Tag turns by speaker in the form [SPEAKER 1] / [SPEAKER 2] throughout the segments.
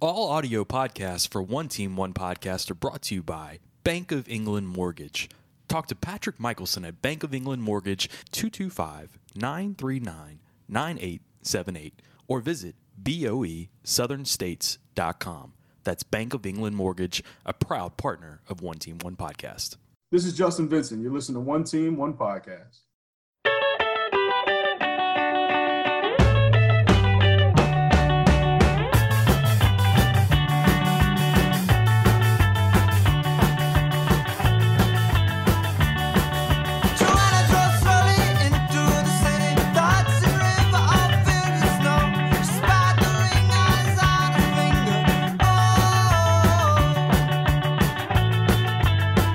[SPEAKER 1] All audio podcasts for One Team One Podcast are brought to you by Bank of England Mortgage. Talk to Patrick Michelson at Bank of England Mortgage 225 939 9878 or visit E boesouthernstates.com. That's Bank of England Mortgage, a proud partner of One Team One Podcast.
[SPEAKER 2] This is Justin Vincent. You're listening to One Team, One Podcast.
[SPEAKER 3] Joanna drove slowly into the sandy thoughts and river all filled with snow. She spied the ring eyes on her finger.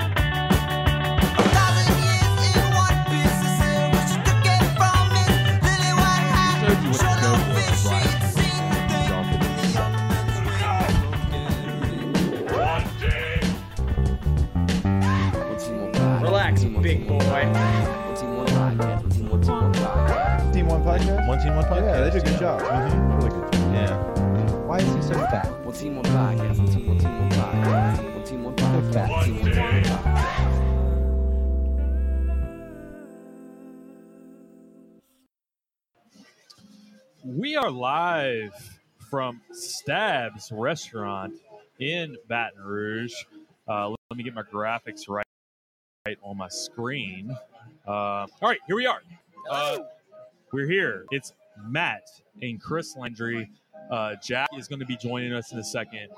[SPEAKER 3] Oh, a thousand years in one piece of silver. She took it from his lily white hat. Showed no fish she'd seen the thing in the young man's wing.
[SPEAKER 4] Relax, big boy.
[SPEAKER 5] Team One Podcast?
[SPEAKER 6] One team, one podcast.
[SPEAKER 5] Yeah, they did a good job.
[SPEAKER 6] Mhm, really good job. Yeah.
[SPEAKER 5] Why is he so fat? So fat.
[SPEAKER 7] We are live from Stab's restaurant in Baton Rouge. Uh, let me get my graphics right, right on my screen. Uh, all right, here we are. Uh, we're here. It's Matt and Chris Landry. Uh, Jack is going to be joining us in a second.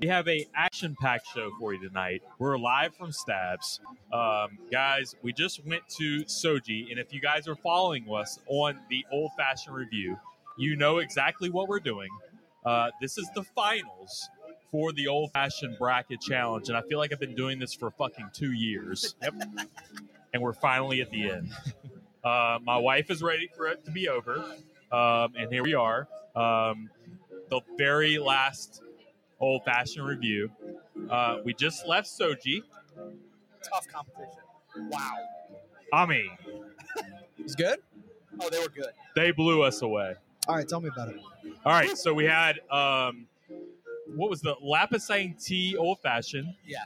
[SPEAKER 7] We have a action-packed show for you tonight. We're live from Stabs, um, guys. We just went to Soji, and if you guys are following us on the Old Fashioned Review, you know exactly what we're doing. Uh, this is the finals for the old fashioned bracket challenge, and I feel like I've been doing this for fucking two years. Yep. and we're finally at the end. Uh, my wife is ready for it to be over, um, and here we are. Um, the very last old fashioned review. Uh, we just left Soji.
[SPEAKER 4] Tough competition. Wow.
[SPEAKER 7] I mean,
[SPEAKER 4] It's good? Oh, they were good.
[SPEAKER 7] they blew us away.
[SPEAKER 5] All right, tell me about it.
[SPEAKER 7] All right, so we had um, what was the Lapisang tea old fashioned?
[SPEAKER 4] Yeah.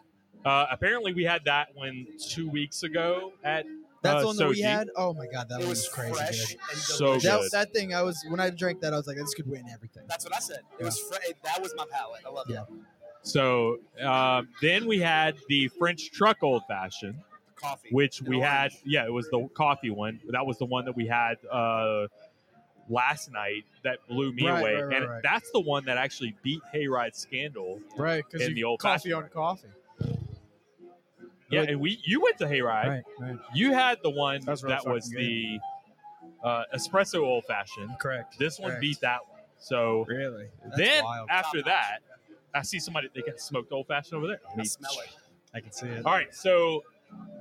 [SPEAKER 7] Uh, apparently, we had that one two weeks ago at
[SPEAKER 5] That's
[SPEAKER 7] Uh,
[SPEAKER 5] the one that we
[SPEAKER 7] Soji.
[SPEAKER 5] had. Oh my god, that
[SPEAKER 4] it
[SPEAKER 5] one
[SPEAKER 4] was
[SPEAKER 5] was crazy.
[SPEAKER 4] fresh
[SPEAKER 5] dude.
[SPEAKER 4] and
[SPEAKER 7] So
[SPEAKER 4] delicious.
[SPEAKER 7] good.
[SPEAKER 5] That, that thing, I was when I drank that, I was like, this could win everything.
[SPEAKER 4] That's what I said. It was fre- it- that was my palate. I love
[SPEAKER 5] Yeah.
[SPEAKER 4] that.
[SPEAKER 7] So um, then we had the French truck old fashioned,
[SPEAKER 4] Coffee.
[SPEAKER 7] which
[SPEAKER 4] and
[SPEAKER 7] we had.
[SPEAKER 4] orange.
[SPEAKER 7] Yeah, it was the coffee one. That was the one that we had uh, last night that blew me
[SPEAKER 5] Right,
[SPEAKER 7] away,
[SPEAKER 5] right, right,
[SPEAKER 7] and
[SPEAKER 5] right.
[SPEAKER 7] that's the one that actually beat Hayride Scandal.
[SPEAKER 5] Right, because
[SPEAKER 7] And you- the old coffee
[SPEAKER 5] on coffee.
[SPEAKER 7] Yeah,
[SPEAKER 5] Like-
[SPEAKER 7] and we you went to Hayride.
[SPEAKER 5] Right, right.
[SPEAKER 7] You had the one
[SPEAKER 5] That's really
[SPEAKER 7] that was
[SPEAKER 5] fucking
[SPEAKER 7] the uh, espresso old fashioned.
[SPEAKER 5] Correct.
[SPEAKER 7] This one
[SPEAKER 5] Correct.
[SPEAKER 7] beat that one. So
[SPEAKER 5] Really?
[SPEAKER 7] then
[SPEAKER 5] wild.
[SPEAKER 7] after
[SPEAKER 4] Top
[SPEAKER 7] that, I see somebody they got smoked old fashioned over there.
[SPEAKER 4] I smell it.
[SPEAKER 5] I can see it.
[SPEAKER 7] All right, so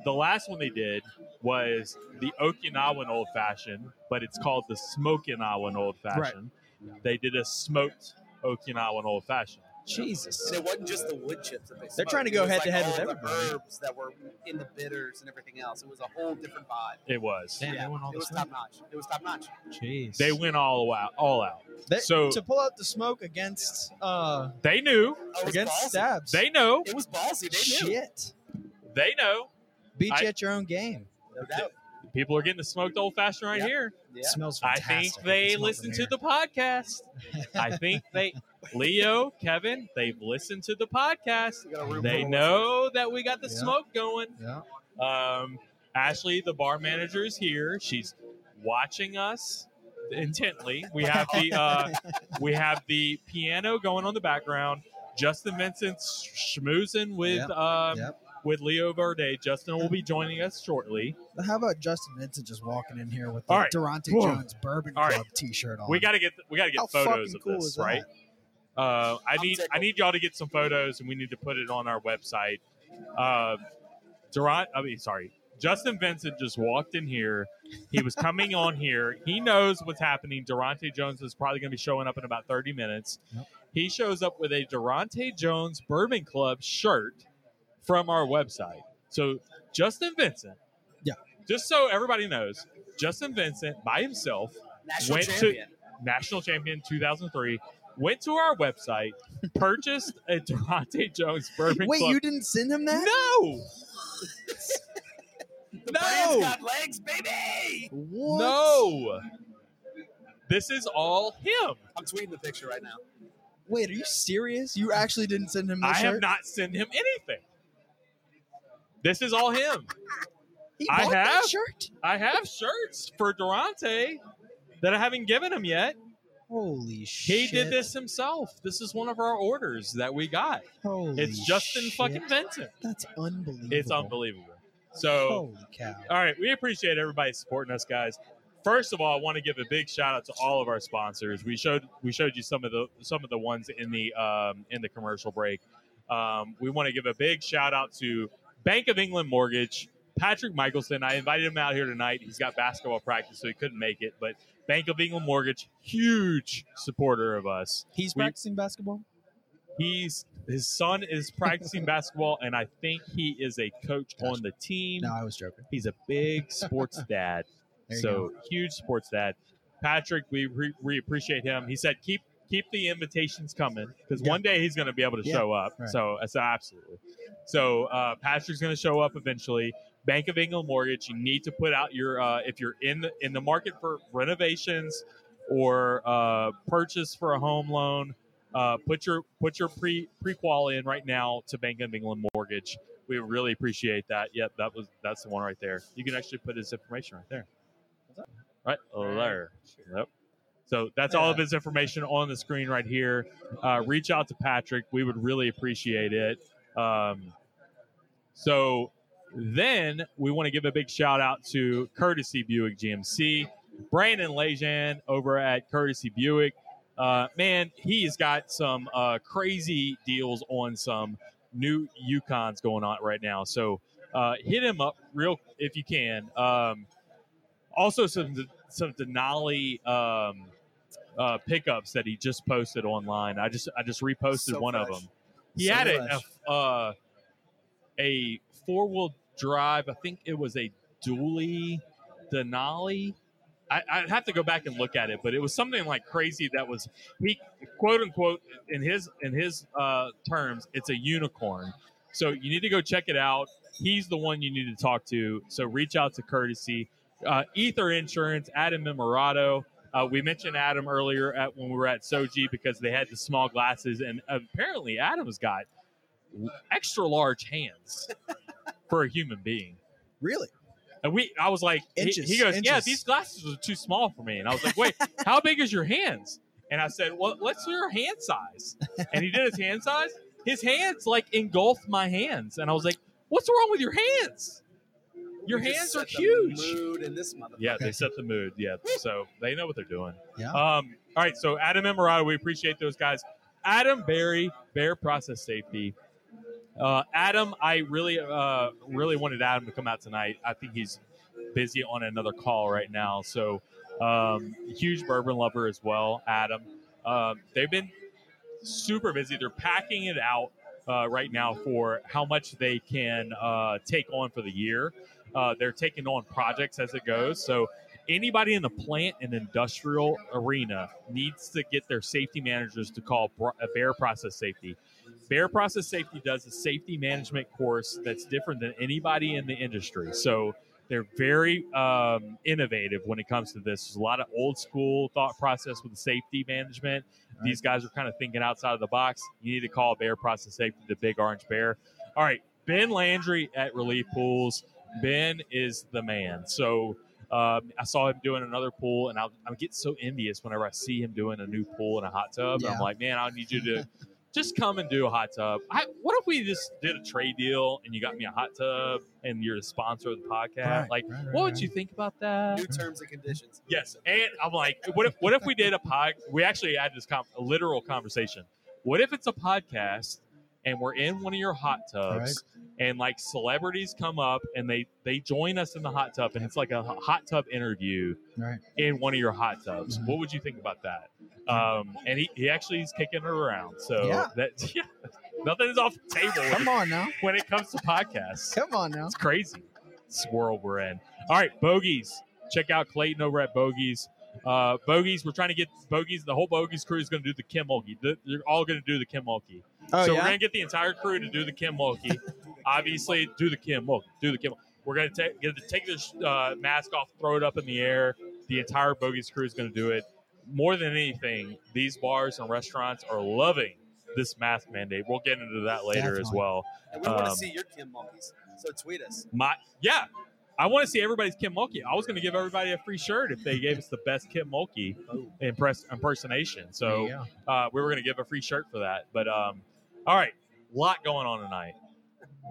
[SPEAKER 7] the last one they did was the Okinawan old fashioned, but it's called the Smokinawan old fashioned. They did a smoked Okinawan old fashioned.
[SPEAKER 5] Jesus.
[SPEAKER 4] And it wasn't just the wood chips that they
[SPEAKER 5] They're trying to
[SPEAKER 4] smoked.
[SPEAKER 5] go
[SPEAKER 4] It was
[SPEAKER 5] head to
[SPEAKER 4] like
[SPEAKER 5] head with
[SPEAKER 4] all the
[SPEAKER 5] everybody.
[SPEAKER 4] herbs that were in the bitters and everything else. It was a whole different vibe.
[SPEAKER 7] It was.
[SPEAKER 5] Man, they went all
[SPEAKER 4] it
[SPEAKER 5] the
[SPEAKER 4] was
[SPEAKER 5] way.
[SPEAKER 4] top notch. It was Oh, top notch.
[SPEAKER 5] Jeez.
[SPEAKER 7] They went all out, all out.
[SPEAKER 5] They-
[SPEAKER 7] so-
[SPEAKER 5] to pull out the smoke against uh
[SPEAKER 7] They knew.
[SPEAKER 4] Oh, it was
[SPEAKER 5] against
[SPEAKER 4] ballsy.
[SPEAKER 5] stabs.
[SPEAKER 7] They know.
[SPEAKER 4] It was ballsy. They knew.
[SPEAKER 5] Shit.
[SPEAKER 7] They know.
[SPEAKER 5] Beat
[SPEAKER 7] I-
[SPEAKER 5] you at your own game.
[SPEAKER 4] No doubt.
[SPEAKER 7] People are getting the smoked old fashioned right
[SPEAKER 4] Yeah.
[SPEAKER 7] here.
[SPEAKER 4] Yeah.
[SPEAKER 5] It smells
[SPEAKER 7] I
[SPEAKER 5] fantastic.
[SPEAKER 7] think
[SPEAKER 5] I can
[SPEAKER 7] they
[SPEAKER 5] smell it
[SPEAKER 7] listened to
[SPEAKER 5] from
[SPEAKER 7] the podcast. I think they, Leo, Kevin, they've listened to the podcast.
[SPEAKER 4] We got a room
[SPEAKER 7] They
[SPEAKER 4] full of
[SPEAKER 7] know that we got the
[SPEAKER 5] Yeah.
[SPEAKER 7] smoke going.
[SPEAKER 5] here. Yeah.
[SPEAKER 7] Um, Ashley, the bar manager, is here. She's watching us intently. We have the uh, we have the piano going on the background. Justin Vincent's schmoozing with
[SPEAKER 5] Yep,
[SPEAKER 7] um,
[SPEAKER 5] yep.
[SPEAKER 7] with Leo Verde. Justin will be joining us shortly.
[SPEAKER 5] How about Justin Vincent just walking in here with the
[SPEAKER 7] All right.
[SPEAKER 5] Durante
[SPEAKER 7] Whoa.
[SPEAKER 5] Jones Bourbon
[SPEAKER 7] All right.
[SPEAKER 5] Club T-shirt on?
[SPEAKER 7] We gotta get we gotta get
[SPEAKER 5] How
[SPEAKER 7] photos
[SPEAKER 5] fucking
[SPEAKER 7] of
[SPEAKER 5] cool
[SPEAKER 7] this,
[SPEAKER 5] is that?
[SPEAKER 7] right? Uh, I
[SPEAKER 4] I'm
[SPEAKER 7] need I
[SPEAKER 4] tickled.
[SPEAKER 7] need y'all to get some photos, and we need to put it on our website. Uh, Durant, I mean, sorry, Justin Vincent just walked in here. He was coming on here. He knows what's happening. Durante Jones is probably going to be showing up in about thirty minutes.
[SPEAKER 5] Yep.
[SPEAKER 7] He shows up with a Durante Jones Bourbon Club shirt from our website. So Justin Vincent,
[SPEAKER 5] Yeah.
[SPEAKER 7] just so everybody knows, Justin Vincent by himself
[SPEAKER 4] National
[SPEAKER 7] Went to-
[SPEAKER 4] champion.
[SPEAKER 7] national champion 2003 went to our website, purchased a Durante Jones bourbon.
[SPEAKER 5] Wait,
[SPEAKER 7] club.
[SPEAKER 5] you didn't send him that?
[SPEAKER 7] no,
[SPEAKER 4] Brand's
[SPEAKER 7] no,
[SPEAKER 4] got legs, baby.
[SPEAKER 5] What?
[SPEAKER 7] no. This is all him.
[SPEAKER 8] I'm tweeting the picture right now.
[SPEAKER 5] Wait, are you serious? You actually didn't send him the
[SPEAKER 7] I
[SPEAKER 5] shirt?
[SPEAKER 7] have not sent him anything. This is all him.
[SPEAKER 5] He
[SPEAKER 7] I
[SPEAKER 5] bought that
[SPEAKER 7] have.
[SPEAKER 5] shirt?
[SPEAKER 7] I have shirts for Durante that I haven't given him yet.
[SPEAKER 5] Holy
[SPEAKER 7] He
[SPEAKER 5] shit.
[SPEAKER 7] did this himself. This is one of our orders that we got.
[SPEAKER 5] Holy
[SPEAKER 7] it's Justin
[SPEAKER 5] shit.
[SPEAKER 7] fucking Vincent.
[SPEAKER 5] That's unbelievable.
[SPEAKER 7] It's unbelievable. So,
[SPEAKER 5] Holy cow.
[SPEAKER 7] all right, we appreciate everybody supporting us, guys. First of all, I want to give a big shout out to all of our sponsors. We showed we showed you some of the some of the ones in the um, in the commercial break. Um, we want to give a big shout out to Bank of England Mortgage, Patrick Michelson. I invited him out here tonight. He's got basketball practice, so he couldn't make it. But Bank of England Mortgage, huge supporter of us.
[SPEAKER 5] He's
[SPEAKER 7] we-
[SPEAKER 5] practicing basketball?
[SPEAKER 7] He's his son is practicing basketball, and I think he is a coach on the team.
[SPEAKER 5] No, I was joking.
[SPEAKER 7] He's a big sports dad,
[SPEAKER 5] There you
[SPEAKER 7] so huge sports dad. Patrick, we re- we appreciate him. He said keep keep the invitations coming because
[SPEAKER 5] Yeah.
[SPEAKER 7] one day he's going to be able to
[SPEAKER 5] Yeah,
[SPEAKER 7] show up.
[SPEAKER 5] right.
[SPEAKER 7] So I said absolutely. So uh, Patrick's going to show up eventually. Bank of England Mortgage, you need to put out your uh, if you're in the, in the market for renovations or uh, purchase for a home loan. Uh, put your put your pre prequal in right now to Bank of England Mortgage. We really appreciate that. Yep, that was that's the one right there. You can actually put his information right there. Right there. Yep. So that's all of his information on the screen right here. Uh, reach out to Patrick. We would really appreciate it. Um, so then we want to give a big shout out to Courtesy Buick GMC, Brandon Lejean over at Courtesy Buick. Uh, man, he's got some uh, crazy deals on some new Yukons going on right now. So uh, hit him up real if you can. Um, also, some some Denali um, uh, pickups that he just posted online. I just I just reposted
[SPEAKER 8] So
[SPEAKER 7] one of
[SPEAKER 8] fresh.
[SPEAKER 7] them. He
[SPEAKER 5] So
[SPEAKER 7] had a,
[SPEAKER 5] fresh.
[SPEAKER 7] a, uh, a four wheel drive. I think it was a dually Denali. I, I'd have to go back and look at it, but it was something like crazy that was he quote unquote in his in his uh, terms, it's a unicorn. So you need to go check it out. He's the one you need to talk to. So reach out to Courtesy, uh, Ether Insurance, Adam Memorado. Uh, we mentioned Adam earlier at when we were at Soji because they had the small glasses, and apparently Adam's got extra large hands for a human being.
[SPEAKER 5] Really?
[SPEAKER 7] And we, I was like, he-
[SPEAKER 5] Inches,
[SPEAKER 7] he, goes, yeah,
[SPEAKER 5] inches.
[SPEAKER 7] these glasses are too small for me. And I was like, wait, how big is your hands? And I said, well, let's do your hand size. And he did his hand size. His hands like engulfed my hands, and I was like, what's wrong with your hands? Your
[SPEAKER 8] You just
[SPEAKER 7] hands are
[SPEAKER 8] set the
[SPEAKER 7] huge.
[SPEAKER 8] Mood in this motherfucker.
[SPEAKER 7] Yeah, they set the mood. Yeah, so they know what they're doing.
[SPEAKER 5] Yeah.
[SPEAKER 7] Um. All right. So Adam and Mariah, we appreciate those guys. Adam Barry, Bear Process Safety. Uh, Adam, I really, uh, really wanted Adam to come out tonight. I think he's busy on another call right now. So, um, huge bourbon lover as well, Adam. Um, they've been super busy. They're packing it out uh, right now for how much they can uh, take on for the year. Uh, they're taking on projects as it goes. So anybody in the plant and industrial arena needs to get their safety managers to call Bro- uh, Bear Process Safety. Bear Process Safety does a safety management course that's different than anybody in the industry. So they're very um, innovative when it comes to this. There's a lot of old school thought process with safety management. These guys are kind of thinking outside of the box. You need to call Bear Process Safety the big orange bear. All right, Ben Landry at Relief Pools. Ben is the man. So um, I saw him doing another pool, and I, I get so envious whenever I see him doing a new pool and a hot tub. And I'm
[SPEAKER 5] Yeah.
[SPEAKER 7] like, man, I need you to just come and do a hot tub. I, what if we just did a trade deal and you got me a hot tub and you're the sponsor of the podcast?
[SPEAKER 5] Right, Mm-hmm.
[SPEAKER 7] like,
[SPEAKER 5] right, right,
[SPEAKER 7] what would
[SPEAKER 5] right.
[SPEAKER 7] you think about that?
[SPEAKER 8] New terms and conditions.
[SPEAKER 7] Yes, and I'm like, what if what if we did a pod? We actually had this com- a literal conversation. What if it's a podcast and we're in one of your hot tubs, and like celebrities come up and they they join us in the hot tub, and it's like a h- hot tub interview
[SPEAKER 5] Right.
[SPEAKER 7] in one of your hot tubs.
[SPEAKER 5] Mhm.
[SPEAKER 7] What would you think about that? Um, and he, he actually is kicking it around, so
[SPEAKER 5] Mm-hmm. Yeah.
[SPEAKER 7] that yeah, nothing is off the
[SPEAKER 5] Come
[SPEAKER 7] table
[SPEAKER 5] on now.
[SPEAKER 7] when it comes to podcasts.
[SPEAKER 5] Come on now.
[SPEAKER 7] It's crazy. It's the world we're in. All right, Bogies. Check out Clayton over at Bogies. Uh, bogeys, we're trying to get bogeys. The whole bogeys crew is going to do the Kim Mulkey. The- They're all going to do the Kim Mulkey.
[SPEAKER 9] Oh
[SPEAKER 7] so
[SPEAKER 9] yeah.
[SPEAKER 7] we're going to get the entire crew to do the Kim Mulkey. Obviously, do the Kim Mulkey. Do the Kim. We're going to take, gonna take this uh, mask off, throw it up in the air. The entire bogeys crew is going to do it. More than anything, these bars and restaurants are loving this mask mandate. We'll get into that later as
[SPEAKER 5] Definitely.
[SPEAKER 7] well.
[SPEAKER 4] And we want
[SPEAKER 7] Um,
[SPEAKER 4] to see your Kim monkeys. So tweet us.
[SPEAKER 7] My yeah, I want to see everybody's Kim Mulkey. I was going to give everybody a free shirt if they gave us the best Kim Mulkey impress- impersonation.
[SPEAKER 5] Oh. There
[SPEAKER 7] So
[SPEAKER 5] you go.
[SPEAKER 7] uh, we were going to give a free shirt for that. But um, all right, lot going on tonight.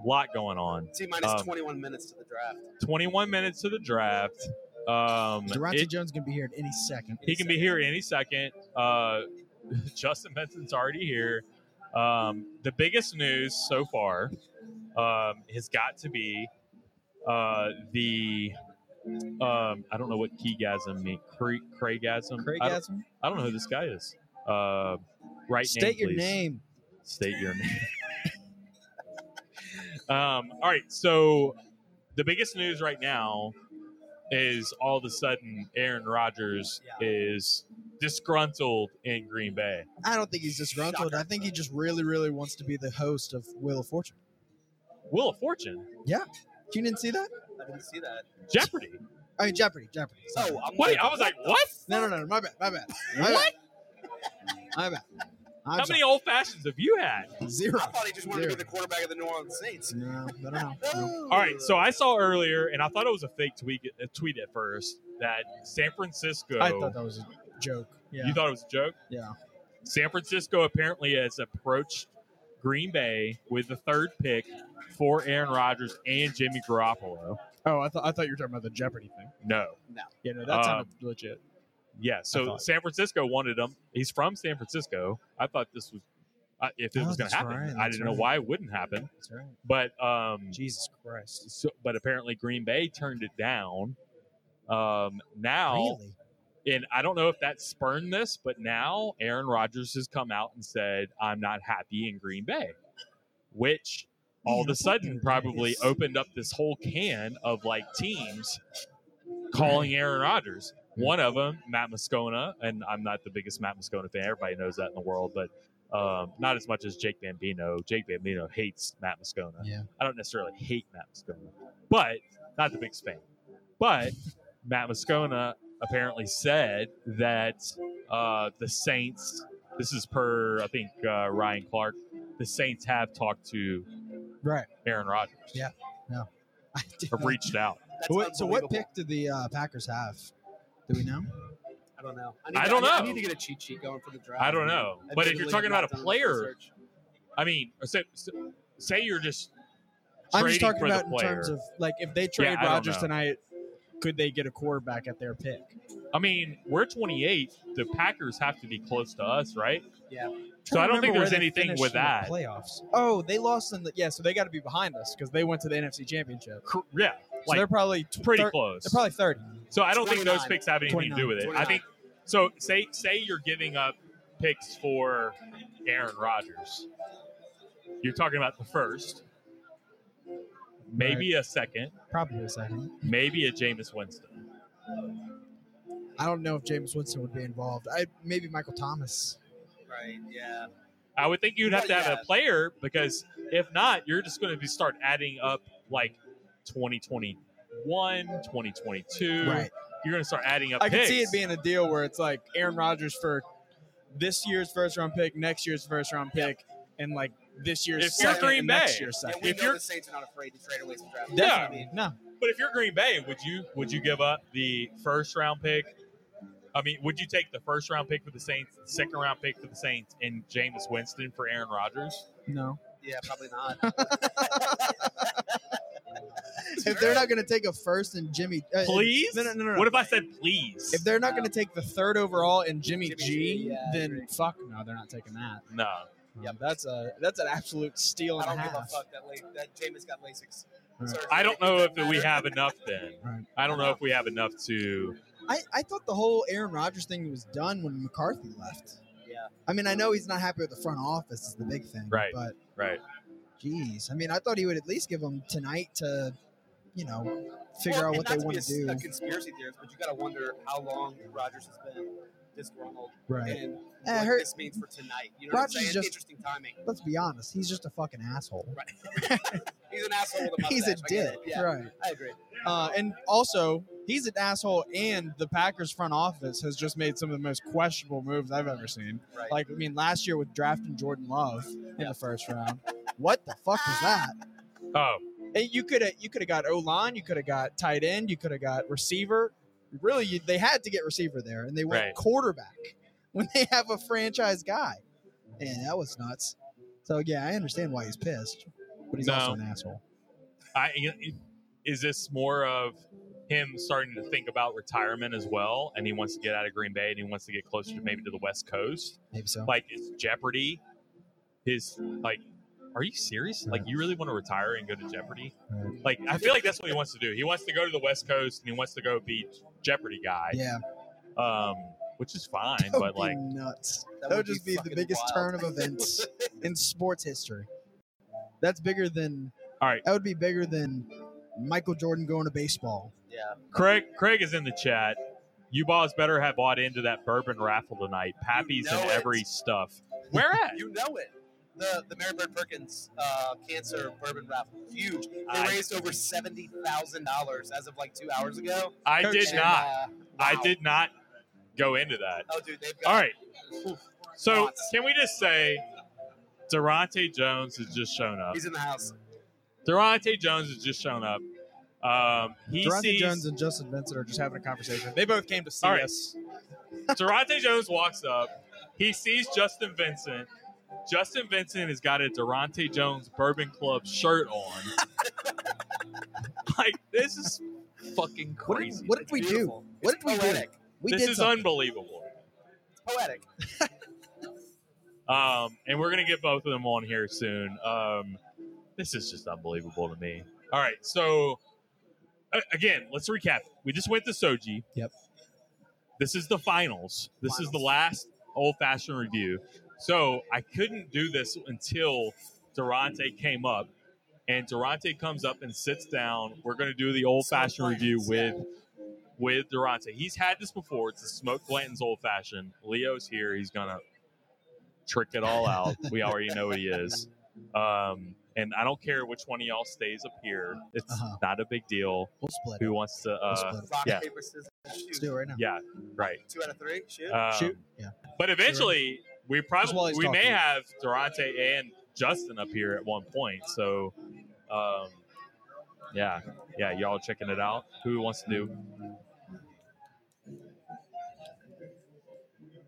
[SPEAKER 7] Lot going on.
[SPEAKER 4] T minus
[SPEAKER 7] um,
[SPEAKER 4] 21 minutes to the draft.
[SPEAKER 7] 21 minutes to the draft. Um,
[SPEAKER 5] Durante
[SPEAKER 7] it-
[SPEAKER 5] Jones gonna be here at any second.
[SPEAKER 7] he can be here any second. Uh, Justin Benson's already here. Um, the biggest news so far um, has got to be uh, the um, I don't know what keygasm means. Cra- Craigasm.
[SPEAKER 5] Craig
[SPEAKER 7] I, don't,
[SPEAKER 5] Asman,
[SPEAKER 7] I don't know who this guy is. Uh, right.
[SPEAKER 5] state your
[SPEAKER 7] please.
[SPEAKER 5] name.
[SPEAKER 7] State your name. um, all right. So the biggest news right now is all of a sudden Aaron Rodgers is disgruntled in Green Bay.
[SPEAKER 5] I don't think he's disgruntled. I think he just really, really wants to be the host of Wheel of Fortune.
[SPEAKER 7] Wheel of Fortune,
[SPEAKER 5] You didn't see that?
[SPEAKER 4] I didn't see that.
[SPEAKER 7] Jeopardy.
[SPEAKER 5] I mean Jeopardy, Jeopardy. Sorry.
[SPEAKER 4] Oh, I'm
[SPEAKER 7] Wait,
[SPEAKER 4] like,
[SPEAKER 7] I was like, what?
[SPEAKER 5] No, no, no, no. My bad. My bad. My what? Bad. My bad. I'm
[SPEAKER 7] How many old fashions have you had?
[SPEAKER 5] sorry. zero?
[SPEAKER 4] I thought he just wanted to
[SPEAKER 5] Zero.
[SPEAKER 4] be the quarterback of the New Orleans Saints.
[SPEAKER 5] No, no, no, no.
[SPEAKER 4] All
[SPEAKER 7] All right, so I saw earlier, and I thought it was a fake tweet, a tweet at first that San Francisco.
[SPEAKER 5] I thought that was a joke. Yeah.
[SPEAKER 7] You thought it was a joke?
[SPEAKER 5] Yeah.
[SPEAKER 7] San Francisco apparently has approached Green Bay with the third pick for Aaron Rodgers and Jimmy Garoppolo.
[SPEAKER 5] oh, I thought I thought you were talking about the Jeopardy thing.
[SPEAKER 7] No.
[SPEAKER 5] Yeah, no,
[SPEAKER 7] Um,
[SPEAKER 5] that sounded legit.
[SPEAKER 7] Yeah.
[SPEAKER 5] I
[SPEAKER 7] So
[SPEAKER 5] thought-
[SPEAKER 7] San Francisco wanted him. He's from San Francisco. I thought this was, I if it
[SPEAKER 5] Oh,
[SPEAKER 7] was going
[SPEAKER 5] that's
[SPEAKER 7] to happen,
[SPEAKER 5] right,
[SPEAKER 7] I
[SPEAKER 5] that's
[SPEAKER 7] didn't know
[SPEAKER 5] right.
[SPEAKER 7] why it wouldn't happen.
[SPEAKER 5] That's right.
[SPEAKER 7] But um,
[SPEAKER 5] Jesus Christ.
[SPEAKER 7] so, but apparently Green Bay turned it down. Um, now,
[SPEAKER 5] Really?
[SPEAKER 7] and I don't know if that spurned this, but now Aaron Rodgers has come out and said, "I'm not happy in Green Bay," which all of a
[SPEAKER 5] Man, I thought
[SPEAKER 7] sudden
[SPEAKER 5] there
[SPEAKER 7] probably
[SPEAKER 5] is-
[SPEAKER 7] opened up this whole can of like teams calling Aaron Rodgers. One of them, Matt Moscona, and I'm not the biggest Matt Moscona fan. Everybody knows that in the world, but um, not as much as Jake Bambino. Jake Bambino hates Matt Moscona.
[SPEAKER 5] Yeah.
[SPEAKER 7] I don't necessarily hate Matt Moscona, but not the biggest fan. But Matt Moscona apparently said that uh, the Saints, this is per, I think, uh, Ryan Clark, the Saints have talked to
[SPEAKER 5] Right.
[SPEAKER 7] Aaron Rodgers,
[SPEAKER 5] Yeah. I did
[SPEAKER 7] have
[SPEAKER 5] not-
[SPEAKER 7] reached out.
[SPEAKER 4] That's
[SPEAKER 5] What- so what
[SPEAKER 4] unbelievable.
[SPEAKER 5] pick did the uh, Packers have? Do we know?
[SPEAKER 4] I don't know. I,
[SPEAKER 7] I
[SPEAKER 4] to-
[SPEAKER 7] don't
[SPEAKER 4] I
[SPEAKER 7] know.
[SPEAKER 4] need to get a cheat sheet going for the draft.
[SPEAKER 7] I don't know. But if you're
[SPEAKER 4] admittedly
[SPEAKER 7] talking
[SPEAKER 4] have
[SPEAKER 7] about a
[SPEAKER 4] not done
[SPEAKER 7] player,
[SPEAKER 4] research.
[SPEAKER 7] I mean, say, say you're just
[SPEAKER 5] I'm just
[SPEAKER 7] trading
[SPEAKER 5] talking
[SPEAKER 7] for
[SPEAKER 5] about
[SPEAKER 7] the
[SPEAKER 5] in
[SPEAKER 7] player.
[SPEAKER 5] terms of like if they trade
[SPEAKER 7] I don't
[SPEAKER 5] Rodgers
[SPEAKER 7] know.
[SPEAKER 5] tonight, could they get a quarterback at their pick?
[SPEAKER 7] I mean, we're 28. The Packers have to be close to us, right?
[SPEAKER 4] Yeah.
[SPEAKER 7] So I don't think
[SPEAKER 5] Remember
[SPEAKER 7] there's
[SPEAKER 5] where they
[SPEAKER 7] anything
[SPEAKER 5] finished
[SPEAKER 7] with
[SPEAKER 5] in the
[SPEAKER 7] that.
[SPEAKER 5] playoffs. Oh, they lost in the yeah, so they got to be behind us because they went to the NFC Championship.
[SPEAKER 7] Cor- Yeah,
[SPEAKER 5] So
[SPEAKER 7] like
[SPEAKER 5] they're probably tw-
[SPEAKER 7] pretty
[SPEAKER 5] thir-
[SPEAKER 7] close.
[SPEAKER 5] They're probably thirty.
[SPEAKER 7] so I don't think those
[SPEAKER 4] 29.
[SPEAKER 7] picks have anything to do with it. I
[SPEAKER 4] 29.
[SPEAKER 7] think so. Say say you're giving up picks for Aaron Rodgers. You're talking about the first, maybe a second,
[SPEAKER 5] Probably a second.
[SPEAKER 7] maybe a Jameis Winston.
[SPEAKER 5] I don't know if James Winston would be involved. I maybe Michael Thomas.
[SPEAKER 4] Right, yeah.
[SPEAKER 7] I would think you'd have to
[SPEAKER 4] Well,
[SPEAKER 7] have
[SPEAKER 4] yeah.
[SPEAKER 7] a player because if not, you're just going to be start adding up like 2021, 2022.
[SPEAKER 5] Right.
[SPEAKER 7] You're going to start adding up
[SPEAKER 5] I could
[SPEAKER 7] picks.
[SPEAKER 5] see it being a deal where it's like Aaron Rodgers for this year's first round pick, next year's first round pick, and like this year's
[SPEAKER 7] If you're
[SPEAKER 5] second
[SPEAKER 7] Green
[SPEAKER 5] and next
[SPEAKER 7] Bay,
[SPEAKER 5] year's
[SPEAKER 4] And
[SPEAKER 5] second.
[SPEAKER 4] we
[SPEAKER 7] If
[SPEAKER 4] know
[SPEAKER 7] you're-
[SPEAKER 4] the Saints are not afraid to trade away some draft. picks.
[SPEAKER 7] Yeah.
[SPEAKER 4] I mean,
[SPEAKER 5] No.
[SPEAKER 7] But if you're Green Bay, would you would you give up the first round pick? I mean, would you take the first round pick for the Saints, the second round pick for the Saints, and Jameis Winston for Aaron Rodgers?
[SPEAKER 5] No.
[SPEAKER 4] yeah, probably not.
[SPEAKER 5] If they're not going to take a first and Jimmy, uh,
[SPEAKER 7] Please?
[SPEAKER 5] No, no, no, no.
[SPEAKER 7] What if I said please?
[SPEAKER 5] if they're not going to take the third overall and Jimmy,
[SPEAKER 4] Jimmy
[SPEAKER 5] G,
[SPEAKER 4] G, yeah, I agree.
[SPEAKER 5] then fuck no, they're not taking that.
[SPEAKER 7] no.
[SPEAKER 5] Yeah, that's a that's an absolute steal
[SPEAKER 4] I
[SPEAKER 5] and a
[SPEAKER 4] don't give a
[SPEAKER 5] half.
[SPEAKER 4] fuck that late. That Jameis got Lasix.
[SPEAKER 5] Right.
[SPEAKER 4] Sorry.
[SPEAKER 7] I don't know if we have enough then.
[SPEAKER 5] Right.
[SPEAKER 7] I don't know if we have enough to
[SPEAKER 5] I, I thought the whole Aaron Rodgers thing was done when McCarthy left.
[SPEAKER 4] Yeah.
[SPEAKER 5] I mean, I know he's not happy with the front office is the big thing,
[SPEAKER 7] Right.
[SPEAKER 5] But
[SPEAKER 7] right.
[SPEAKER 5] Jeez, I mean, I thought he would at least give them tonight to you know,
[SPEAKER 4] Well,
[SPEAKER 5] figure out
[SPEAKER 4] and not
[SPEAKER 5] what they
[SPEAKER 4] to
[SPEAKER 5] want
[SPEAKER 4] be
[SPEAKER 5] to do.
[SPEAKER 4] a, a conspiracy theorist, but you got to wonder how long Rogers has been disgruntled
[SPEAKER 5] right.
[SPEAKER 4] and
[SPEAKER 5] Eh,
[SPEAKER 4] what
[SPEAKER 5] her-
[SPEAKER 4] this means for tonight. You know what I'm
[SPEAKER 5] Rogers
[SPEAKER 4] saying?
[SPEAKER 5] is just-
[SPEAKER 4] Interesting timing.
[SPEAKER 5] Let's be honest. He's just a fucking asshole.
[SPEAKER 4] He's an asshole. With a
[SPEAKER 5] He's a
[SPEAKER 4] mustache, I get
[SPEAKER 5] dick.
[SPEAKER 4] it. Yeah,
[SPEAKER 5] Right.
[SPEAKER 4] I agree.
[SPEAKER 10] Uh, and also, he's an asshole, and the Packers front office has just made some of the most questionable moves I've ever seen.
[SPEAKER 4] Right.
[SPEAKER 10] Like, I mean, last year with drafting Jordan Love in the first round, what the fuck was that?
[SPEAKER 7] Oh,
[SPEAKER 10] And you could have you could have got O line, you could have got tight end, you could have got receiver. Really, you, they had to get receiver there, and they went
[SPEAKER 7] Right.
[SPEAKER 10] quarterback when they have a franchise guy.
[SPEAKER 5] And that was nuts. So yeah, I understand why he's pissed, but he's
[SPEAKER 7] No.
[SPEAKER 5] also an asshole.
[SPEAKER 7] I is this more of him starting to think about retirement as well, and he wants to get out of Green Bay and he wants to get closer to maybe to the West Coast?
[SPEAKER 5] Maybe so.
[SPEAKER 7] Like, is Jeopardy his like? Are you serious? Like, you really want to retire and go to Jeopardy?
[SPEAKER 5] Right.
[SPEAKER 7] Like, I feel like that's what he wants to do. He wants to go to the West Coast and he wants to go be Jeopardy guy,
[SPEAKER 5] yeah,
[SPEAKER 7] um, which is fine.
[SPEAKER 5] that would
[SPEAKER 7] but
[SPEAKER 5] be
[SPEAKER 7] like,
[SPEAKER 5] nuts.
[SPEAKER 4] That
[SPEAKER 5] That, would
[SPEAKER 4] would
[SPEAKER 5] just
[SPEAKER 4] be
[SPEAKER 5] be, the
[SPEAKER 4] fucking
[SPEAKER 5] biggest turn
[SPEAKER 4] wild.
[SPEAKER 5] of events in sports history. That's bigger than.
[SPEAKER 7] All right.
[SPEAKER 5] That would be bigger than Michael Jordan going to baseball.
[SPEAKER 4] Yeah.
[SPEAKER 7] Craig, Craig is in the chat. You boss better have bought into that bourbon raffle tonight. Pappy's
[SPEAKER 4] know
[SPEAKER 7] and
[SPEAKER 4] it.
[SPEAKER 7] every stuff. Where at?
[SPEAKER 4] You know it. The the Mary Bird Perkins uh, cancer bourbon raffle, huge. They
[SPEAKER 7] I-
[SPEAKER 4] raised over seventy thousand dollars as of like two hours ago.
[SPEAKER 7] I
[SPEAKER 10] Coach
[SPEAKER 7] did
[SPEAKER 4] And,
[SPEAKER 7] not.
[SPEAKER 4] uh,
[SPEAKER 7] I
[SPEAKER 4] wow.
[SPEAKER 7] did not go into that.
[SPEAKER 4] Oh, dude, they've got.
[SPEAKER 7] All right. So
[SPEAKER 4] Lots.
[SPEAKER 7] can we just say Durante Jones has just shown up?
[SPEAKER 4] He's in the house.
[SPEAKER 7] Durante Jones has just shown up. Um, he
[SPEAKER 10] Durante
[SPEAKER 7] sees
[SPEAKER 10] Jones and Justin Vincent are just having a conversation. They both came to see
[SPEAKER 7] All right.
[SPEAKER 10] us.
[SPEAKER 7] Durante Jones walks up. He sees Justin Vincent. Justin Vincent has got a Durante Jones Bourbon Club shirt on. like this is fucking
[SPEAKER 5] What did,
[SPEAKER 7] crazy.
[SPEAKER 5] what did we do?
[SPEAKER 4] Beautiful.
[SPEAKER 5] What did we do?
[SPEAKER 4] Poetic.
[SPEAKER 5] We
[SPEAKER 7] this
[SPEAKER 5] did
[SPEAKER 7] is
[SPEAKER 5] something.
[SPEAKER 7] unbelievable.
[SPEAKER 4] Poetic.
[SPEAKER 7] Um, and we're gonna get both of them on here soon. Um, this is just unbelievable to me. All right, so a- again, let's recap. We just went to Soji.
[SPEAKER 5] Yep.
[SPEAKER 7] This is the finals. This is the last old fashioned review. So I couldn't do this until Durante came up, and Durante comes up and sits down. We're gonna do the old fashioned review with with Durante. He's had this before. It's the Smoke Blanton's old fashioned. Leo's here. He's gonna trick it all out. we already know he is. Um, and I don't care which one of y'all stays up here. It's
[SPEAKER 5] Uh-huh.
[SPEAKER 7] not a big deal.
[SPEAKER 5] We'll split. it.
[SPEAKER 7] Who wants to?
[SPEAKER 5] We'll
[SPEAKER 7] Uh,
[SPEAKER 5] split it.
[SPEAKER 4] Rock
[SPEAKER 7] yeah.
[SPEAKER 4] paper scissors
[SPEAKER 5] Let's
[SPEAKER 4] shoot.
[SPEAKER 5] do it right now.
[SPEAKER 7] yeah, right.
[SPEAKER 4] Two out of three. Shoot.
[SPEAKER 7] Um,
[SPEAKER 5] Shoot. Yeah.
[SPEAKER 7] But eventually, we
[SPEAKER 5] Just while
[SPEAKER 7] probably
[SPEAKER 5] he's
[SPEAKER 7] we may
[SPEAKER 5] talking.
[SPEAKER 7] have Durante and Justin up here at one point. So, um, yeah, yeah, y'all checking it out. Who wants to do?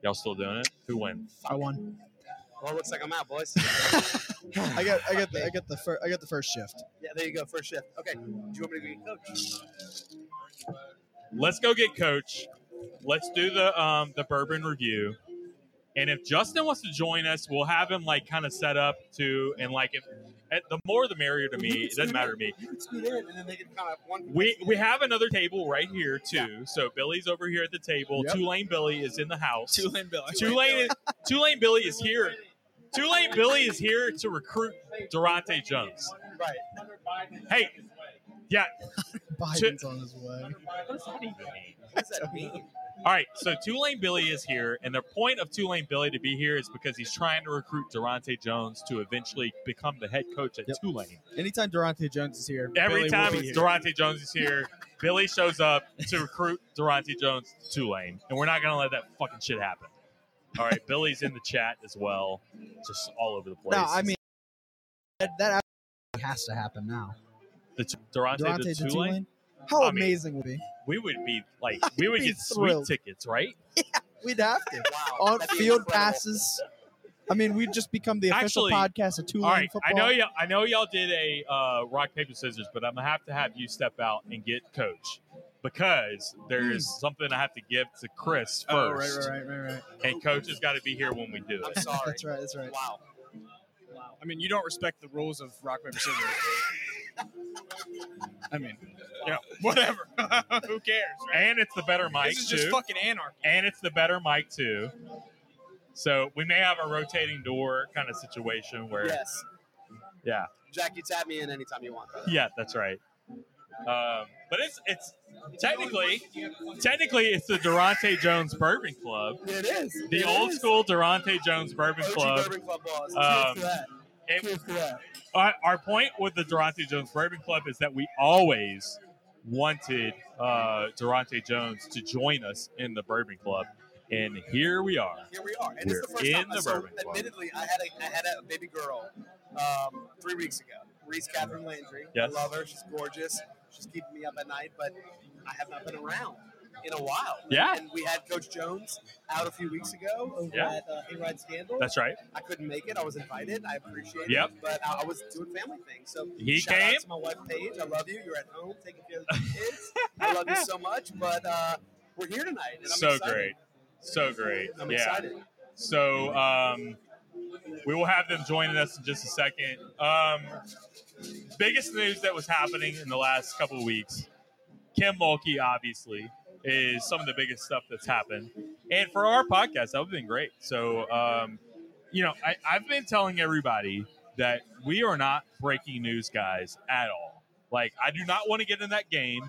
[SPEAKER 7] Y'all still doing it? Who win?
[SPEAKER 5] I won.
[SPEAKER 4] well, looks like I'm out, boys.
[SPEAKER 5] I got. I got. The, I got the. Fir- I got the first shift.
[SPEAKER 4] yeah, there you go. First shift. Okay. Do you want me to be coach?
[SPEAKER 7] Let's go get Coach. Let's do the um, the bourbon review. And if Justin wants to join us, we'll have him like kind of set up to and like if at the more the merrier to me. It doesn't matter to me.
[SPEAKER 4] You can scoot in, and then they can kind of one.
[SPEAKER 7] We we have another table right here too. So Billy's over here at the table.
[SPEAKER 10] Yep.
[SPEAKER 7] Tulane Billy is in the house.
[SPEAKER 10] Tulane Bill.
[SPEAKER 7] Tulane is, Tulane Billy is here. Tulane Billy is here to recruit Durante Jones.
[SPEAKER 4] Right.
[SPEAKER 7] Hey, yeah.
[SPEAKER 5] Biden's on his way.
[SPEAKER 4] What does that mean?
[SPEAKER 7] All right, so Tulane Billy is here, and the point of Tulane Billy to be here is because he's trying to recruit Durante Jones to eventually become the head coach at
[SPEAKER 10] Yep.
[SPEAKER 7] Tulane.
[SPEAKER 10] Anytime Durante Jones is here,
[SPEAKER 7] Every
[SPEAKER 10] Billy will
[SPEAKER 7] time
[SPEAKER 10] be here.
[SPEAKER 7] Durante Jones is here, Billy shows up to recruit Durante Jones to Tulane, and we're not going to let that fucking shit happen. All right, Billy's in the chat as well, just all over the place.
[SPEAKER 5] No, I mean that, that absolutely has to happen now.
[SPEAKER 7] the t- Durante, to
[SPEAKER 5] Durante to
[SPEAKER 7] Tulane,
[SPEAKER 5] Tulane. How
[SPEAKER 7] I mean-
[SPEAKER 5] amazing would it be?
[SPEAKER 7] we would be like,
[SPEAKER 5] I'd
[SPEAKER 7] we would
[SPEAKER 5] be
[SPEAKER 7] get
[SPEAKER 5] thrilled.
[SPEAKER 7] sweet tickets, right?
[SPEAKER 5] We'd have to
[SPEAKER 4] Wow.
[SPEAKER 5] on
[SPEAKER 4] that'd be
[SPEAKER 5] field
[SPEAKER 4] incredible.
[SPEAKER 5] passes. I mean, we'd just become the official
[SPEAKER 7] Actually,
[SPEAKER 5] podcast of Tulane
[SPEAKER 7] All right,
[SPEAKER 5] football.
[SPEAKER 7] I know y'all. I know y'all did a uh, rock paper scissors, but I'm gonna have to have you step out and get coach because there's
[SPEAKER 5] Hmm.
[SPEAKER 7] something I have to give to Chris first,
[SPEAKER 10] Oh, right, right, right, right, right.
[SPEAKER 7] and coach has got to be here when we do
[SPEAKER 4] I'm
[SPEAKER 7] it.
[SPEAKER 4] sorry.
[SPEAKER 5] That's right. That's right.
[SPEAKER 4] Wow.
[SPEAKER 10] I mean, you don't respect the rules of rock paper scissors. I mean, yeah, whatever. Who cares? Right?
[SPEAKER 7] And it's the better mic
[SPEAKER 10] This is just
[SPEAKER 7] too.
[SPEAKER 10] fucking anarchy.
[SPEAKER 7] and it's the better mic too. So we may have a rotating door kind of situation where,
[SPEAKER 4] Yes.
[SPEAKER 7] yeah,
[SPEAKER 4] Jack, you tap me in anytime you want. brother.
[SPEAKER 7] yeah, that's right. Um, but it's it's technically technically it's the Durante Jones Bourbon Club,
[SPEAKER 5] It is.
[SPEAKER 7] the
[SPEAKER 5] It
[SPEAKER 7] old
[SPEAKER 5] is.
[SPEAKER 7] school Durante Jones Bourbon
[SPEAKER 4] OG
[SPEAKER 7] Club.
[SPEAKER 4] Bourbon Club laws.
[SPEAKER 7] Um,
[SPEAKER 5] Cheers to that.
[SPEAKER 7] it-
[SPEAKER 5] Cheers to that.
[SPEAKER 7] our, our point with the Durante Jones Bourbon Club is that we always wanted uh, Durante Jones to join us in the Bourbon Club, and here we are.
[SPEAKER 4] Here we are, and it's the
[SPEAKER 7] We're
[SPEAKER 4] first
[SPEAKER 7] in
[SPEAKER 4] time.
[SPEAKER 7] the
[SPEAKER 4] so,
[SPEAKER 7] Bourbon Club.
[SPEAKER 4] admittedly, I had a I had a baby girl um, three weeks ago. Reese Catherine Landry.
[SPEAKER 7] Yes.
[SPEAKER 4] I love her. She's gorgeous. She's keeping me up at night, but I have not been around in a while.
[SPEAKER 7] Yeah.
[SPEAKER 4] And we had Coach Jones out a few weeks ago over
[SPEAKER 7] Yeah.
[SPEAKER 4] at uh, Hayride Scandal.
[SPEAKER 7] That's right.
[SPEAKER 4] I couldn't make it. I was invited. I appreciate
[SPEAKER 7] Yep.
[SPEAKER 4] it, but I, I was doing family things. So
[SPEAKER 7] He
[SPEAKER 4] shout
[SPEAKER 7] came.
[SPEAKER 4] out to my wife Paige. I love you. You're at home taking care of the kids. I love you so much. But uh, we're here tonight. And I'm
[SPEAKER 7] So
[SPEAKER 4] excited.
[SPEAKER 7] great. So great.
[SPEAKER 4] I'm
[SPEAKER 7] yeah.
[SPEAKER 4] excited.
[SPEAKER 7] So um, we will have them joining us in just a second. Um, biggest news that was happening in the last couple of weeks Kim Mulkey, obviously, is some of the biggest stuff that's happened. And for our podcast, that would have been great. So, um, you know, I, I've been telling everybody that we are not breaking news guys at all. Like, I do not want to get in that game.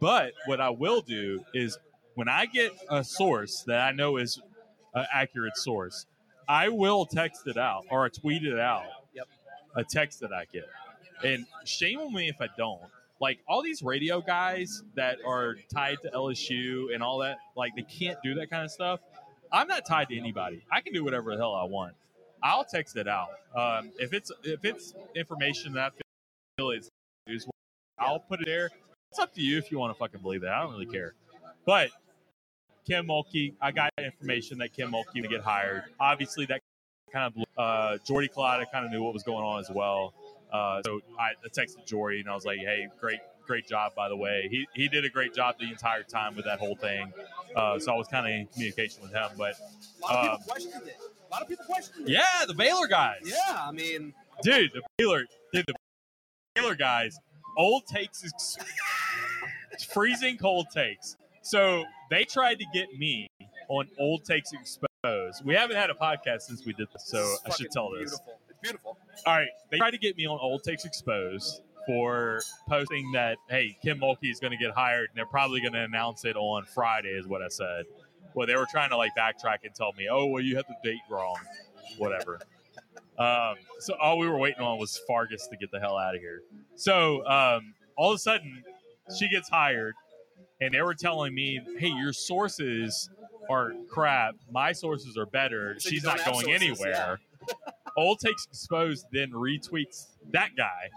[SPEAKER 7] But what I will do is when I get a source that I know is an accurate source, I will text it out or tweet it out.
[SPEAKER 4] Yep.
[SPEAKER 7] A text that I get. And shame on me if I don't. Like all these radio guys that are tied to LSU and all that, like they can't do that kind of stuff. I'm not tied to anybody. I can do whatever the hell I want. I'll text it out. Um, if it's if it's information that I feel is news, I'll put it there. It's up to you if you want to fucking believe that. I don't really care. But Kim Mulkey. I got information that Kim Mulkey would get hired. Obviously, that kind of blew- uh, Jordy Collada kind of knew what was going on as well. Uh, so I I texted Jordy and I was like, "Hey, great, great job, by the way." He he did a great job the entire time with that whole thing. Uh, so I was kind of in communication with him, but
[SPEAKER 4] A lot of
[SPEAKER 7] Um,
[SPEAKER 4] people questioned it. A lot of people questioned it.
[SPEAKER 7] yeah, the Baylor guys,
[SPEAKER 4] Yeah, I mean,
[SPEAKER 7] dude, the Baylor, dude, the Baylor guys, old takes is freezing cold takes. So they tried to get me on old takes exposed. We haven't had a podcast since we did this, so
[SPEAKER 4] it's
[SPEAKER 7] I should
[SPEAKER 4] fucking
[SPEAKER 7] tell this.
[SPEAKER 4] Beautiful. It's beautiful.
[SPEAKER 7] All right, they tried to get me on old takes exposed for posting that hey, Kim Mulkey is going to get hired, and they're probably going to announce it on Friday, is what I said. Well, they were trying to like backtrack and tell me, oh, well, you had the date wrong, whatever. um, so all we were waiting on was Fargus to get the hell out of here. So um, all of a sudden, she gets hired, and they were telling me, hey, your sources are crap. My sources are better.
[SPEAKER 4] So you
[SPEAKER 7] She's
[SPEAKER 4] don't
[SPEAKER 7] not
[SPEAKER 4] have
[SPEAKER 7] going
[SPEAKER 4] sources,
[SPEAKER 7] anywhere. Old Takes Exposed then retweets that guy.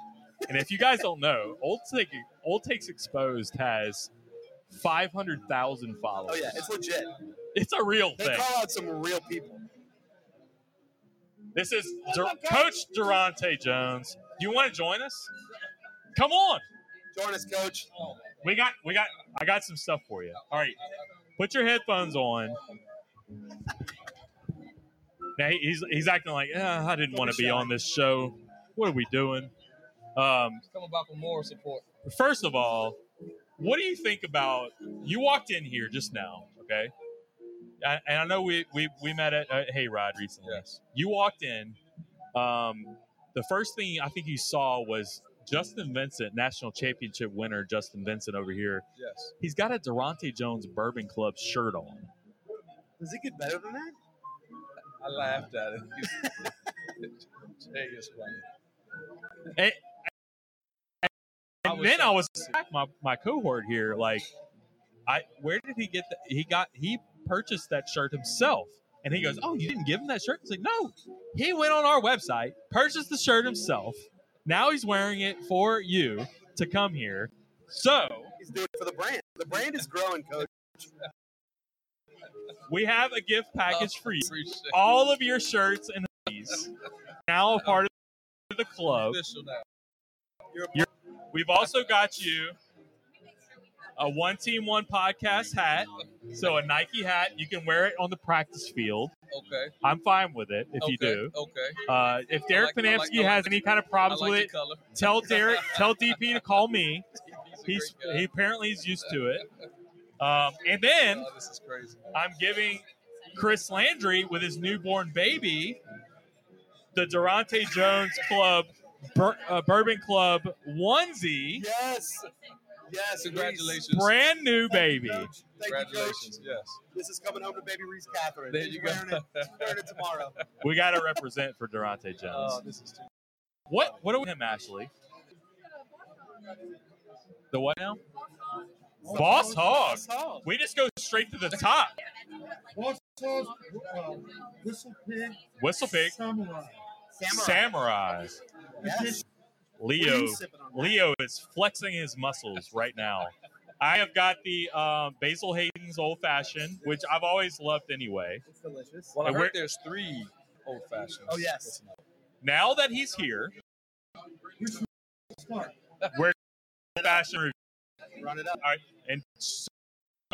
[SPEAKER 7] And if you guys don't know, Old, Take, Old Takes Exposed has 500,000 followers.
[SPEAKER 4] Oh yeah, it's legit.
[SPEAKER 7] It's a real
[SPEAKER 4] They
[SPEAKER 7] thing.
[SPEAKER 4] call out some real people.
[SPEAKER 7] This is
[SPEAKER 4] Oh,
[SPEAKER 7] Dur- Coach Durante Jones. You want to join us? Come on.
[SPEAKER 4] Join us, coach.
[SPEAKER 7] We got, we got, I got some stuff for you. All right, put your headphones on. Now he- he's he's acting like "Eh, I didn't want to be on this show. What are we doing? Um,
[SPEAKER 5] Come about for more support.
[SPEAKER 7] first of all, what do you think about? You walked in here just now, okay? I, and I know we we, we met at uh, Hayride recently. Yes. You walked in. Um, the first thing I think you saw was Justin Vincent, national championship winner Justin Vincent over here.
[SPEAKER 5] Yes.
[SPEAKER 7] He's got a Durante Jones Bourbon Club shirt on.
[SPEAKER 4] Does it get better than that?
[SPEAKER 5] I laughed at it. Jay is funny. I
[SPEAKER 7] And
[SPEAKER 5] was
[SPEAKER 7] then I
[SPEAKER 5] shocked
[SPEAKER 7] was
[SPEAKER 5] to see.
[SPEAKER 7] my my cohort here. Like, I where did he get? The, he got he purchased that shirt himself. And he goes, "Oh, you didn't give him that shirt?" It's like, "No, he went on our website, purchased the shirt himself. Now he's wearing it for you to come here." So
[SPEAKER 4] He's doing it for the brand. The brand is growing, coach.
[SPEAKER 7] we have a gift package for you.
[SPEAKER 5] Appreciate it.
[SPEAKER 7] All of your shirts and hoodies now a part of the club.
[SPEAKER 5] Official now.
[SPEAKER 7] We've also got you a one team one podcast hat. So a Nike hat. You can wear it on the practice field.
[SPEAKER 5] Okay.
[SPEAKER 7] I'm fine with it if
[SPEAKER 5] okay.
[SPEAKER 7] you do.
[SPEAKER 5] Okay.
[SPEAKER 7] Uh, if Derek
[SPEAKER 5] like- I like-
[SPEAKER 7] Panansky
[SPEAKER 5] I like-
[SPEAKER 7] has any kind of
[SPEAKER 5] I
[SPEAKER 7] problems
[SPEAKER 5] like
[SPEAKER 7] with
[SPEAKER 5] the
[SPEAKER 7] it,
[SPEAKER 5] color.
[SPEAKER 7] tell Derek, tell DP to call me.
[SPEAKER 5] a
[SPEAKER 7] He's
[SPEAKER 5] great guy.
[SPEAKER 7] he apparently is used to it. Um, and then
[SPEAKER 5] Oh, this is crazy.
[SPEAKER 7] I'm giving Chris Landry with his newborn baby the Durante Jones Club Bur- uh, Bourbon Club onesie.
[SPEAKER 4] Yes. Yes,
[SPEAKER 11] Congratulations.
[SPEAKER 7] Brand new baby.
[SPEAKER 4] Thank you, Coach.
[SPEAKER 11] Congratulations. Yes.
[SPEAKER 4] This is coming home to baby Reese Catherine.
[SPEAKER 11] There
[SPEAKER 4] She's
[SPEAKER 11] you go.
[SPEAKER 4] Wearing it, she's wearing it tomorrow.
[SPEAKER 7] We got to represent for Durante
[SPEAKER 11] Oh,
[SPEAKER 7] Jones.
[SPEAKER 11] this is too-
[SPEAKER 7] What? What are we him, Ashley? The what now? Boss Hog.
[SPEAKER 4] Boss Hog.
[SPEAKER 7] We just go straight to the top.
[SPEAKER 5] Whistle uh, pig,
[SPEAKER 7] Whistle Pig,
[SPEAKER 5] samurai.
[SPEAKER 4] Samurai.
[SPEAKER 7] Samurai,
[SPEAKER 4] Yes. What are
[SPEAKER 7] Leo.
[SPEAKER 4] you sipping on?
[SPEAKER 7] Leo is flexing his muscles right now. I have got the um, Basil Hayden's Old Fashioned, which I've always loved anyway.
[SPEAKER 4] It's delicious.
[SPEAKER 11] Well, I
[SPEAKER 7] And we're-
[SPEAKER 11] heard there's three old fashions.
[SPEAKER 4] Oh, yes.
[SPEAKER 7] Now that he's here, we're old fashioned review.
[SPEAKER 4] Run it up.
[SPEAKER 7] And so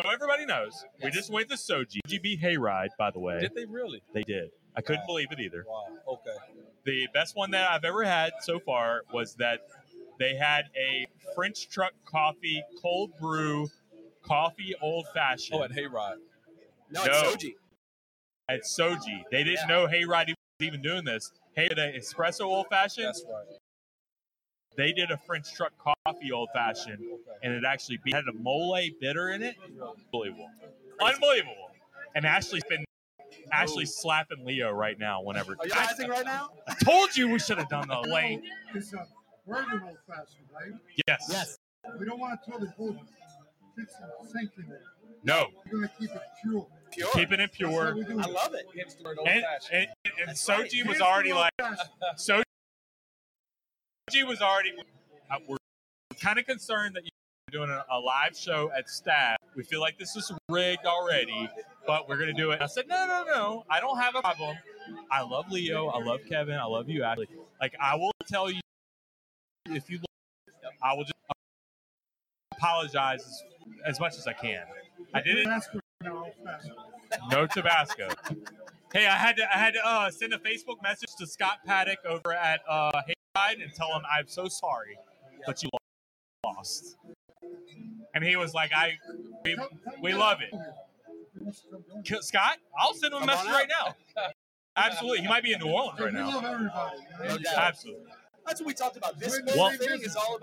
[SPEAKER 7] so everybody knows, we just went to Soji. GB Hayride, by the way.
[SPEAKER 11] Did they really?
[SPEAKER 7] They did. I couldn't believe it either.
[SPEAKER 11] Wow. Okay.
[SPEAKER 7] The best one that I've ever had so far was that they had a French truck coffee, cold brew, coffee old fashioned.
[SPEAKER 11] Oh, at Hayrod.
[SPEAKER 4] No, it's
[SPEAKER 7] No.
[SPEAKER 4] Soji.
[SPEAKER 7] at Soji. They didn't
[SPEAKER 4] Yeah.
[SPEAKER 7] know Hayride was even doing this. Hey, the espresso old fashioned,
[SPEAKER 11] That's right.
[SPEAKER 7] they did a French truck coffee old fashioned,
[SPEAKER 11] Okay.
[SPEAKER 7] and it actually beat, had a mole bitter in it. Unbelievable, unbelievable. And Ashley's been Ashley
[SPEAKER 11] Oh.
[SPEAKER 7] slapping Leo right now. Whenever
[SPEAKER 4] Are you
[SPEAKER 7] I,
[SPEAKER 4] rising right now?
[SPEAKER 7] I told you we should have done the lane.
[SPEAKER 5] It's a bourbon old fashioned, right?
[SPEAKER 7] Yes.
[SPEAKER 5] We don't want to throw the bourbon. It's something.
[SPEAKER 7] No.
[SPEAKER 5] We're going to keep it pure.
[SPEAKER 4] Pure.
[SPEAKER 7] Keeping it pure.
[SPEAKER 5] That's how we
[SPEAKER 4] I
[SPEAKER 5] do it.
[SPEAKER 4] love it.
[SPEAKER 11] Hence the word old
[SPEAKER 7] And,
[SPEAKER 11] fashioned.
[SPEAKER 7] and, and
[SPEAKER 4] That's right.
[SPEAKER 7] Soji was already like
[SPEAKER 5] Old-fashioned.
[SPEAKER 7] Soji was already. uh, We're kind of concerned that you're doing a, a live show at Stab. We feel like this is rigged already, but we're gonna do it. I said, no, no, no. I don't have a problem. I love Leo. I love Kevin. I love you, Ashley. Like I will tell you, if you, look, I will just apologize as, as much as I can. I did it. No Tabasco. Hey, I had to I had to uh, send a Facebook message to Scott Paddock over at uh, Hayride and tell him I'm so sorry, but you lost. And he was like, "I we, we love it." K- Scott, I'll send him a
[SPEAKER 4] Come on
[SPEAKER 7] message
[SPEAKER 4] out.
[SPEAKER 7] right now. Absolutely, he might be in New Orleans right
[SPEAKER 5] We
[SPEAKER 7] now.
[SPEAKER 5] love everybody.
[SPEAKER 4] No doubt.
[SPEAKER 7] Absolutely.
[SPEAKER 4] That's what we talked about. This
[SPEAKER 5] Well-
[SPEAKER 4] whole thing is all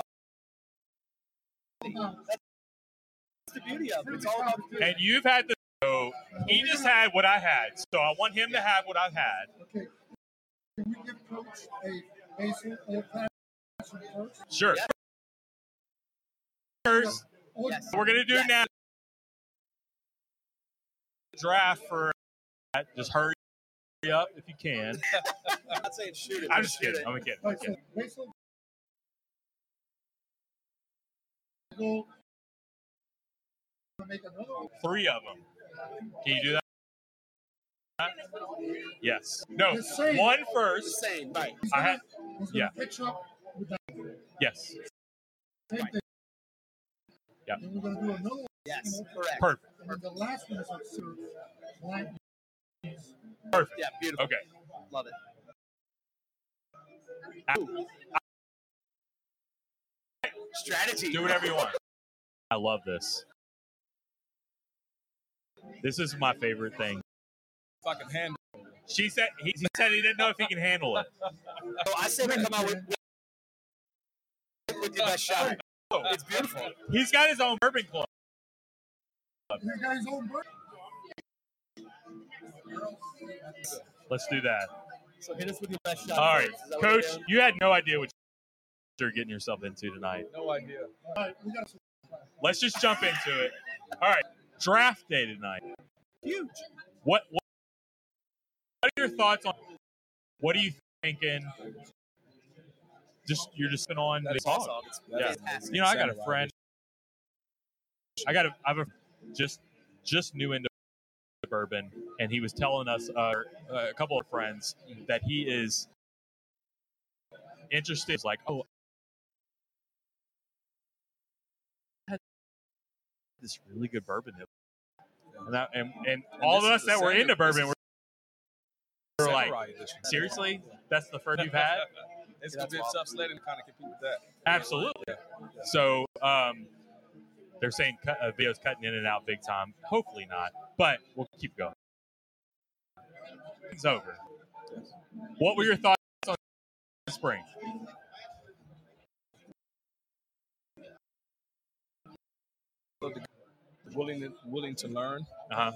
[SPEAKER 4] about. That's the beauty of it. It's all about.
[SPEAKER 7] And you've had the show. He just had what I had, so I want him to have what I've had.
[SPEAKER 5] Okay. Can we give Coach a basil old fashioned first?
[SPEAKER 7] Sure.
[SPEAKER 4] Yeah.
[SPEAKER 7] First,
[SPEAKER 5] Or-
[SPEAKER 4] Yes.
[SPEAKER 7] we're gonna do
[SPEAKER 4] Yes.
[SPEAKER 7] now draft for just hurry up if you can.
[SPEAKER 4] I'm not saying shoot it.
[SPEAKER 7] I'm
[SPEAKER 4] but
[SPEAKER 7] just
[SPEAKER 4] shoot
[SPEAKER 7] kidding.
[SPEAKER 4] it.
[SPEAKER 7] I'm kidding. I'm
[SPEAKER 5] Like I
[SPEAKER 7] kidding.
[SPEAKER 5] said, basil. Go. Make another one.
[SPEAKER 7] Three of them. Can you do that? Yes. No.
[SPEAKER 5] The same.
[SPEAKER 7] One
[SPEAKER 4] It's
[SPEAKER 7] first.
[SPEAKER 4] the same. Right.
[SPEAKER 7] I had.
[SPEAKER 5] It's
[SPEAKER 7] Yeah.
[SPEAKER 5] gonna Pitch up with that
[SPEAKER 7] Yes.
[SPEAKER 5] same
[SPEAKER 7] Right.
[SPEAKER 5] thing.
[SPEAKER 7] Yeah.
[SPEAKER 5] And we're gonna do another one.
[SPEAKER 4] Yes. Correct.
[SPEAKER 7] Perfect.
[SPEAKER 5] And then the last one is on serve. Black.
[SPEAKER 7] Perfect.
[SPEAKER 4] Yeah. Beautiful.
[SPEAKER 7] Okay.
[SPEAKER 4] Love it. Strategy.
[SPEAKER 7] Do whatever you want. I love this. This is my favorite thing.
[SPEAKER 11] If I can handle
[SPEAKER 7] She said he, he said he didn't know if he can handle it.
[SPEAKER 4] So I say we come out with, with your best shot.
[SPEAKER 7] Oh,
[SPEAKER 4] It's beautiful.
[SPEAKER 7] he's got his own bourbon club.
[SPEAKER 5] You guys own bird.
[SPEAKER 7] Let's do that.
[SPEAKER 4] So hit us with your best shot.
[SPEAKER 7] All right,
[SPEAKER 4] Is that what
[SPEAKER 7] Coach,
[SPEAKER 4] you're doing?
[SPEAKER 7] you had no idea what you're getting yourself into tonight.
[SPEAKER 11] no idea.
[SPEAKER 7] Let's just jump into it. All right, draft day tonight.
[SPEAKER 4] Huge.
[SPEAKER 7] What what, what are your thoughts on? What are you thinking? Just you're just been on
[SPEAKER 11] That's
[SPEAKER 7] this hog.
[SPEAKER 11] awesome.
[SPEAKER 7] Yeah.
[SPEAKER 4] Fantastic.
[SPEAKER 7] You know, I got a friend. I got a I have a just just new into bourbon, and he was telling us uh, a couple of friends that he is interested. It's Like, oh, I had this really good bourbon. the other- And, I, and, and all of
[SPEAKER 11] this
[SPEAKER 7] us
[SPEAKER 11] is the
[SPEAKER 7] that were
[SPEAKER 11] same-
[SPEAKER 7] into bourbon
[SPEAKER 11] this
[SPEAKER 7] were,
[SPEAKER 11] is
[SPEAKER 7] were like,
[SPEAKER 11] Samurai edition.
[SPEAKER 7] seriously? That's the first you've had?
[SPEAKER 11] It's
[SPEAKER 4] Yeah,
[SPEAKER 11] gonna
[SPEAKER 4] that's
[SPEAKER 11] be
[SPEAKER 4] wild.
[SPEAKER 11] tough sledding to kind of compete with that.
[SPEAKER 7] Absolutely. So um, they're saying cut, uh, videos cutting in and out big time. Hopefully not, but we'll keep going. It's over. What were your thoughts on spring?
[SPEAKER 4] willing to, willing to learn.
[SPEAKER 7] Uh-huh.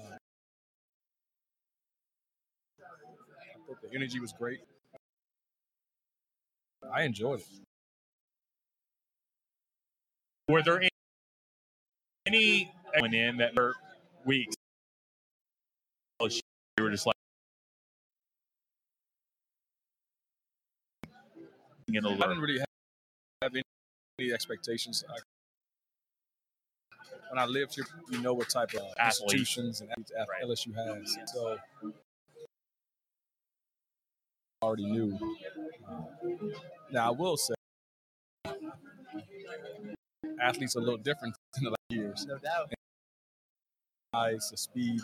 [SPEAKER 4] I thought the energy was great. I enjoyed it.
[SPEAKER 7] Were there any, any going in that were weeks? You were just like in the
[SPEAKER 4] I didn't
[SPEAKER 7] learn.
[SPEAKER 4] really have, have any, any expectations. I, when I lived here, you know what type of
[SPEAKER 7] Athlete.
[SPEAKER 4] institutions and athletes ath-
[SPEAKER 7] Right.
[SPEAKER 4] LSU has. So I already knew. Now, I will say, athletes are a little different in the last years.
[SPEAKER 5] No doubt.
[SPEAKER 4] Eyes, the speed,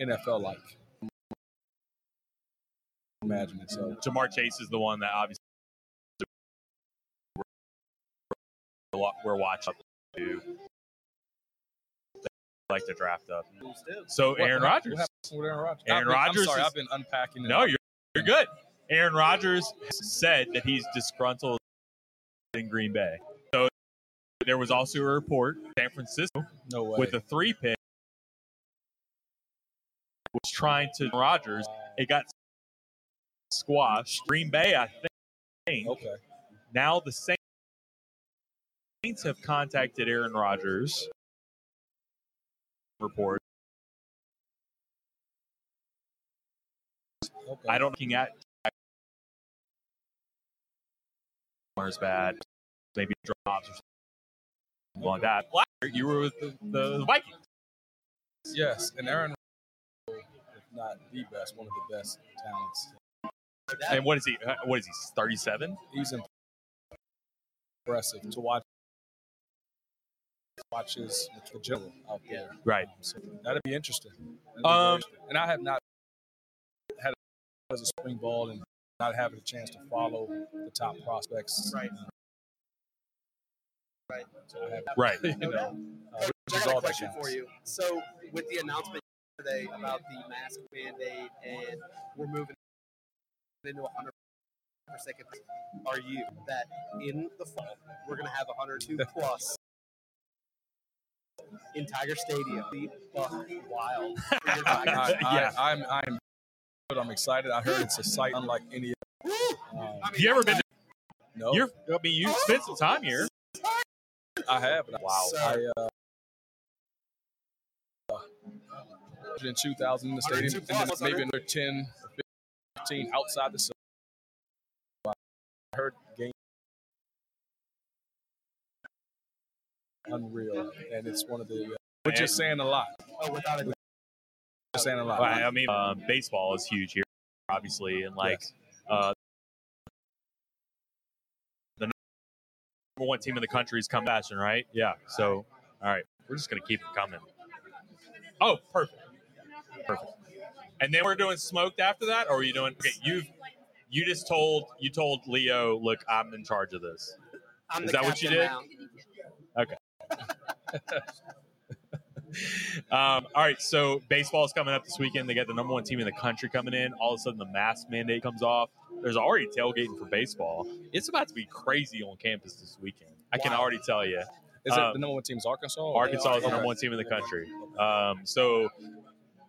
[SPEAKER 4] NFL like. Imagine it. So
[SPEAKER 7] Jamar Chase is the one that obviously we're, we're watching. To, like to draft up.
[SPEAKER 5] Who's still?
[SPEAKER 7] So Aaron
[SPEAKER 4] What-
[SPEAKER 7] Rodgers.
[SPEAKER 4] What happened with Aaron Rodgers?
[SPEAKER 7] Aaron
[SPEAKER 4] I've been-
[SPEAKER 7] Rodgers
[SPEAKER 4] I'm sorry,
[SPEAKER 7] is-
[SPEAKER 4] I've been unpacking.
[SPEAKER 7] No, you're, you're good. Aaron Rodgers said that he's disgruntled in Green Bay. So there was also a report San Francisco
[SPEAKER 4] no way.
[SPEAKER 7] with a three pick was trying to Rodgers. It got squashed. Green Bay, I think.
[SPEAKER 4] okay.
[SPEAKER 7] Now the Saints- Saints have contacted Aaron Rodgers. Report.
[SPEAKER 4] Okay.
[SPEAKER 7] I don't looking at is bad. Maybe drops or something like that. Last year you were with the, the Vikings.
[SPEAKER 4] Yes, and Aaron, Rodgers, if not the best, one of the best talents.
[SPEAKER 7] And what is he? uh, What is he? Thirty-seven.
[SPEAKER 4] He's impressive to watch. Watches the general out there.
[SPEAKER 7] Right.
[SPEAKER 4] So that'd be interesting. That'd be very
[SPEAKER 7] Um,
[SPEAKER 4] interesting. and I have not had a, as a spring ball and not having a chance to follow the top prospects. Uh,
[SPEAKER 5] Right.
[SPEAKER 4] So I have,
[SPEAKER 7] Right.
[SPEAKER 4] you know, uh, which
[SPEAKER 5] I
[SPEAKER 4] is
[SPEAKER 5] got
[SPEAKER 4] all
[SPEAKER 5] a
[SPEAKER 4] the
[SPEAKER 5] question
[SPEAKER 4] chance.
[SPEAKER 5] for you. So, with the announcement today about the mask mandate and we're moving into 100 percent are you that in the fall we're going to have 102 plus in Tiger Stadium? The fuck wild. for your Tigers.
[SPEAKER 4] I, I,
[SPEAKER 7] Yeah.
[SPEAKER 4] I'm, I'm, but I'm excited. I heard it's a site unlike any.
[SPEAKER 5] Woo!
[SPEAKER 4] Um,
[SPEAKER 5] I mean,
[SPEAKER 7] You ever been?
[SPEAKER 4] no,
[SPEAKER 7] You're. I mean, you spent some time here.
[SPEAKER 4] I have. But
[SPEAKER 7] Wow.
[SPEAKER 4] I, I, uh, in 2000 in the stadium, and then maybe another 10, 15 outside the. stadium. I heard the game. Unreal, and it's one of the. Uh, which is saying a lot.
[SPEAKER 5] Oh, without a
[SPEAKER 4] Just saying a lot.
[SPEAKER 7] Well, I mean, um, baseball is huge here, obviously, and like
[SPEAKER 4] Yes.
[SPEAKER 7] uh, the number one team in the country is come fashion, right? Yeah. So, all right, we're just gonna keep it coming. Oh, perfect, perfect. And then we're doing smoked after that, or are you doing? Okay, you you just told you told Leo, look, I'm in charge of this.
[SPEAKER 5] I'm
[SPEAKER 7] Is
[SPEAKER 5] the
[SPEAKER 7] that what you
[SPEAKER 5] captain
[SPEAKER 7] did?
[SPEAKER 5] now.
[SPEAKER 7] Um, all right, so baseball's coming up this weekend. They got the number one team in the country coming in. All of a sudden, the mask mandate comes off. There's already tailgating for baseball. It's about to be crazy on campus this weekend. I can
[SPEAKER 5] Wow.
[SPEAKER 7] already tell you.
[SPEAKER 4] Is it
[SPEAKER 7] uh,
[SPEAKER 4] the number one team is Arkansas? or-
[SPEAKER 7] Arkansas is the
[SPEAKER 4] Okay.
[SPEAKER 7] number one team in the country. Um, so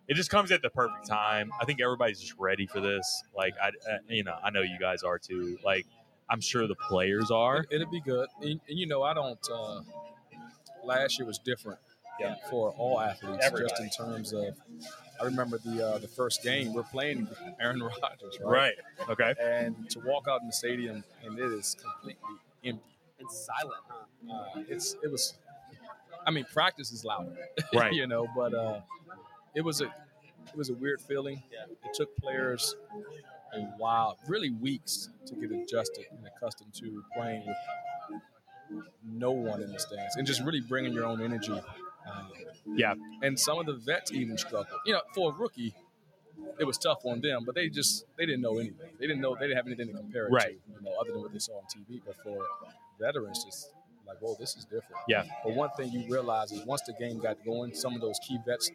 [SPEAKER 7] it just comes at the perfect time. I think everybody's just ready for this. Like, I, uh, you know, I know you guys are too. Like, I'm sure the players are.
[SPEAKER 4] It, will be good. And, and you know, I don't. Uh, last year was different
[SPEAKER 7] Yeah.
[SPEAKER 4] for all athletes, just
[SPEAKER 7] Everybody.
[SPEAKER 4] in terms of. I remember the uh, the first game we're playing Aaron Rodgers, right?
[SPEAKER 7] Right. Okay.
[SPEAKER 4] And to walk out in the stadium and it is completely empty.
[SPEAKER 5] And silent, huh?
[SPEAKER 4] Uh, it's it was. I mean, practice is louder,
[SPEAKER 7] Right.
[SPEAKER 4] you know, but uh, it was a it was a weird feeling.
[SPEAKER 5] Yeah.
[SPEAKER 4] It took players a while, really weeks, to get adjusted and accustomed to playing with no one in the stands and just really bringing your own energy. Um,
[SPEAKER 7] Yeah.
[SPEAKER 4] And some of the vets even struggled. You know, for a rookie, it was tough on them, but they just they didn't know anything. They didn't know they didn't have anything to compare it
[SPEAKER 7] Right.
[SPEAKER 4] to, you know, other than what they saw on TV. But for veterans, just like, whoa, this is different.
[SPEAKER 7] Yeah.
[SPEAKER 4] But one thing you realize is once the game got going, some of those key vets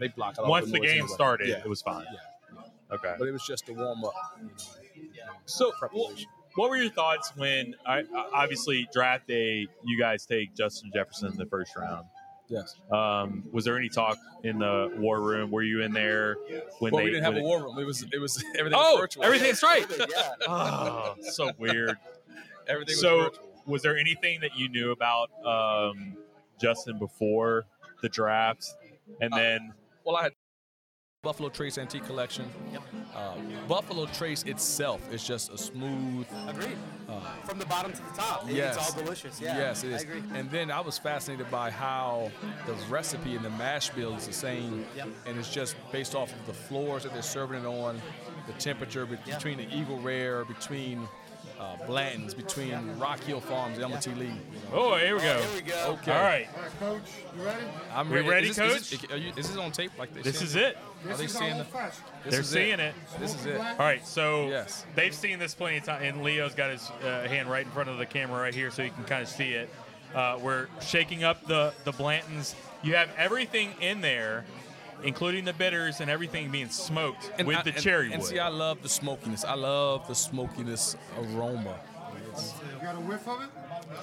[SPEAKER 4] they blocked out all
[SPEAKER 7] Once the
[SPEAKER 4] noise
[SPEAKER 7] game
[SPEAKER 4] anyway.
[SPEAKER 7] started,
[SPEAKER 4] Yeah.
[SPEAKER 7] it was fine.
[SPEAKER 4] Yeah.
[SPEAKER 7] Okay.
[SPEAKER 4] But it was just a warm up. You know,
[SPEAKER 7] So,
[SPEAKER 4] preparation.
[SPEAKER 7] Well, What were your thoughts when, I, I- obviously, draft day, you guys take Justin Jefferson in the first round?
[SPEAKER 12] Yes.
[SPEAKER 7] Um, was there any talk in the war room? Were you in there when
[SPEAKER 12] well,
[SPEAKER 7] they?
[SPEAKER 12] we didn't have
[SPEAKER 7] when
[SPEAKER 12] a war room. It was it was everything.
[SPEAKER 7] Oh,
[SPEAKER 12] was virtual.
[SPEAKER 7] everything's right.
[SPEAKER 4] yeah.
[SPEAKER 7] it- oh, so weird.
[SPEAKER 12] Everything was
[SPEAKER 7] So-
[SPEAKER 12] virtual.
[SPEAKER 7] Was there anything that you knew about um, Justin before the draft, and
[SPEAKER 12] Uh,
[SPEAKER 7] then
[SPEAKER 12] Well, I had Buffalo Trace Antique Collection. Uh, Buffalo Trace itself is just a smooth.
[SPEAKER 4] Agreed.
[SPEAKER 12] Uh,
[SPEAKER 4] From the bottom to the top. It-
[SPEAKER 12] Yes.
[SPEAKER 4] It's all delicious. Yeah.
[SPEAKER 12] yes, it is.
[SPEAKER 4] I agree.
[SPEAKER 12] And then I was fascinated by how the recipe and the mash bill is the same,
[SPEAKER 4] Yep.
[SPEAKER 12] and it's just based off of the floors that they're serving it on, the temperature be-
[SPEAKER 4] Yeah.
[SPEAKER 12] between the Eagle Rare, between uh, Blanton's, between Rock Hill Farms, Elmer T. Lee.
[SPEAKER 7] oh, here we go.
[SPEAKER 4] Here we go.
[SPEAKER 12] Okay,
[SPEAKER 7] All right,
[SPEAKER 13] All right, coach, you ready?
[SPEAKER 12] I'm
[SPEAKER 7] We ready,
[SPEAKER 12] is this, Is
[SPEAKER 7] Coach?
[SPEAKER 12] this, are you- is this on tape? Like they
[SPEAKER 7] this
[SPEAKER 12] saying?
[SPEAKER 7] is it.
[SPEAKER 13] This
[SPEAKER 12] they
[SPEAKER 13] is
[SPEAKER 12] seeing
[SPEAKER 13] our
[SPEAKER 12] the-
[SPEAKER 13] old fashioned.
[SPEAKER 12] This
[SPEAKER 7] They're
[SPEAKER 12] is
[SPEAKER 7] seeing it.
[SPEAKER 12] This is
[SPEAKER 13] Smoky
[SPEAKER 12] it.
[SPEAKER 13] black.
[SPEAKER 7] All right, so
[SPEAKER 12] Yes.
[SPEAKER 7] they've seen this plenty of time, and Leo's got his uh, hand right in front of the camera right here, so you can kind of see it. Uh, we're shaking up the the Blantons. You have everything in there, including the bitters and everything being smoked with
[SPEAKER 12] I-
[SPEAKER 7] the cherry
[SPEAKER 12] and
[SPEAKER 7] wood.
[SPEAKER 12] see, I love the smokiness. I love the smokiness aroma.
[SPEAKER 13] You got a whiff of it?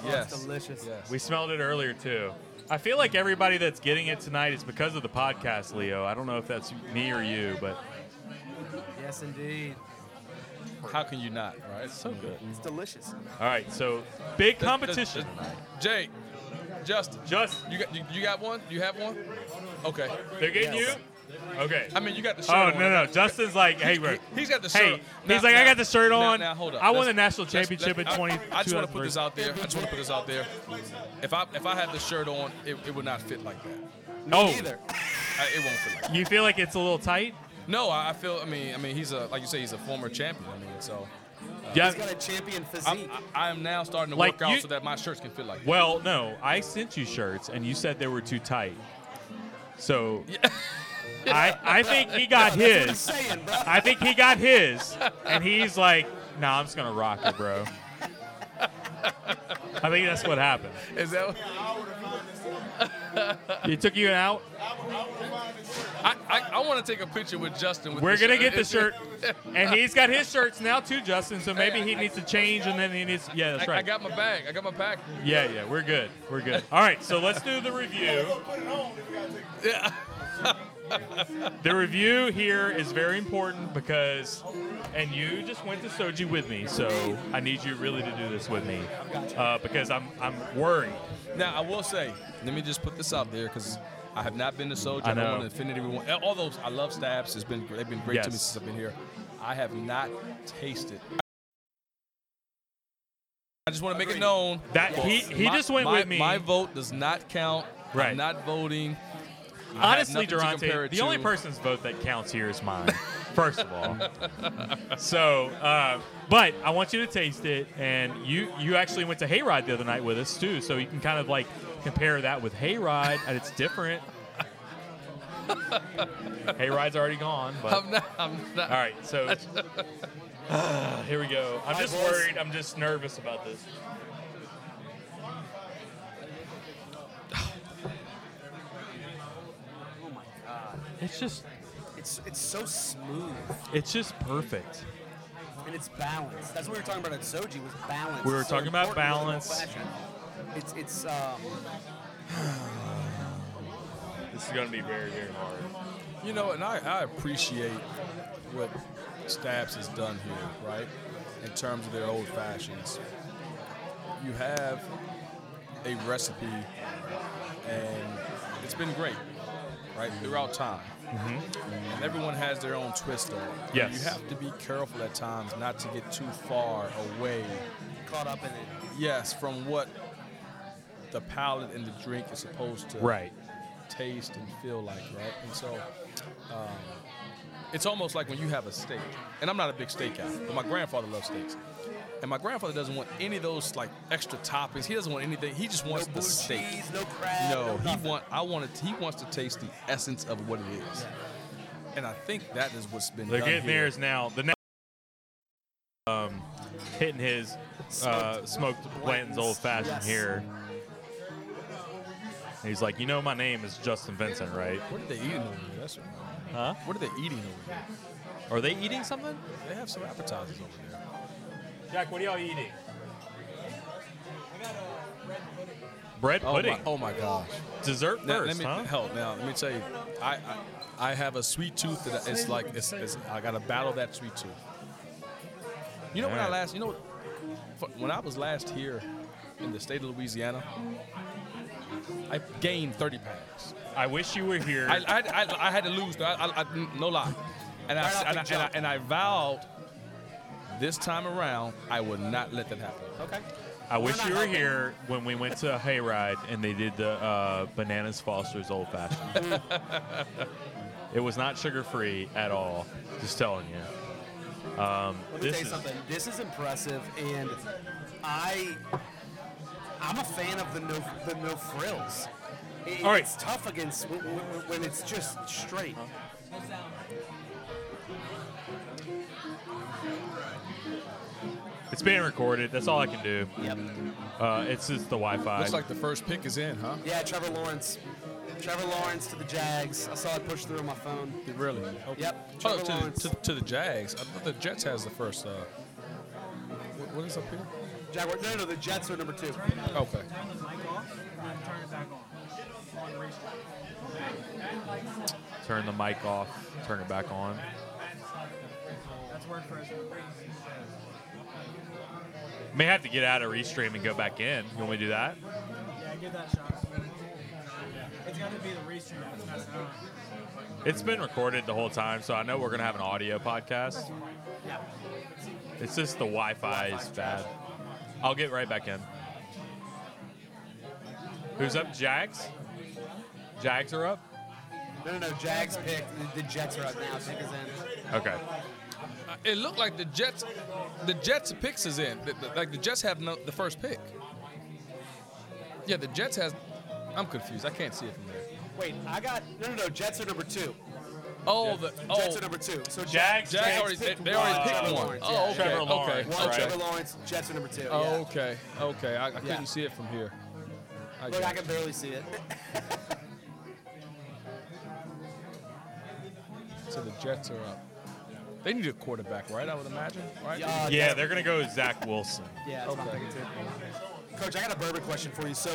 [SPEAKER 12] Yes.
[SPEAKER 4] delicious.
[SPEAKER 12] Yes.
[SPEAKER 7] we smelled it earlier too. I feel like everybody that's getting it tonight is because of the podcast, Leo. I don't know if that's me or you, but
[SPEAKER 4] Yes, indeed.
[SPEAKER 12] How can you not, right? so good.
[SPEAKER 4] It's delicious.
[SPEAKER 7] all right. So big competition.
[SPEAKER 12] Jake, Justin,
[SPEAKER 7] Just
[SPEAKER 12] you got you, you got one? You have one? Okay.
[SPEAKER 7] they're getting
[SPEAKER 4] Yes.
[SPEAKER 7] you. Okay.
[SPEAKER 12] I mean, you got the shirt.
[SPEAKER 7] Oh
[SPEAKER 12] on.
[SPEAKER 7] no no! Justin's like, hey, bro.
[SPEAKER 12] He, has got the shirt.
[SPEAKER 7] Hey,
[SPEAKER 12] Now-
[SPEAKER 7] he's like, I
[SPEAKER 12] now-
[SPEAKER 7] got the shirt
[SPEAKER 12] now-
[SPEAKER 7] on.
[SPEAKER 12] Now, hold up.
[SPEAKER 7] I won
[SPEAKER 12] Let's-
[SPEAKER 7] the national
[SPEAKER 12] let's-
[SPEAKER 7] championship
[SPEAKER 12] let-
[SPEAKER 7] in
[SPEAKER 12] I-
[SPEAKER 7] 20.
[SPEAKER 12] I, just want to put this out there. I just want to put this out there. If I if I had this shirt on, it, it would not fit like that.
[SPEAKER 7] Oh,
[SPEAKER 4] Either.
[SPEAKER 12] I, it won't fit. Like that.
[SPEAKER 7] you feel like it's a little tight?
[SPEAKER 12] No, I, I feel. I mean, I mean, he's a like you say, he's a former champion. I mean, so
[SPEAKER 7] Yeah.
[SPEAKER 4] He's got a champion
[SPEAKER 12] I'm,
[SPEAKER 4] physique.
[SPEAKER 12] I, I am now starting to
[SPEAKER 7] Like
[SPEAKER 12] work out
[SPEAKER 7] you-
[SPEAKER 12] so that my shirts can fit like that.
[SPEAKER 7] Well, no. I sent you shirts, and you said they were too tight. So, I I think he got
[SPEAKER 4] I'm
[SPEAKER 7] his.
[SPEAKER 4] saying, bro.
[SPEAKER 7] I think he got his, and he's like, nah, I'm just gonna rock it, bro. I think that's what happened.
[SPEAKER 12] Is that?
[SPEAKER 7] It took you an out.
[SPEAKER 12] I I, I want to take a picture with Justin. With
[SPEAKER 7] We're
[SPEAKER 12] the
[SPEAKER 7] gonna
[SPEAKER 12] shirt.
[SPEAKER 7] get the shirt, and he's got his shirts now too, Justin. So maybe he needs to change, and then he needs. Yeah, that's
[SPEAKER 12] I,
[SPEAKER 7] right.
[SPEAKER 12] I got my bag. I got my pack.
[SPEAKER 7] Yeah, yeah, we're good. We're good. All right, so let's do the review. the review here is very important because, and you just went to Soji with me, so I need you really to do this with me uh, because I'm I'm worried.
[SPEAKER 12] Now I will say, let me just put this out there because I have not been to Soldier.
[SPEAKER 7] I
[SPEAKER 12] I
[SPEAKER 7] know.
[SPEAKER 12] know. Infinity. We want- all those. I love Stabs. It's been they've been great to me
[SPEAKER 7] Yes.
[SPEAKER 12] since I've been here. I have not tasted. I just want to make it known
[SPEAKER 7] That- he- he
[SPEAKER 12] my-
[SPEAKER 7] just went
[SPEAKER 12] my-
[SPEAKER 7] with me.
[SPEAKER 12] My vote does not count.
[SPEAKER 7] Right.
[SPEAKER 12] I'm not voting. I have
[SPEAKER 7] Honestly,
[SPEAKER 12] nothing to compare
[SPEAKER 7] Durante,
[SPEAKER 12] it
[SPEAKER 7] the only
[SPEAKER 12] to.
[SPEAKER 7] person's vote that counts here is mine. First of all, so uh, but I want you to taste it, and you you actually went to Hayride the other night with us too, so you can kind of like compare that with Hayride, and it's different. Hayride's already gone, but
[SPEAKER 12] I'm not. I'm not.
[SPEAKER 7] all right, so here we go. I'm just worried. I'm just nervous about this.
[SPEAKER 4] oh my god.
[SPEAKER 7] It's just
[SPEAKER 4] It's it's so smooth
[SPEAKER 7] it's just perfect.
[SPEAKER 4] and it's balanced. That's what we were talking about at Soji was balance.
[SPEAKER 7] We were
[SPEAKER 4] It's
[SPEAKER 7] talking about
[SPEAKER 4] important with
[SPEAKER 7] balance.
[SPEAKER 4] old-fashioned. It's it's um
[SPEAKER 7] This is gonna be very very hard.
[SPEAKER 12] You know, and I, I appreciate what Stabs has done here, right? In terms of their old fashions. You have a recipe, and it's been great, right?
[SPEAKER 7] Mm-hmm.
[SPEAKER 12] Throughout time. And everyone has their own twist on it.
[SPEAKER 7] Yes.
[SPEAKER 12] You have to be careful at times not to get too far away,
[SPEAKER 4] caught up in it.
[SPEAKER 12] yes, from what the palate and the drink is supposed to
[SPEAKER 7] Right.
[SPEAKER 12] taste and feel like, right? And so, um, it's almost like when you have a steak. And I'm not a big steak guy, but my grandfather loves steaks. And my grandfather doesn't want any of those like extra toppings. He doesn't want anything. He just
[SPEAKER 4] No
[SPEAKER 12] wants
[SPEAKER 4] blue
[SPEAKER 12] the steak.
[SPEAKER 4] cheese, no crab.
[SPEAKER 12] No, he
[SPEAKER 4] nothing.
[SPEAKER 12] want. I wanted. He wants to taste the essence of what it is. And I think that is what's been.
[SPEAKER 7] They're
[SPEAKER 12] done
[SPEAKER 7] getting
[SPEAKER 12] here.
[SPEAKER 7] theirs now. The next, um, hitting his uh,
[SPEAKER 4] Smoked
[SPEAKER 7] smoked Blanton's
[SPEAKER 4] Blanton's.
[SPEAKER 7] old fashioned
[SPEAKER 4] Yes.
[SPEAKER 7] here. And he's like, you know, my name is Justin Vincent, right?
[SPEAKER 12] What are they eating over there? That's what.
[SPEAKER 7] Huh?
[SPEAKER 12] What are they eating over there?
[SPEAKER 7] Are they eating something?
[SPEAKER 12] They have some appetizers over there.
[SPEAKER 7] Jack, what are y'all eating? Bread
[SPEAKER 12] Oh
[SPEAKER 7] pudding.
[SPEAKER 12] my, oh my gosh.
[SPEAKER 7] Dessert
[SPEAKER 12] Now,
[SPEAKER 7] first,
[SPEAKER 12] let me
[SPEAKER 7] huh?
[SPEAKER 12] help. Now let me tell you, I, I I have a sweet tooth that it's like it's, it's I got to battle that sweet tooth. You know when I
[SPEAKER 7] Alright.
[SPEAKER 12] last you know fu- when I was last here in the state of Louisiana, I gained thirty pounds.
[SPEAKER 7] I wish you were here.
[SPEAKER 12] I, I, I, I had to lose. I, I, I- no lie, and I, and I, and, I, and I vowed this time around I would not let that happen. Okay.
[SPEAKER 7] I wish you were here when we went to Hayride and they did the uh, Bananas Foster's Old Fashioned. it was not sugar free at all. Just telling you. Um,
[SPEAKER 4] Let me
[SPEAKER 7] this
[SPEAKER 4] tell you
[SPEAKER 7] is-
[SPEAKER 4] something. This is impressive, and I, I'm a fan of the no, the no frills. It-
[SPEAKER 7] All right.
[SPEAKER 4] It's tough against when, when it's just straight.
[SPEAKER 7] It's being recorded. That's all I can do.
[SPEAKER 4] Yep.
[SPEAKER 7] Uh, it's just the Wi-Fi.
[SPEAKER 12] Looks like the first pick is in, huh?
[SPEAKER 4] Yeah, Trevor Lawrence. Trevor Lawrence to the Jags. I saw it push through on my phone.
[SPEAKER 12] Really? Okay.
[SPEAKER 4] Yep.
[SPEAKER 12] Oh,
[SPEAKER 4] Trevor
[SPEAKER 12] to, the-
[SPEAKER 4] Lawrence.
[SPEAKER 12] to, to the Jags. I thought the Jets has the first. Uh, what, what is up here?
[SPEAKER 4] Jaguar. No, no, the Jets are number two.
[SPEAKER 12] Okay.
[SPEAKER 7] Turn the mic off. Turn it back on. May have to get out of restream and go back in. You want me to do that?
[SPEAKER 14] Yeah, give that shot. It's got to be the restream.
[SPEAKER 7] It's been recorded the whole time, so I know we're gonna have an audio podcast. It's just the Wi-Fi is bad. I'll get right back in. Who's up? Jags. Jags are up.
[SPEAKER 4] No, no, no. Jags pick. The, the Jets are up now. Pick is in.
[SPEAKER 7] Okay.
[SPEAKER 12] Uh, It looked like the Jets, the Jets picks is in. The- the- like the Jets have no, the first pick. Yeah, the Jets has. I'm confused. I can't see it from there.
[SPEAKER 4] Wait, I got. No, no, no. Jets are number two.
[SPEAKER 12] Oh, the oh,
[SPEAKER 4] Jets are number two. So
[SPEAKER 7] Jags.
[SPEAKER 12] Jags
[SPEAKER 7] Jags
[SPEAKER 12] already they,
[SPEAKER 7] picked
[SPEAKER 12] they already
[SPEAKER 7] one.
[SPEAKER 12] picked
[SPEAKER 4] Trevor
[SPEAKER 12] one.
[SPEAKER 4] Lawrence,
[SPEAKER 12] Oh,
[SPEAKER 4] yeah.
[SPEAKER 12] okay,
[SPEAKER 7] Trevor
[SPEAKER 12] okay,
[SPEAKER 7] Lawrence,
[SPEAKER 4] One,
[SPEAKER 7] right.
[SPEAKER 4] Trevor Lawrence. Jets are number two.
[SPEAKER 12] Oh,
[SPEAKER 4] yeah.
[SPEAKER 12] okay, okay. I, I couldn't
[SPEAKER 4] Yeah.
[SPEAKER 12] see it from here. I
[SPEAKER 4] Look, I
[SPEAKER 12] got
[SPEAKER 4] can barely see it.
[SPEAKER 12] it. So the Jets are up. They need a quarterback, right? I would imagine, right?
[SPEAKER 4] Uh,
[SPEAKER 7] Yeah, they're gonna go with Zach Wilson.
[SPEAKER 4] Yeah, that's what I'm thinking too. Coach, I got a bourbon question for you. So,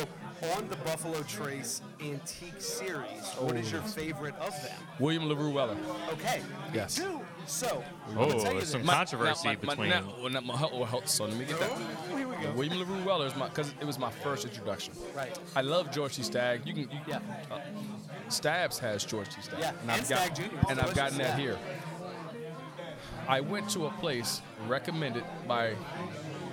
[SPEAKER 4] on the Buffalo Trace Antique Series, what is your
[SPEAKER 12] Oh.
[SPEAKER 4] favorite of them?
[SPEAKER 12] William Larue Weller.
[SPEAKER 4] Okay. me
[SPEAKER 12] Yes.
[SPEAKER 4] too. So, I'm
[SPEAKER 7] Oh,
[SPEAKER 4] gonna tell you
[SPEAKER 7] there's some
[SPEAKER 4] this.
[SPEAKER 7] controversy
[SPEAKER 12] now, my- my-
[SPEAKER 7] between.
[SPEAKER 12] now- well, not my- oh, hold- so let me get that.
[SPEAKER 4] Oh,
[SPEAKER 12] William LaRue Weller is my because it was my first introduction.
[SPEAKER 4] Right.
[SPEAKER 12] I love George C. Stagg. You can you,
[SPEAKER 4] Yeah.
[SPEAKER 12] uh, Stabs has George C. Stagg.
[SPEAKER 4] Yeah, and
[SPEAKER 12] I've got-
[SPEAKER 4] Stagg Jr.
[SPEAKER 12] And I've
[SPEAKER 4] Delicious,
[SPEAKER 12] gotten that
[SPEAKER 4] yeah.
[SPEAKER 12] here. I went to a place recommended by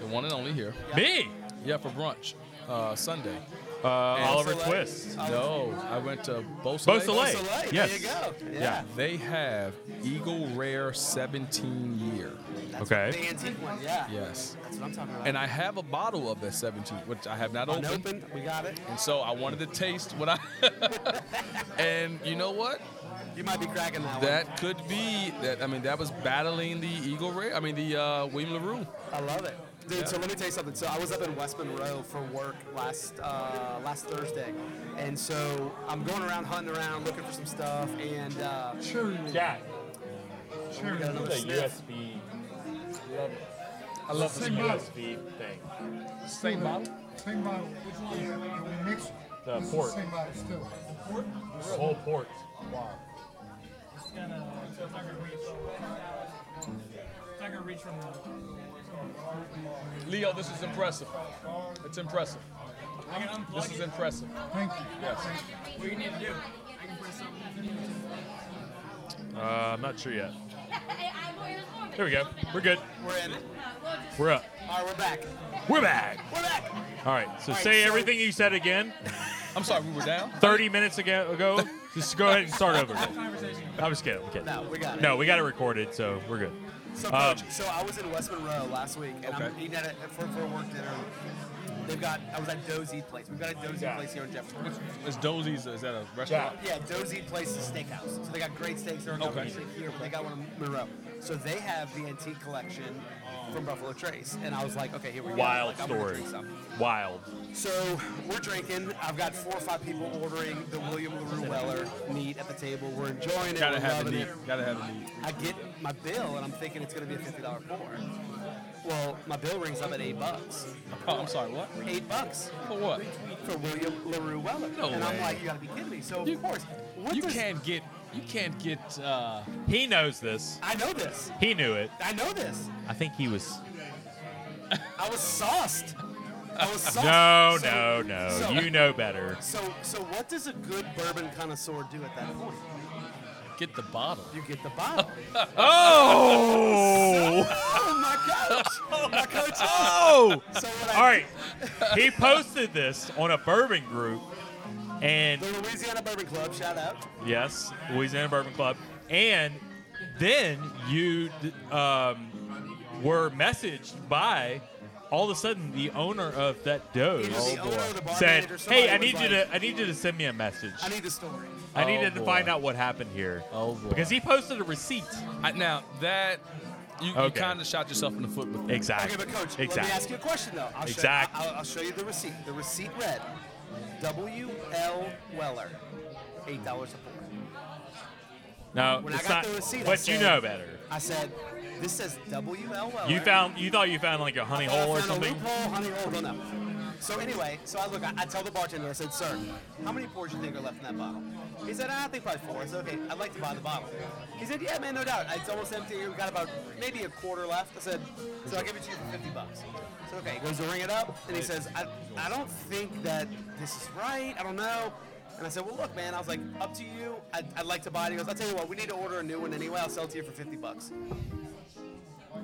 [SPEAKER 12] the one and only here.
[SPEAKER 7] Me,
[SPEAKER 12] Yeah, for brunch uh, Sunday.
[SPEAKER 7] uh, Oliver
[SPEAKER 4] Soleil.
[SPEAKER 7] Twist.
[SPEAKER 12] No, I went to Beau
[SPEAKER 7] Beau
[SPEAKER 12] Soleil.
[SPEAKER 7] Soleil.
[SPEAKER 4] Soleil, there
[SPEAKER 7] Yes.
[SPEAKER 4] you go.
[SPEAKER 12] Yeah,
[SPEAKER 4] Yeah.
[SPEAKER 12] they have Eagle Rare 17 year.
[SPEAKER 4] That's
[SPEAKER 7] Okay.
[SPEAKER 4] The antique one. Yeah.
[SPEAKER 12] Yes.
[SPEAKER 4] That's what I'm talking about.
[SPEAKER 12] And I have a bottle of that 17, which I have not opened.
[SPEAKER 4] unopened. We got it.
[SPEAKER 12] And so I wanted to taste what I. and you know what?
[SPEAKER 4] You might be cracking that,
[SPEAKER 12] That could be that. I mean, that was battling the Eagle Ray. I mean, the uh, William Larue.
[SPEAKER 4] one. I love it. Dude, so let me tell you something. So I was up in West Monroe for work last uh, last Thursday, and so I'm going around hunting around looking for some stuff, and uh,
[SPEAKER 7] Jack.
[SPEAKER 5] Sure.
[SPEAKER 4] got another sniff.
[SPEAKER 7] USB.
[SPEAKER 12] I love
[SPEAKER 5] Same bottle.
[SPEAKER 7] thing.
[SPEAKER 12] Same bottle.
[SPEAKER 5] Same bottle. Yeah, and we mix it.
[SPEAKER 7] The
[SPEAKER 5] It's
[SPEAKER 7] port.
[SPEAKER 5] Same bottle still.
[SPEAKER 7] The whole port.
[SPEAKER 5] Wow.
[SPEAKER 12] Leo, this is impressive. It's impressive. This is impressive.
[SPEAKER 5] Thank you.
[SPEAKER 12] Yes.
[SPEAKER 7] Uh, I'm not sure yet. There we go. We're good.
[SPEAKER 4] we're in it.
[SPEAKER 7] We're up.
[SPEAKER 4] All right, we're back.
[SPEAKER 7] We're back.
[SPEAKER 4] We're back.
[SPEAKER 7] All right. So
[SPEAKER 4] All right,
[SPEAKER 7] say
[SPEAKER 4] so-
[SPEAKER 7] everything you said again.
[SPEAKER 12] I'm sorry, we were down.
[SPEAKER 7] 30 minutes ago. ago. Just go ahead and start over. I was kidding. I'm kidding.
[SPEAKER 4] No, we got it.
[SPEAKER 7] No, we got it recorded, so we're good.
[SPEAKER 4] So,
[SPEAKER 7] Um,
[SPEAKER 4] Coach, so I was in West Monroe last week, and I'm
[SPEAKER 12] Okay.
[SPEAKER 4] eating at a, for, for a work dinner. They've got. I was at Dozy Place. We've got a Dozy Place here in Jefferson.
[SPEAKER 12] It's Dozy's. Is that a restaurant?
[SPEAKER 4] Yeah, Dozy Place is steakhouse. So they got great steaks. They're
[SPEAKER 12] Okay.
[SPEAKER 4] okay. here, but they got one in Monroe. So they have the antique collection from Buffalo Trace, and I was like, okay, here we go.
[SPEAKER 7] Wild
[SPEAKER 4] Like, I'm gonna
[SPEAKER 7] story.
[SPEAKER 4] drink some.
[SPEAKER 7] Wild.
[SPEAKER 4] So we're drinking. I've got four or five people ordering the William Larue Weller meat at the table. We're enjoying it.
[SPEAKER 12] Gotta
[SPEAKER 4] we're
[SPEAKER 12] have a
[SPEAKER 4] loving
[SPEAKER 12] neat.
[SPEAKER 4] it.
[SPEAKER 12] Gotta have a neat.
[SPEAKER 4] I get my bill, and I'm thinking it's going to be a fifty dollar pour. Well, my bill rings up at eight bucks.
[SPEAKER 12] Oh, I'm sorry, what?
[SPEAKER 4] Eight bucks
[SPEAKER 12] For what?
[SPEAKER 4] for William Larue Weller.
[SPEAKER 12] No
[SPEAKER 4] and I'm
[SPEAKER 12] way.
[SPEAKER 4] like, you gotta be kidding me. So of course, what
[SPEAKER 12] You
[SPEAKER 4] does-
[SPEAKER 12] can't get. You can't get. Uh,
[SPEAKER 7] He knows this.
[SPEAKER 4] I know this.
[SPEAKER 7] He knew it.
[SPEAKER 4] I know this.
[SPEAKER 15] I think he was.
[SPEAKER 4] I was sauced. I was sauced.
[SPEAKER 7] No,
[SPEAKER 4] So-
[SPEAKER 7] no, no.
[SPEAKER 4] so-
[SPEAKER 7] You know better.
[SPEAKER 4] So, so what does a good bourbon connoisseur do at that point?
[SPEAKER 12] get the bottle.
[SPEAKER 4] You get the bottle.
[SPEAKER 7] Oh!
[SPEAKER 4] oh my coach! My coach.
[SPEAKER 7] Oh!
[SPEAKER 4] So what I,
[SPEAKER 7] All right. He posted this on a bourbon group, and
[SPEAKER 4] The Louisiana Bourbon Club. Shout out.
[SPEAKER 7] yes, Louisiana Bourbon Club, and then you d- um, were messaged by all of a sudden the owner of that Doge
[SPEAKER 4] Either the owner Oh. or the bar
[SPEAKER 7] said,
[SPEAKER 4] manager, somebody
[SPEAKER 7] "Hey, I
[SPEAKER 4] was
[SPEAKER 7] need you
[SPEAKER 4] like,
[SPEAKER 7] to I need you to send me a message.
[SPEAKER 4] I need the story.
[SPEAKER 7] I
[SPEAKER 12] Oh,
[SPEAKER 7] needed to
[SPEAKER 12] boy.
[SPEAKER 7] find out what happened here
[SPEAKER 12] Oh boy.
[SPEAKER 7] because he posted a receipt.
[SPEAKER 12] I, now that you, you
[SPEAKER 7] Okay.
[SPEAKER 12] kind of shot yourself in the foot with that.
[SPEAKER 7] Exactly.
[SPEAKER 4] Okay, but coach, let me
[SPEAKER 7] exactly.
[SPEAKER 4] ask you a question though. I'll
[SPEAKER 7] Exact.
[SPEAKER 4] Show, I'll, I'll show you the receipt. The receipt read W. L. Weller, eight dollars a pour.
[SPEAKER 7] no,
[SPEAKER 4] When I
[SPEAKER 7] it's
[SPEAKER 4] got
[SPEAKER 7] not.
[SPEAKER 4] the receipt, I
[SPEAKER 7] But you
[SPEAKER 4] said-
[SPEAKER 7] know better.
[SPEAKER 4] I said, this says W. L. Weller.
[SPEAKER 7] You found you thought you found like a honey
[SPEAKER 4] I
[SPEAKER 7] hole or
[SPEAKER 4] found
[SPEAKER 7] something.
[SPEAKER 4] A loophole, honey hole, don't know. So anyway, so I look, I, I tell the bartender, I said, sir, how many pours you think are left in that bottle? He said, I think probably four. I said, okay, I'd like to buy the bottle. He said, yeah, man, no doubt. It's almost empty. We got about maybe a quarter left. I said, so I'll give it to you for 50 bucks. So okay, he goes to ring it up, and he says, I, I don't think that this is right. I don't know. And I said, well, look, man, I was like, up to you. I'd, I'd like to buy it. He goes, I'll tell you what, we need to order a new one anyway. I'll sell it to you for 50 bucks.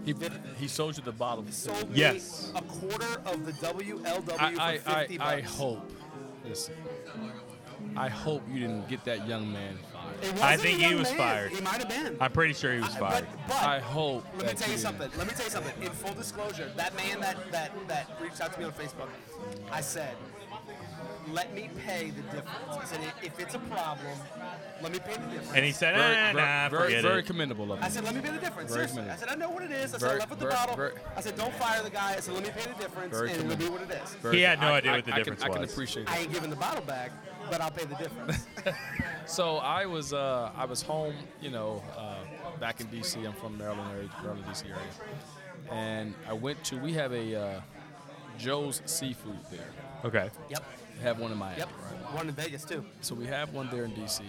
[SPEAKER 12] He, he sold you the bottle.
[SPEAKER 4] sold me
[SPEAKER 7] Yes.
[SPEAKER 4] a quarter of the WLW
[SPEAKER 12] I,
[SPEAKER 4] for
[SPEAKER 12] I,
[SPEAKER 4] 50
[SPEAKER 12] I, I
[SPEAKER 4] bucks.
[SPEAKER 12] hope. Listen. I hope you didn't get that young man fired.
[SPEAKER 4] It wasn't
[SPEAKER 7] I think
[SPEAKER 4] a
[SPEAKER 7] he
[SPEAKER 4] young
[SPEAKER 7] was
[SPEAKER 4] man.
[SPEAKER 7] fired.
[SPEAKER 4] He might have been.
[SPEAKER 7] I'm pretty sure he was
[SPEAKER 4] I-
[SPEAKER 7] fired.
[SPEAKER 4] But, but
[SPEAKER 12] I hope.
[SPEAKER 4] let me
[SPEAKER 12] that
[SPEAKER 4] tell you
[SPEAKER 12] didn't.
[SPEAKER 4] something. Let me tell you something. In full disclosure, that man that that that reached out to me on Facebook, I said, let me pay the difference. I said, if it's a problem, let me pay the difference.
[SPEAKER 7] And he said,
[SPEAKER 12] Very,
[SPEAKER 7] "Eh,
[SPEAKER 12] very,
[SPEAKER 7] nah,
[SPEAKER 12] very,
[SPEAKER 7] forget
[SPEAKER 12] very
[SPEAKER 7] it."
[SPEAKER 12] commendable of
[SPEAKER 4] I
[SPEAKER 12] him.
[SPEAKER 4] said, let me pay the difference.
[SPEAKER 12] Very
[SPEAKER 4] Seriously. I
[SPEAKER 12] committed.
[SPEAKER 4] said, I know what it is. I said,
[SPEAKER 12] Very-
[SPEAKER 4] I left with the
[SPEAKER 12] very-
[SPEAKER 4] bottle.
[SPEAKER 12] very-
[SPEAKER 4] I said, don't fire the guy. I said, let me pay the difference,
[SPEAKER 12] Very
[SPEAKER 4] and it'll be
[SPEAKER 12] committed.
[SPEAKER 4] what it is.
[SPEAKER 12] Very
[SPEAKER 7] He had no
[SPEAKER 12] I-
[SPEAKER 7] idea
[SPEAKER 12] I-
[SPEAKER 7] what the
[SPEAKER 12] I can-
[SPEAKER 7] difference
[SPEAKER 12] I can
[SPEAKER 7] was.
[SPEAKER 12] appreciate
[SPEAKER 4] I ain't giving the bottle back, but I'll pay the difference.
[SPEAKER 12] So I was uh, I was home, you know, uh, back in D.C. I'm from Maryland area, Maryland D.C. area, and I went to we have a uh, Joe's Seafood there.
[SPEAKER 7] Okay.
[SPEAKER 4] yep.
[SPEAKER 12] They have one in Miami.
[SPEAKER 4] Yep.
[SPEAKER 12] Right?
[SPEAKER 4] One in Vegas too.
[SPEAKER 12] So we have one there in D.C.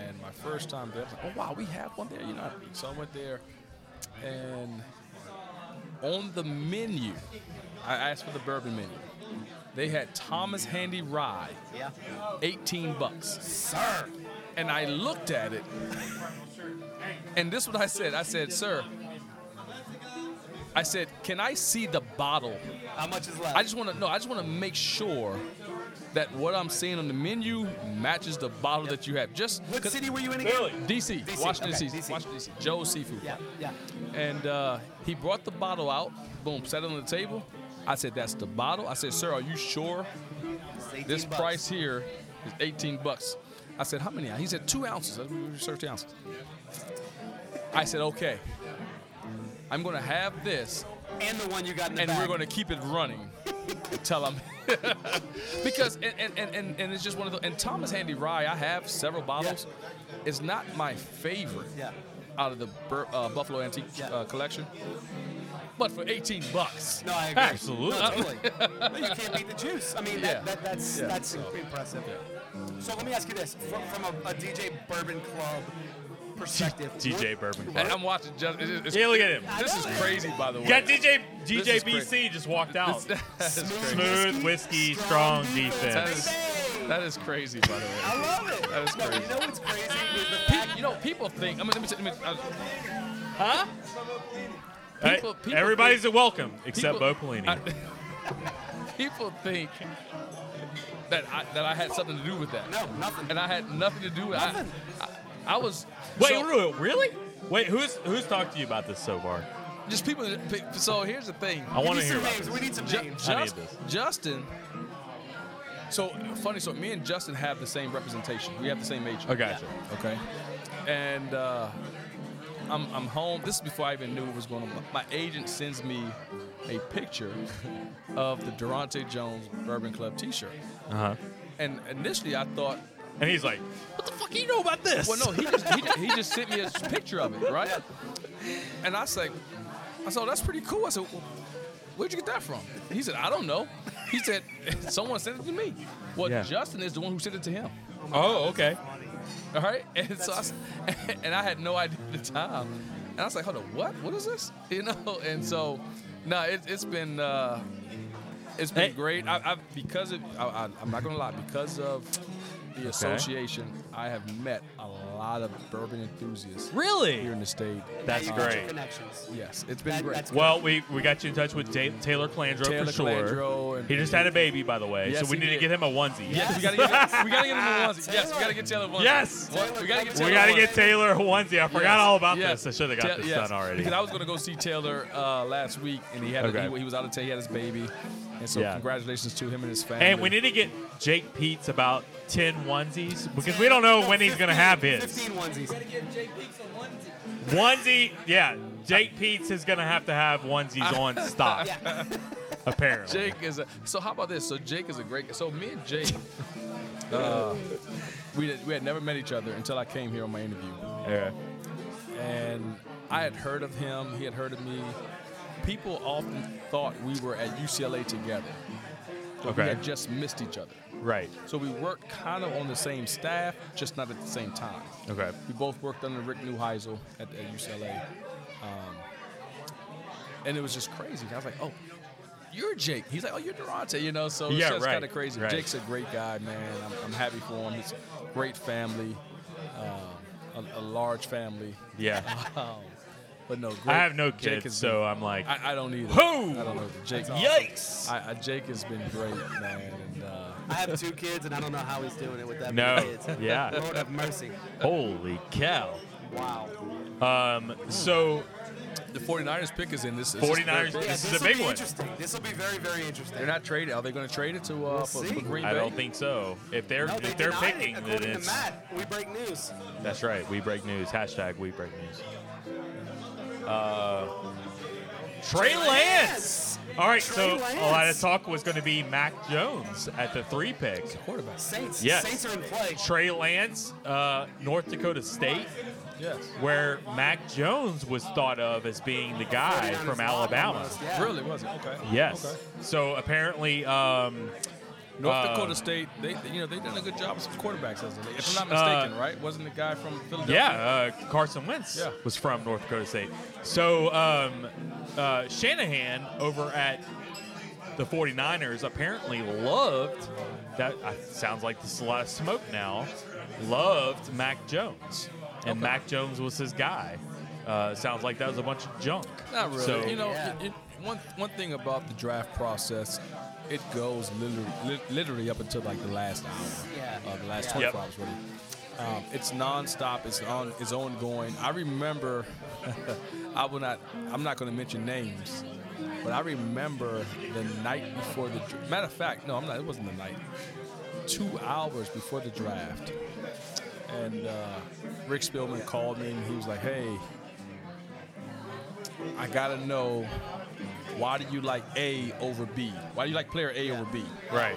[SPEAKER 12] And my first time there, I was like, oh wow, we have one there. You know, so I went there, and on the menu, I asked for the bourbon menu. They had Thomas Handy Rye,
[SPEAKER 4] Yeah.
[SPEAKER 12] 18 bucks.
[SPEAKER 4] Sir.
[SPEAKER 12] and I looked at it, and this is what I said. I said, "Sir, I said, can I see the bottle?
[SPEAKER 4] How much is left?
[SPEAKER 12] I just want to know. I just want to make sure that what I'm seeing on the menu matches the bottle that you have. Just
[SPEAKER 4] what
[SPEAKER 12] 'cause-
[SPEAKER 4] city were you in again?
[SPEAKER 12] DC,
[SPEAKER 4] DC,
[SPEAKER 12] Washington
[SPEAKER 4] okay,
[SPEAKER 12] DC,
[SPEAKER 4] DC.
[SPEAKER 12] Washington DC, Joe's Seafood.
[SPEAKER 4] Yeah, yeah.
[SPEAKER 12] And uh, he brought the bottle out. Boom, set it on the table. I said, "That's the bottle." I said, "Sir, are you sure?"
[SPEAKER 4] It's 18
[SPEAKER 12] this
[SPEAKER 4] bucks.
[SPEAKER 12] price here is 18 bucks. I said, how many? He said, two ounces. I said, we researched the ounces. I said, okay, I'm going to have this,
[SPEAKER 4] And the one you got in the
[SPEAKER 12] and
[SPEAKER 4] back.
[SPEAKER 12] we're going to keep it running until I'm. because, and, and, and, and, and it's just one of the, and Thomas Handy Rye, I have several bottles. It's not my favorite
[SPEAKER 4] Yeah.
[SPEAKER 12] out of the Bur- uh, Buffalo Antique
[SPEAKER 4] Yeah.
[SPEAKER 12] uh, collection, but for 18 bucks.
[SPEAKER 4] No, I agree.
[SPEAKER 7] Absolutely.
[SPEAKER 4] No, totally. No, you can't beat the juice. I mean,
[SPEAKER 12] Yeah.
[SPEAKER 4] that, that, that's
[SPEAKER 12] Yeah.
[SPEAKER 4] that's impressive. So let me ask you this: from, from a, a DJ Bourbon Club perspective,
[SPEAKER 7] DJ
[SPEAKER 4] what-
[SPEAKER 7] Bourbon
[SPEAKER 12] And
[SPEAKER 7] Club.
[SPEAKER 12] I'm watching. Just, it's, it's,
[SPEAKER 7] Yeah, look at him.
[SPEAKER 12] This is crazy, by the way.
[SPEAKER 7] Got DJ
[SPEAKER 12] This is
[SPEAKER 7] DJ
[SPEAKER 12] crazy.
[SPEAKER 7] BC just walked out.
[SPEAKER 12] This- that is crazy.
[SPEAKER 7] Smooth whiskey, strong
[SPEAKER 12] That
[SPEAKER 7] defense.
[SPEAKER 12] is,
[SPEAKER 4] Baby!
[SPEAKER 12] that is crazy, by the
[SPEAKER 4] I
[SPEAKER 12] way.
[SPEAKER 4] love it.
[SPEAKER 12] That is
[SPEAKER 4] No,
[SPEAKER 12] crazy.
[SPEAKER 4] you know what's crazy is the
[SPEAKER 12] Pe-
[SPEAKER 4] fact
[SPEAKER 12] you know, people think. I mean, let me. T- let me uh,
[SPEAKER 7] Huh?
[SPEAKER 12] People-
[SPEAKER 7] Hey,
[SPEAKER 12] people
[SPEAKER 7] everybody's
[SPEAKER 12] think-
[SPEAKER 7] a welcome except
[SPEAKER 12] people-
[SPEAKER 7] Bo Pelini.
[SPEAKER 12] I- people think that I, that I had something to do with that.
[SPEAKER 4] no, nothing.
[SPEAKER 12] And I had nothing to do with it.
[SPEAKER 4] Nothing.
[SPEAKER 12] I, I was.
[SPEAKER 7] Wait,
[SPEAKER 12] so-
[SPEAKER 7] Rue, really? Wait, who's who's talked to you about this so far?
[SPEAKER 12] just people. pe- So here's the thing.
[SPEAKER 7] I want to
[SPEAKER 4] we need
[SPEAKER 7] hear
[SPEAKER 4] some
[SPEAKER 7] about
[SPEAKER 4] names.
[SPEAKER 7] this.
[SPEAKER 4] We need some
[SPEAKER 12] Ju-
[SPEAKER 4] names.
[SPEAKER 7] Oh, I need
[SPEAKER 12] Just-
[SPEAKER 7] this.
[SPEAKER 12] Justin. So funny. So me and Justin have the same representation. We have the same agent.
[SPEAKER 7] I gotcha.
[SPEAKER 12] Okay. And uh, I'm, I'm home. This is before I even knew what was going on. My agent sends me a picture of the Durante Jones Bourbon Club T-shirt.
[SPEAKER 7] Uh huh.
[SPEAKER 12] And initially, I thought,
[SPEAKER 7] And he's like, "What the fuck do you know about this?"
[SPEAKER 12] well, no, he just he, just, he just sent me a picture of it, right? And I was like, I said, oh, that's pretty cool. I said, well, where'd you get that from? He said, I don't know. He said, someone sent it to me. Well,
[SPEAKER 16] Yeah.
[SPEAKER 12] Justin is the one who sent it to him. Oh, okay. All right. And so I, s- and I had no idea at the time. And I was like, hold on, what? What is this? You know? And so, no, it, it's been, uh, it's been
[SPEAKER 7] Hey.
[SPEAKER 12] great. I, I, because of, I, I, I'm not going to lie, because of the association, I have met a lot of bourbon enthusiasts
[SPEAKER 7] Really?
[SPEAKER 12] here in the state.
[SPEAKER 7] That's
[SPEAKER 12] Uh,
[SPEAKER 7] great.
[SPEAKER 4] Connections.
[SPEAKER 12] Yes, it's been
[SPEAKER 4] That-
[SPEAKER 12] great.
[SPEAKER 4] that's-
[SPEAKER 7] Well, we, we got you in touch with Da- Taylor Clandro
[SPEAKER 12] Taylor
[SPEAKER 7] for sure.
[SPEAKER 12] Calandro and-
[SPEAKER 7] he just had a baby, by the way,
[SPEAKER 12] Yes,
[SPEAKER 7] so we
[SPEAKER 12] he
[SPEAKER 7] need
[SPEAKER 12] did.
[SPEAKER 7] to get him a onesie.
[SPEAKER 12] Yes, we gotta get we gotta get him a onesie. Yes, we gotta get Taylor a onesie.
[SPEAKER 7] Yes.
[SPEAKER 12] One- we gotta get Taylor.
[SPEAKER 7] We
[SPEAKER 12] a
[SPEAKER 7] got to
[SPEAKER 12] onesie.
[SPEAKER 7] get Taylor a onesie. I forgot
[SPEAKER 12] Yes,
[SPEAKER 7] all about
[SPEAKER 12] yes.
[SPEAKER 7] this. I should have got
[SPEAKER 12] Ta-
[SPEAKER 7] this
[SPEAKER 12] yes,
[SPEAKER 7] done already.
[SPEAKER 12] Because I was gonna go see Taylor uh, last week, and he had a-
[SPEAKER 7] Okay.
[SPEAKER 12] he, he was out of town. He had his baby, and so
[SPEAKER 7] Yeah.
[SPEAKER 12] congratulations to him and his family.
[SPEAKER 7] And we need to get Jake Pete's about 10 onesies because we don't know when he's going to have his.
[SPEAKER 4] 15 onesies.
[SPEAKER 7] Onesie, yeah. Jake Pete's is going to have to have onesies on stock, apparently.
[SPEAKER 12] Jake is a, so. How about this? So Jake is a great. So me and Jake, uh, we had, we had never met each other until I came here on my interview,
[SPEAKER 7] Yeah.
[SPEAKER 12] and I had heard of him. He had heard of me. People often thought we were at UCLA together. but
[SPEAKER 7] Okay.
[SPEAKER 12] We had just missed each other.
[SPEAKER 7] Right.
[SPEAKER 12] So we worked kind of on the same staff, just not at the same time.
[SPEAKER 7] Okay.
[SPEAKER 12] We both worked under Rick Neuheisel at, at UCLA. Um, and it was just crazy. I was like, oh, you're Jake. He's like, oh, you're Durante, you know? So it's
[SPEAKER 7] Yeah,
[SPEAKER 12] just
[SPEAKER 7] right,
[SPEAKER 12] kind of crazy.
[SPEAKER 7] right.
[SPEAKER 12] Jake's a great guy, man. I'm, I'm happy for him. He's a great family, um, a, a large family.
[SPEAKER 7] Yeah.
[SPEAKER 12] But no, great.
[SPEAKER 7] I have no
[SPEAKER 12] Jake
[SPEAKER 7] kids,
[SPEAKER 12] has
[SPEAKER 7] so
[SPEAKER 12] been-
[SPEAKER 7] I'm like,
[SPEAKER 12] I, I don't either.
[SPEAKER 7] Who?
[SPEAKER 12] I don't know. Jake,
[SPEAKER 7] yikes.
[SPEAKER 12] I, I, Jake has been great, man. And, uh,
[SPEAKER 4] I have two kids, and I don't know how he's doing it with that
[SPEAKER 7] No.
[SPEAKER 4] many kids.
[SPEAKER 7] Yeah.
[SPEAKER 4] Lord have mercy.
[SPEAKER 7] Holy cow.
[SPEAKER 4] Wow.
[SPEAKER 7] Um, so,
[SPEAKER 12] the 49ers pick is in this. this is
[SPEAKER 7] 49ers,
[SPEAKER 12] their pick.
[SPEAKER 7] this is a big one.
[SPEAKER 4] Interesting. This will be very, very interesting.
[SPEAKER 12] They're not traded. Are they going to trade it to uh, for,
[SPEAKER 4] see.
[SPEAKER 12] for Green
[SPEAKER 7] I
[SPEAKER 12] Bay?
[SPEAKER 7] don't think so. If they're
[SPEAKER 4] No, they
[SPEAKER 7] if they're
[SPEAKER 4] denied
[SPEAKER 7] picking,
[SPEAKER 4] it,
[SPEAKER 7] then
[SPEAKER 4] according to
[SPEAKER 7] it's
[SPEAKER 4] Matt. We break news.
[SPEAKER 7] that's right. We break news. Hashtag we break news. Uh, Trey Lance. All right, so
[SPEAKER 4] Trey Lance.
[SPEAKER 7] a lot of talk was going to be Mac Jones at the three pick.
[SPEAKER 12] Quarterback.
[SPEAKER 4] Saints.
[SPEAKER 7] Yes.
[SPEAKER 4] Saints are in play.
[SPEAKER 7] Trey Lance, uh, North Dakota State,
[SPEAKER 12] Yes.
[SPEAKER 7] where Mac Jones was thought of as being the guy
[SPEAKER 4] 49ers
[SPEAKER 7] from
[SPEAKER 4] lock
[SPEAKER 7] Alabama.
[SPEAKER 4] almost, yeah.
[SPEAKER 12] Really was it? Okay.
[SPEAKER 7] Yes.
[SPEAKER 12] Okay.
[SPEAKER 7] So apparently, um,
[SPEAKER 12] North
[SPEAKER 7] Uh,
[SPEAKER 12] Dakota State. They, they- you know, they've done a good job with some quarterbacks, hasn't they? If I'm not
[SPEAKER 7] Uh,
[SPEAKER 12] mistaken, right? Wasn't the guy from Philadelphia?
[SPEAKER 7] Yeah, uh, Carson Wentz
[SPEAKER 12] Yeah.
[SPEAKER 7] was from North Dakota State. So um, uh, Shanahan over at the 49ers apparently loved that. Uh, sounds like this is a lot of smoke now. Loved Mac Jones, and Mac Jones was his guy. Uh, sounds like that was a bunch of junk.
[SPEAKER 12] Not really.
[SPEAKER 7] So,
[SPEAKER 12] you know,
[SPEAKER 4] Yeah.
[SPEAKER 12] it- it- one one thing about the draft process, it goes literally li- literally up until like the last hour,
[SPEAKER 4] Yeah.
[SPEAKER 12] uh, the last
[SPEAKER 4] Yeah.
[SPEAKER 12] 24
[SPEAKER 7] Yep.
[SPEAKER 12] hours, really. Um, it's nonstop. It's on. It's ongoing. I remember. I will not. I'm not going to mention names, but I remember the night before the. dr- Matter of fact, no, I'm not. It wasn't the night. Two hours before the draft, and uh, Rick Spielman called me and he was like, "Hey, I gotta know why do you like A over B? Why do you like player A over B?
[SPEAKER 7] right?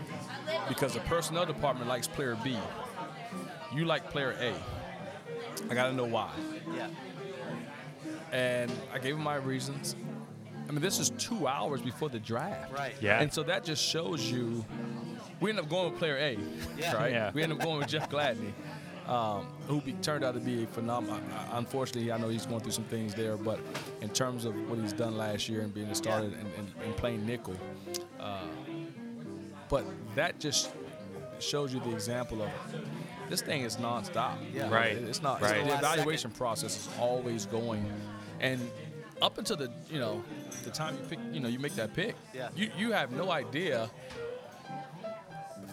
[SPEAKER 12] Because the personnel department likes player B. You like player A. I gotta know why.
[SPEAKER 4] Yeah.
[SPEAKER 12] And I gave him my reasons. I mean, this is two hours before the draft.
[SPEAKER 4] Right.
[SPEAKER 7] Yeah.
[SPEAKER 12] And so that just shows you. We end up going with player A,
[SPEAKER 4] Yeah.
[SPEAKER 12] right?
[SPEAKER 7] Yeah.
[SPEAKER 12] We end up going with Jeff Gladney, um, who be, turned out to be a phenomenal. Unfortunately, I know he's going through some things there, but in terms of what he's done last year and being a starter and, and, and playing nickel, uh, but that just shows you the example of this thing is nonstop.
[SPEAKER 4] Yeah.
[SPEAKER 7] Right.
[SPEAKER 12] It's not.
[SPEAKER 7] Right.
[SPEAKER 12] It's, the
[SPEAKER 4] Last second.
[SPEAKER 12] evaluation process is always going, and up until the you know the time you pick you know you make that pick,
[SPEAKER 4] Yeah.
[SPEAKER 12] you you have no idea.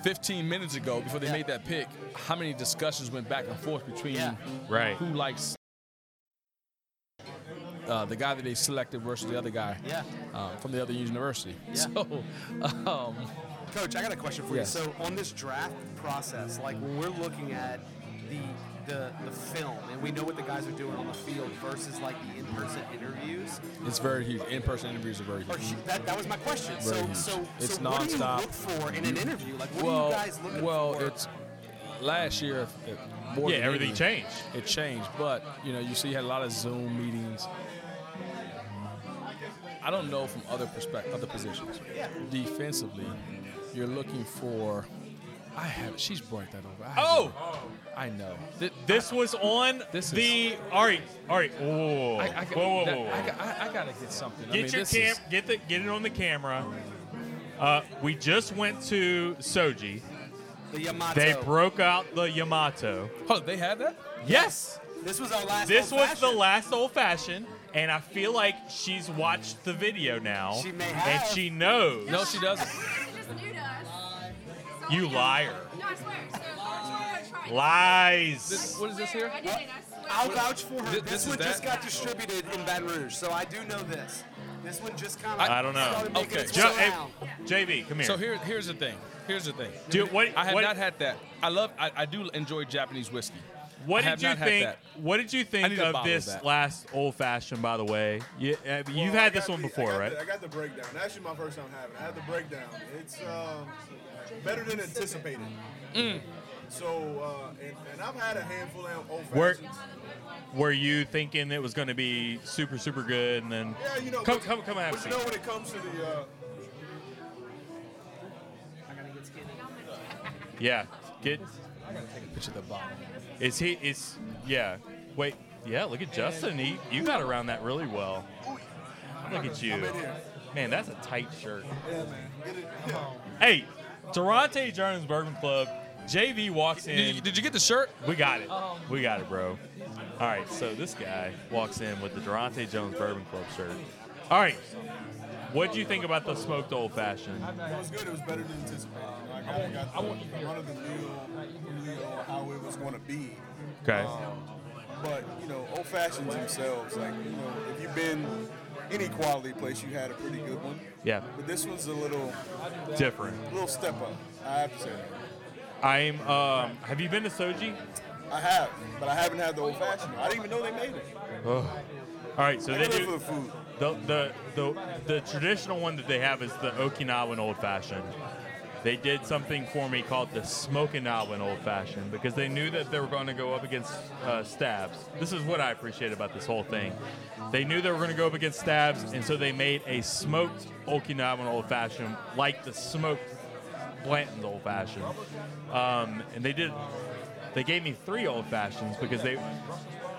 [SPEAKER 12] 15 minutes ago, before they
[SPEAKER 4] Yeah.
[SPEAKER 12] made that pick, how many discussions went back and forth between
[SPEAKER 4] Yeah.
[SPEAKER 7] Right.
[SPEAKER 12] who likes uh, the guy that they selected versus the other guy
[SPEAKER 4] Yeah.
[SPEAKER 12] uh, from the other university?
[SPEAKER 4] Yeah.
[SPEAKER 12] So, um,
[SPEAKER 4] Coach, I got a question for
[SPEAKER 12] Yeah.
[SPEAKER 4] you. So on this draft process, like when we're looking at the the, the film and we know what the guys are doing on the field versus like the in-person interviews
[SPEAKER 12] it's very huge. In-person interviews are very
[SPEAKER 4] or
[SPEAKER 12] huge.
[SPEAKER 4] sh- that, that was my question
[SPEAKER 12] Very
[SPEAKER 4] so
[SPEAKER 12] huge.
[SPEAKER 4] so,
[SPEAKER 12] It's
[SPEAKER 4] so what do you
[SPEAKER 12] nonstop.
[SPEAKER 4] look for in an interview like what
[SPEAKER 12] well,
[SPEAKER 4] are you guys looking
[SPEAKER 12] well,
[SPEAKER 4] for
[SPEAKER 12] it's last year. It, more
[SPEAKER 7] Yeah,
[SPEAKER 12] than
[SPEAKER 7] everything
[SPEAKER 12] anything,
[SPEAKER 7] changed.
[SPEAKER 12] It changed, but you know, you see, you had a lot of Zoom meetings. I don't know from other perspective, other positions. Defensively, you're looking for. I have. She's brought that over. I
[SPEAKER 7] Oh!
[SPEAKER 12] haven't- I know. Th-
[SPEAKER 7] This was on
[SPEAKER 12] This
[SPEAKER 7] the. all right, all right. Whoa,
[SPEAKER 12] I, I,
[SPEAKER 7] whoa, whoa,
[SPEAKER 12] that-
[SPEAKER 7] whoa, whoa.
[SPEAKER 12] I, got- I, I gotta get something. I
[SPEAKER 7] Get
[SPEAKER 12] mean,
[SPEAKER 7] your
[SPEAKER 12] this
[SPEAKER 7] cam.
[SPEAKER 12] is-
[SPEAKER 7] Get the. Get it on the camera. Uh, we just went to Soji.
[SPEAKER 17] The Yamato.
[SPEAKER 7] They broke out the Yamato.
[SPEAKER 12] Hold on, Oh, they have that?
[SPEAKER 7] Yes.
[SPEAKER 17] this was our last.
[SPEAKER 7] This
[SPEAKER 17] old
[SPEAKER 7] was the
[SPEAKER 17] fashioned.
[SPEAKER 7] last old fashioned, and I feel like she's watched the video now,
[SPEAKER 17] She may
[SPEAKER 7] and
[SPEAKER 17] have.
[SPEAKER 7] she knows.
[SPEAKER 12] No, she doesn't.
[SPEAKER 3] just new to us. So,
[SPEAKER 7] You
[SPEAKER 3] yeah.
[SPEAKER 7] liar.
[SPEAKER 3] No, I swear. So, I tried, I tried.
[SPEAKER 7] Lies.
[SPEAKER 12] This- what is this
[SPEAKER 3] Swear,
[SPEAKER 12] here?
[SPEAKER 3] I did it, I swear.
[SPEAKER 17] I'll vouch for her.
[SPEAKER 12] Thi-
[SPEAKER 17] This,
[SPEAKER 12] this is
[SPEAKER 17] one just
[SPEAKER 12] that?
[SPEAKER 17] got distributed in Baton Rouge, so I do know this. This one just kind of.
[SPEAKER 7] I don't know.
[SPEAKER 12] Okay.
[SPEAKER 7] Jo- hey, JV, come here.
[SPEAKER 12] So here, here's the thing. Here's the thing.
[SPEAKER 7] Dude, what-
[SPEAKER 12] I have
[SPEAKER 7] what-
[SPEAKER 12] not had that. I love. I, I do enjoy Japanese whiskey.
[SPEAKER 7] What
[SPEAKER 12] I have
[SPEAKER 7] did you
[SPEAKER 12] not had
[SPEAKER 7] think?
[SPEAKER 12] that.
[SPEAKER 7] What did you
[SPEAKER 12] I
[SPEAKER 7] think
[SPEAKER 12] need to
[SPEAKER 7] of
[SPEAKER 12] bottle
[SPEAKER 7] this
[SPEAKER 12] that.
[SPEAKER 7] last old fashioned? By the way, you, uh, you've
[SPEAKER 4] Well, I
[SPEAKER 7] had this
[SPEAKER 4] got
[SPEAKER 7] one
[SPEAKER 4] the-
[SPEAKER 7] before,
[SPEAKER 4] I got
[SPEAKER 7] right?
[SPEAKER 4] The, I got the breakdown. Actually, my first time having. it. I had the breakdown. It's um, better than anticipated.
[SPEAKER 12] Mm.
[SPEAKER 4] So, uh, and, and I've had a handful of old
[SPEAKER 7] Were-
[SPEAKER 4] fashions.
[SPEAKER 7] Were you thinking it was going to be super, super good, and then
[SPEAKER 4] Yeah, you know.
[SPEAKER 7] come,
[SPEAKER 4] but-
[SPEAKER 7] come, come have a
[SPEAKER 4] But you
[SPEAKER 7] seat.
[SPEAKER 4] know, when it comes to the, uh,
[SPEAKER 7] Yeah, get.
[SPEAKER 12] Picture the bottle.
[SPEAKER 7] Is he? Is yeah? Wait, yeah. Look at Justin. He, you got around that really well. Look at you, man. That's a tight shirt.
[SPEAKER 4] get it, yeah.
[SPEAKER 7] Hey, Durante Jones Bourbon Club. JV walks in.
[SPEAKER 12] Did you, did you get the shirt?
[SPEAKER 7] We got it. We got it, bro. All right, so this guy walks in with the Durante Jones Bourbon Club shirt. All right, what'd you think about the smoked old fashioned?
[SPEAKER 4] It was good. It was better than anticipated. You know, I got, I got the, under the meal, meal, how it was going to be.
[SPEAKER 7] Okay.
[SPEAKER 4] But you know, old fashions themselves, like you know, if you've been any quality place, you had a pretty good one.
[SPEAKER 7] Yeah,
[SPEAKER 4] But this one's a little,
[SPEAKER 7] different.
[SPEAKER 4] little step up. I have to say, that.
[SPEAKER 7] I'm, um, have you been to Soji?
[SPEAKER 4] I have, but I haven't had the old fashioned. I didn't even know they made it.
[SPEAKER 7] All right, so
[SPEAKER 4] I
[SPEAKER 7] they
[SPEAKER 4] live for
[SPEAKER 7] do
[SPEAKER 4] the food.
[SPEAKER 7] the, the the the traditional one that they have is the Okinawan old fashioned. They did something for me called the Smokinawan old fashioned because they knew that they were going to go up against uh, Stabs. This is what I appreciate about this whole thing. They knew they were going to go up against Stabs, and so they made a smoked Okinawan old fashioned like the smoked Blanton's old fashioned. Um, and they did. They gave me three old fashions because they.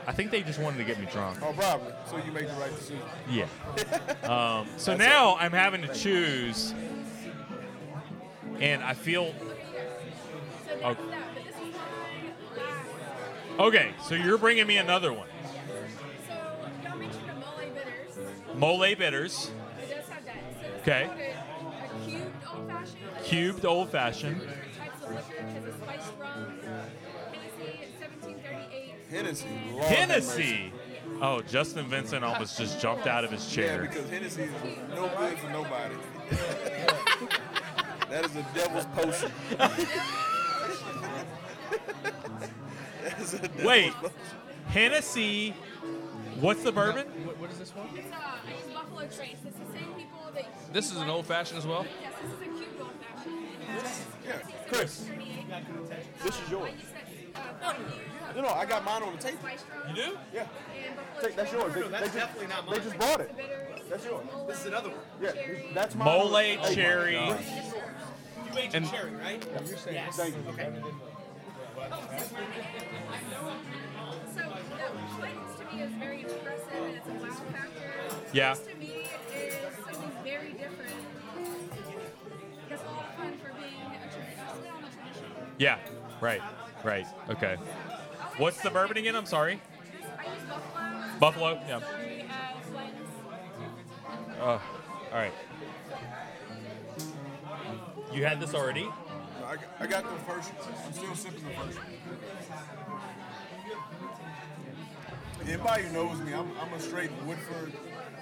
[SPEAKER 7] I think they just wanted to get me drunk.
[SPEAKER 4] Oh, probably. So you make the right decision.
[SPEAKER 7] Yeah. Um, so now I'm having to choose, and I feel. Oh. Okay, so you're bringing me another one.
[SPEAKER 3] So, y'all mentioned the mole bitters.
[SPEAKER 7] Mole bitters,
[SPEAKER 3] It does have that. So this is
[SPEAKER 7] Okay.
[SPEAKER 3] like A, a cubed old fashioned.
[SPEAKER 7] cubed old
[SPEAKER 4] Oh,
[SPEAKER 7] fashioned.
[SPEAKER 3] Different types of liquor because it's spiced rum. Hennessy 1738.
[SPEAKER 4] Hennessy. Lord have mercy.
[SPEAKER 7] Hennessy. Oh, Justin Vincent almost just jumped out of his
[SPEAKER 4] Yeah,
[SPEAKER 7] chair.
[SPEAKER 4] because Hennessy is no good for nobody. that is a devil's potion. that is a devil's
[SPEAKER 7] Wait.
[SPEAKER 4] potion.
[SPEAKER 7] Hennessy. What's the bourbon?
[SPEAKER 3] It's uh, I use Buffalo Trace. It's the same people that.
[SPEAKER 12] This is an old fashioned as well.
[SPEAKER 3] Yes, this is a cubed old fashioned.
[SPEAKER 4] Yeah, Chris. This is yours. No, no, I got mine on the table.
[SPEAKER 3] You do?
[SPEAKER 4] Yeah.
[SPEAKER 3] And Buffalo
[SPEAKER 4] Take- that's
[SPEAKER 3] Trace.
[SPEAKER 4] yours. They,
[SPEAKER 17] that's
[SPEAKER 4] they just,
[SPEAKER 17] definitely not
[SPEAKER 4] They
[SPEAKER 17] mine.
[SPEAKER 4] just bought it.
[SPEAKER 3] Bitters,
[SPEAKER 4] That's yours.
[SPEAKER 3] mole,
[SPEAKER 17] This is another one.
[SPEAKER 4] Yeah,
[SPEAKER 3] cherry.
[SPEAKER 4] that's mine.
[SPEAKER 7] Mole,
[SPEAKER 4] Hey,
[SPEAKER 7] cherry.
[SPEAKER 17] You ate and, cherry, right?
[SPEAKER 4] Thank you.
[SPEAKER 3] So the Clayton's to me is very impressive and it's a wow factor.
[SPEAKER 7] Yeah.
[SPEAKER 3] This to me is something very different. It's a lot of fun for being a traditional, it's not a traditional.
[SPEAKER 7] Yeah. Right. Right. Okay. What's the bourbon again? I'm sorry.
[SPEAKER 3] I use Buffalo.
[SPEAKER 7] Buffalo. Yeah.
[SPEAKER 3] Sorry, uh, Clayton's.
[SPEAKER 7] Oh, all right. You had this already?
[SPEAKER 4] No, I, got, I got the first. I'm still sipping the first. Anybody who knows me, I'm, I'm a straight Woodford,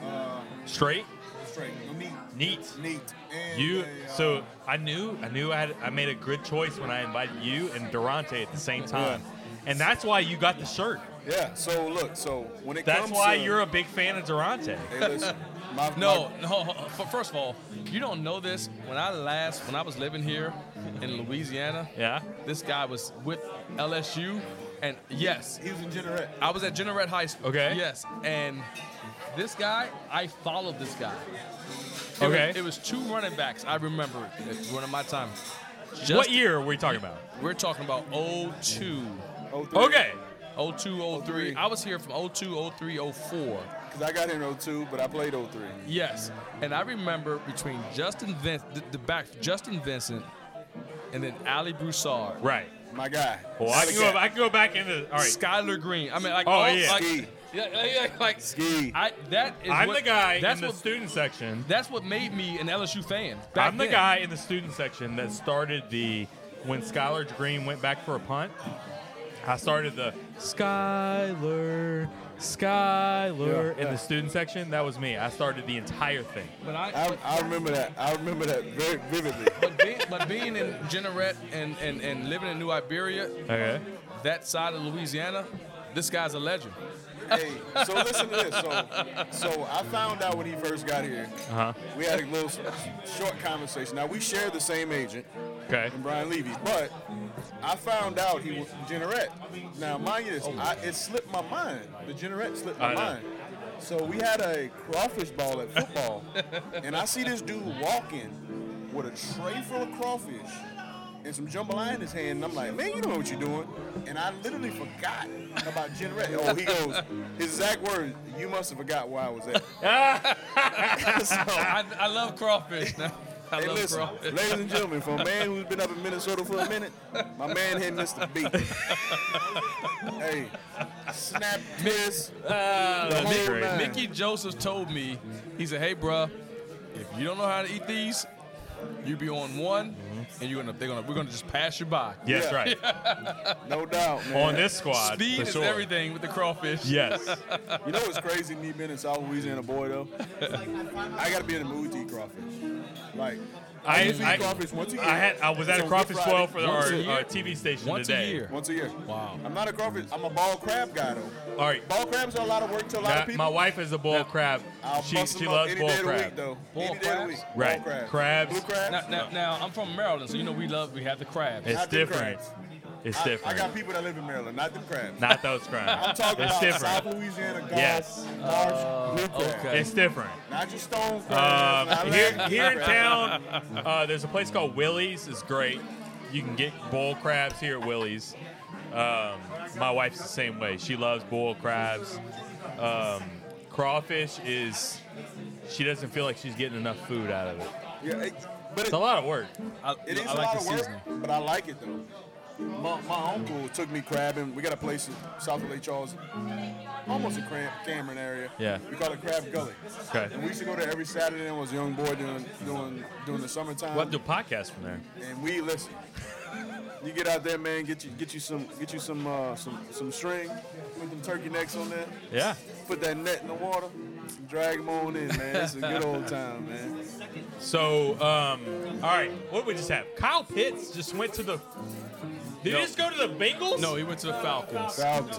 [SPEAKER 4] uh,
[SPEAKER 7] Straight?
[SPEAKER 4] straight, no meat,
[SPEAKER 7] Neat.
[SPEAKER 4] neat. And
[SPEAKER 7] You
[SPEAKER 4] a, uh,
[SPEAKER 7] so I knew I knew I had I made a good choice when I invited you and Durante at the same time. And that's why you got the shirt.
[SPEAKER 4] Yeah. So look. So when it
[SPEAKER 7] That's
[SPEAKER 4] comes
[SPEAKER 7] why
[SPEAKER 4] to,
[SPEAKER 7] you're a big fan of Durante.
[SPEAKER 4] Hey, listen, my,
[SPEAKER 12] No, no. f- First of all, you don't know this. When I last, when I was living here in Louisiana,
[SPEAKER 7] Yeah.
[SPEAKER 12] this guy was with LSU, and yes,
[SPEAKER 4] my- he was in Generette.
[SPEAKER 12] I was at Generette High School.
[SPEAKER 7] Okay.
[SPEAKER 12] Yes, and This guy, I followed this guy. It
[SPEAKER 7] Okay.
[SPEAKER 12] was- it was two running backs. I remember it. It's one of my time. Just-
[SPEAKER 7] what year are we talking about?
[SPEAKER 12] We're talking about 02,
[SPEAKER 7] Okay.
[SPEAKER 12] 02, 03. I was here from 02, 03, 04.
[SPEAKER 4] Because I got in 02, but I played 03.
[SPEAKER 12] Yes, and I remember between Justin Vincent, the, the back Justin Vincent, and then Ali Broussard,
[SPEAKER 7] Right.
[SPEAKER 4] My guy.
[SPEAKER 7] Well, Oh, I can go. I can go back into. All right.
[SPEAKER 12] Skylar Green. I mean, like,
[SPEAKER 7] Oh,
[SPEAKER 12] all,
[SPEAKER 7] yeah.
[SPEAKER 12] like,
[SPEAKER 4] Ski.
[SPEAKER 12] yeah, yeah, yeah, like
[SPEAKER 4] Ski.
[SPEAKER 12] I, that is
[SPEAKER 7] I'm
[SPEAKER 12] what-
[SPEAKER 7] the guy
[SPEAKER 12] That's
[SPEAKER 7] in the
[SPEAKER 12] what
[SPEAKER 7] student section.
[SPEAKER 12] that's what made me an LSU fan. back
[SPEAKER 7] I'm the
[SPEAKER 12] then.
[SPEAKER 7] guy in the student section that started the when Skylar Green went back for a punt. I started the Skylar, Skylar in the student section. That was me. I started the entire thing.
[SPEAKER 12] But I,
[SPEAKER 4] I, I remember that. I remember that very vividly.
[SPEAKER 12] but, being, but being in Generette and, and, and living in New Iberia,
[SPEAKER 7] Okay.
[SPEAKER 12] that side of Louisiana, this guy's a legend.
[SPEAKER 4] hey, so listen to this. So, so I found out when he first got here.
[SPEAKER 7] Uh huh.
[SPEAKER 4] We had a little s- short conversation. Now we share the same agent,
[SPEAKER 7] Okay.
[SPEAKER 4] and Brian Levy, but I found out he was from Generette. Now, mind you, this, I, it slipped my mind. The Generette slipped my
[SPEAKER 7] Oh. I know.
[SPEAKER 4] mind. So we had a crawfish ball at football, and I see this dude walking with a tray full of crawfish and some jambalaya in his hand, and I'm like, man, you know what you're doing. And I literally forgot about Generette. Oh, he goes, his exact words, you must have forgot where I was at.
[SPEAKER 12] I, I love crawfish. Now. I
[SPEAKER 4] Hey,
[SPEAKER 12] love
[SPEAKER 4] listen,
[SPEAKER 12] crawfish.
[SPEAKER 4] ladies and gentlemen, for a man who's been up in Minnesota for a minute, my man had missed a beat. hey, snap this. the
[SPEAKER 7] that's
[SPEAKER 4] whole
[SPEAKER 7] great.
[SPEAKER 4] nine.
[SPEAKER 12] Mickey Joseph told me, he said, "Hey, bruh, if you don't know how to eat these, you be on one,
[SPEAKER 7] Mm-hmm.
[SPEAKER 12] and you're gonna, they're gonna, we're gonna just pass you by.
[SPEAKER 7] Yes,
[SPEAKER 4] Yeah.
[SPEAKER 7] right.
[SPEAKER 4] No doubt, man.
[SPEAKER 7] On this squad,
[SPEAKER 12] Speed
[SPEAKER 7] for
[SPEAKER 12] is
[SPEAKER 7] sure.
[SPEAKER 12] everything with the crawfish.
[SPEAKER 7] Yes.
[SPEAKER 4] You know what's crazy, me being a South Louisiana boy, though? I got to be in the mood to eat crawfish. Like, I,
[SPEAKER 7] I,
[SPEAKER 4] usually eat
[SPEAKER 7] I,
[SPEAKER 4] crawfish once a year.
[SPEAKER 7] I had I was
[SPEAKER 4] It's
[SPEAKER 7] at a
[SPEAKER 4] on Good
[SPEAKER 7] crawfish
[SPEAKER 4] Friday.
[SPEAKER 7] boil for our,
[SPEAKER 12] Once a year?
[SPEAKER 7] our TV station
[SPEAKER 12] Once
[SPEAKER 7] today.
[SPEAKER 12] a year.
[SPEAKER 4] Once a year.
[SPEAKER 12] Wow.
[SPEAKER 4] I'm not a crawfish. I'm a ball crab guy, though.
[SPEAKER 7] All right.
[SPEAKER 4] Ball crabs are a lot of work to a lot
[SPEAKER 7] My,
[SPEAKER 4] of people.
[SPEAKER 7] my wife is a boiled crab.
[SPEAKER 4] I'll
[SPEAKER 7] she
[SPEAKER 4] bust
[SPEAKER 7] she
[SPEAKER 4] them up
[SPEAKER 7] loves
[SPEAKER 4] any
[SPEAKER 7] boiled
[SPEAKER 4] day of the week,
[SPEAKER 7] crab.
[SPEAKER 4] though. any
[SPEAKER 12] Boiled
[SPEAKER 4] day of the
[SPEAKER 12] crabs?
[SPEAKER 4] week.
[SPEAKER 7] Right.
[SPEAKER 4] Ball crab.
[SPEAKER 7] Crabs.
[SPEAKER 4] Blue crabs.
[SPEAKER 12] Now, now, now, I'm from Maryland, so you know we love, we have the crabs.
[SPEAKER 7] It's
[SPEAKER 4] Not them
[SPEAKER 7] different.
[SPEAKER 4] crabs.
[SPEAKER 7] It's
[SPEAKER 4] I-
[SPEAKER 7] different.
[SPEAKER 4] I got people that live in Maryland, not them crabs.
[SPEAKER 7] Not those crabs.
[SPEAKER 4] I'm talking
[SPEAKER 7] it's
[SPEAKER 4] about
[SPEAKER 7] different.
[SPEAKER 4] South Louisiana Gulf,
[SPEAKER 7] Yes.
[SPEAKER 4] Marsh, blue crab.
[SPEAKER 12] Oh, okay.
[SPEAKER 7] It's different.
[SPEAKER 4] Not your stone crabs.
[SPEAKER 7] Um,
[SPEAKER 4] not
[SPEAKER 7] here,
[SPEAKER 4] Atlantic
[SPEAKER 7] here in
[SPEAKER 4] crabs.
[SPEAKER 7] town, uh, there's a place called Willie's. It's great. You can get bull crabs here at Willie's. Um, my wife's the same way. She loves bull crabs. Um, crawfish is. She doesn't feel like she's getting enough food out of it.
[SPEAKER 4] Yeah, it, but it,
[SPEAKER 7] It's a lot of work.
[SPEAKER 12] I,
[SPEAKER 4] it is
[SPEAKER 12] I
[SPEAKER 4] a
[SPEAKER 12] like
[SPEAKER 4] lot
[SPEAKER 12] the
[SPEAKER 4] of work,
[SPEAKER 12] seasoning.
[SPEAKER 4] but I like it though. My, my uncle took me crabbing. We got a place in South of Lake Charles, almost in Cram- Cameron area.
[SPEAKER 7] Yeah.
[SPEAKER 4] We call it Crab Gully.
[SPEAKER 7] Okay.
[SPEAKER 4] And we used to go there every Saturday when I was a young boy doing doing doing the summertime.
[SPEAKER 7] We'll have to do a podcast from there.
[SPEAKER 4] and we listen. You get out there, man. Get you get you some get you some uh, some some string. Put them turkey necks on there.
[SPEAKER 7] Yeah.
[SPEAKER 4] Put that net in the water. Drag them on in, man. It's a good old time, man.
[SPEAKER 7] So, um, all right. What did we just have? Kyle Pitts just went to the. Did
[SPEAKER 12] No.
[SPEAKER 7] he just go to the Bengals?
[SPEAKER 12] No, he went to the Falcons.
[SPEAKER 4] Falcons.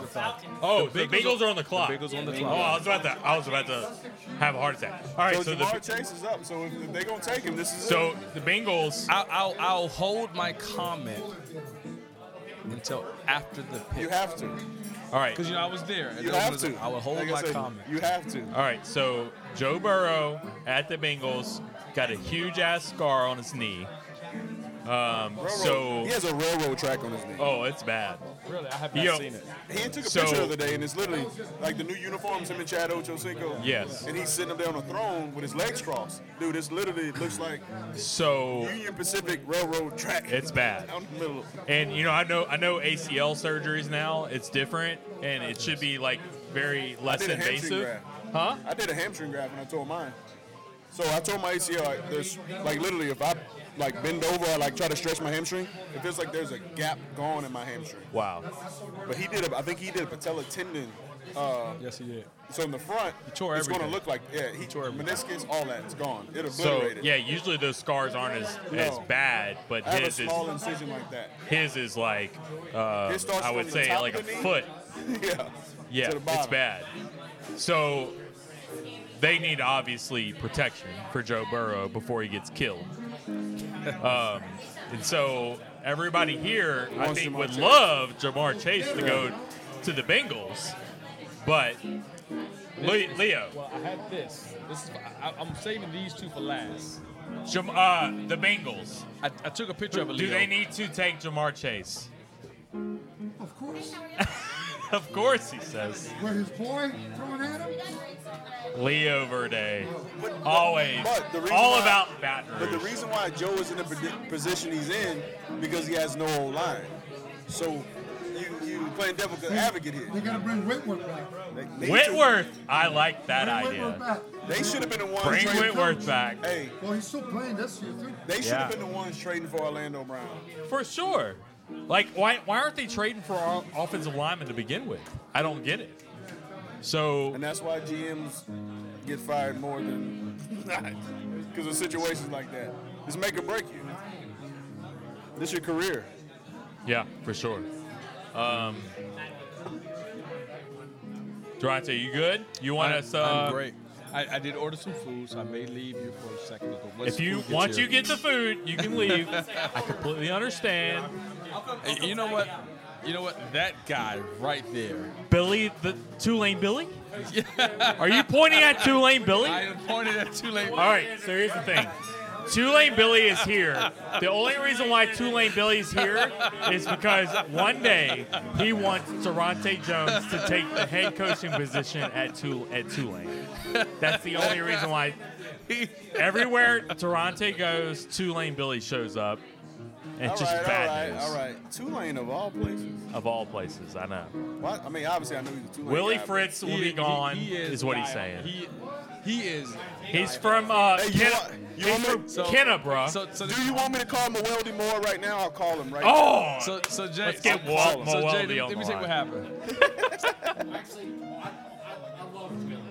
[SPEAKER 7] Oh,
[SPEAKER 12] The
[SPEAKER 7] the
[SPEAKER 12] Bengals
[SPEAKER 7] Bengals
[SPEAKER 12] are-
[SPEAKER 7] are on the clock.
[SPEAKER 12] Bengals on the
[SPEAKER 7] Oh, I
[SPEAKER 12] clock.
[SPEAKER 7] was about to. I was about to have a heart attack. All right,
[SPEAKER 4] So,
[SPEAKER 7] so,
[SPEAKER 4] so
[SPEAKER 7] the
[SPEAKER 4] Chase is up. So if, if they gonna take him, this is it.
[SPEAKER 7] so the Bengals.
[SPEAKER 12] I'll, I'll, I'll hold my comment until after the pick.
[SPEAKER 4] You have to.
[SPEAKER 7] All right,
[SPEAKER 12] Because you know I was there. and
[SPEAKER 4] You
[SPEAKER 12] that
[SPEAKER 4] have
[SPEAKER 12] was-
[SPEAKER 4] to.
[SPEAKER 12] I will hold
[SPEAKER 4] Like I
[SPEAKER 12] my
[SPEAKER 4] said,
[SPEAKER 12] comment.
[SPEAKER 4] You have to.
[SPEAKER 7] all right. So Joe Burrow at the Bengals got a huge ass scar on his knee. Um,
[SPEAKER 4] Railroad-
[SPEAKER 7] so
[SPEAKER 4] he has a railroad track on his knee.
[SPEAKER 7] oh, it's bad.
[SPEAKER 12] Really, I have
[SPEAKER 7] not
[SPEAKER 12] not
[SPEAKER 7] Yo. seen
[SPEAKER 12] seen
[SPEAKER 7] it.
[SPEAKER 12] it.
[SPEAKER 4] He took a
[SPEAKER 7] So-
[SPEAKER 4] picture the other day, and it's literally like the new uniforms him and Chad Ochocinco.
[SPEAKER 7] Yes.
[SPEAKER 4] And he's sitting up there on a throne with his legs crossed. Dude, it's literally it looks like
[SPEAKER 7] So
[SPEAKER 4] Union Pacific Railroad track.
[SPEAKER 7] it's bad.
[SPEAKER 4] down the middle.
[SPEAKER 7] And you know, I know I know ACL surgeries now. It's different, and it should be like very less
[SPEAKER 4] did a hamstring
[SPEAKER 7] invasive. Huh?
[SPEAKER 4] I did a hamstring graft and I tore mine. So I told my ACL like there's like literally if I like bend over or like try to stretch my hamstring, it feels like there's a gap gone in my hamstring.
[SPEAKER 7] Wow.
[SPEAKER 4] But he did a, I think he did a patella tendon.
[SPEAKER 12] Yes, he did.
[SPEAKER 4] So in the front,
[SPEAKER 12] tore
[SPEAKER 4] it's going to
[SPEAKER 12] everything.
[SPEAKER 4] look like yeah, he
[SPEAKER 12] tore everything.
[SPEAKER 4] meniscus, all that, it's gone. It
[SPEAKER 7] So
[SPEAKER 4] obliterated.
[SPEAKER 7] yeah, usually those scars aren't as, as
[SPEAKER 4] No.
[SPEAKER 7] bad, but
[SPEAKER 4] I have a
[SPEAKER 7] his is
[SPEAKER 4] small incision like that.
[SPEAKER 7] his is like uh,
[SPEAKER 4] His starts
[SPEAKER 7] I would
[SPEAKER 4] from the
[SPEAKER 7] say
[SPEAKER 4] top
[SPEAKER 7] like a
[SPEAKER 4] of the knee?
[SPEAKER 7] foot.
[SPEAKER 4] yeah.
[SPEAKER 7] Yeah,
[SPEAKER 4] To the
[SPEAKER 7] it's
[SPEAKER 4] bottom.
[SPEAKER 7] bad. So they need obviously protection for Joe Burrow before he gets killed. Um, and so everybody here, I
[SPEAKER 4] wants
[SPEAKER 7] think,
[SPEAKER 4] Ja'Marr
[SPEAKER 7] would
[SPEAKER 4] Chase.
[SPEAKER 7] love Jamar Chase to go to the Bengals, but Le- Leo.
[SPEAKER 12] Well, I have this. This is, I, I'm saving these two for last.
[SPEAKER 7] Jam- uh, the Bengals.
[SPEAKER 12] I, I took a picture of it.
[SPEAKER 7] Do
[SPEAKER 12] Leo.
[SPEAKER 7] they need to take Jamar Chase?
[SPEAKER 18] Of course.
[SPEAKER 7] Of course, he says.
[SPEAKER 18] Where his boy throwing at him?
[SPEAKER 7] Leo Verde. Always.
[SPEAKER 4] But the reason
[SPEAKER 7] All
[SPEAKER 4] why-
[SPEAKER 7] about Baton Rouge.
[SPEAKER 4] But the reason why Joe is in the posi- position he's in because he has no old line. So you you playing devil advocate here.
[SPEAKER 18] They gotta bring Whitworth back.
[SPEAKER 4] They
[SPEAKER 7] Whitworth. I like that
[SPEAKER 18] Bring
[SPEAKER 7] idea.
[SPEAKER 18] Whitworth back.
[SPEAKER 4] They should have been the ones.
[SPEAKER 7] Bring
[SPEAKER 4] trading-
[SPEAKER 7] Whitworth back.
[SPEAKER 4] Hey,
[SPEAKER 18] Well, he's still playing this year too.
[SPEAKER 4] they should have
[SPEAKER 7] Yeah.
[SPEAKER 4] been the ones trading for Orlando Brown.
[SPEAKER 7] For sure. Like, why, why aren't they trading for our offensive linemen to begin with? I don't get it. So,
[SPEAKER 4] and that's why GMs get fired more than not because of situations like that. It's make or break you. This your career.
[SPEAKER 7] Yeah, for sure. Um, Durante, you good? You want
[SPEAKER 12] I,
[SPEAKER 7] us? Uh,
[SPEAKER 12] I'm great. I, I did order some food, so I may leave you for a second. or so. Once
[SPEAKER 7] If
[SPEAKER 12] the
[SPEAKER 7] you
[SPEAKER 12] food gets
[SPEAKER 7] once
[SPEAKER 12] here-
[SPEAKER 7] you get the food, you can leave. I completely understand.
[SPEAKER 12] Hey, you know what? You know what? That guy right there.
[SPEAKER 7] Billy, the Tulane Billy. Are you pointing at Tulane Billy?
[SPEAKER 12] I am pointing at Tulane.
[SPEAKER 7] All right. So here's the thing. Tulane Billy is here. The only reason why Tulane Billy is here is because one day he wants Durante Jones to take the head coaching position at, Tul- at Tulane. That's the only reason why. Everywhere Durante goes, Tulane Billy shows up. And
[SPEAKER 4] All
[SPEAKER 7] just
[SPEAKER 4] right,
[SPEAKER 7] bad
[SPEAKER 4] all right,
[SPEAKER 7] news.
[SPEAKER 4] all right. Tulane of all places.
[SPEAKER 7] Of all places, I know.
[SPEAKER 4] What? I mean, obviously, I know he's a Tulane.
[SPEAKER 7] Willie
[SPEAKER 4] guy, but-
[SPEAKER 7] Fritz will be gone, is, what he's saying.
[SPEAKER 12] He, he is.
[SPEAKER 7] He's from uh,
[SPEAKER 4] Hey, you
[SPEAKER 7] Ken-
[SPEAKER 4] want- you
[SPEAKER 7] he's
[SPEAKER 4] want me-
[SPEAKER 7] from
[SPEAKER 4] so-
[SPEAKER 7] Kennebra.
[SPEAKER 4] so- Do you want me to call Maweldy Moore right now? I'll call him right
[SPEAKER 7] Oh!
[SPEAKER 4] now.
[SPEAKER 7] So- so,
[SPEAKER 12] Jay-
[SPEAKER 7] Let's get
[SPEAKER 12] so-
[SPEAKER 7] Walt
[SPEAKER 12] so, Jay,
[SPEAKER 7] Mowaldy
[SPEAKER 12] let me-
[SPEAKER 7] on
[SPEAKER 12] let me
[SPEAKER 7] the
[SPEAKER 12] tell you what
[SPEAKER 7] line.
[SPEAKER 12] happened.
[SPEAKER 19] Actually, I, I, I love Billy.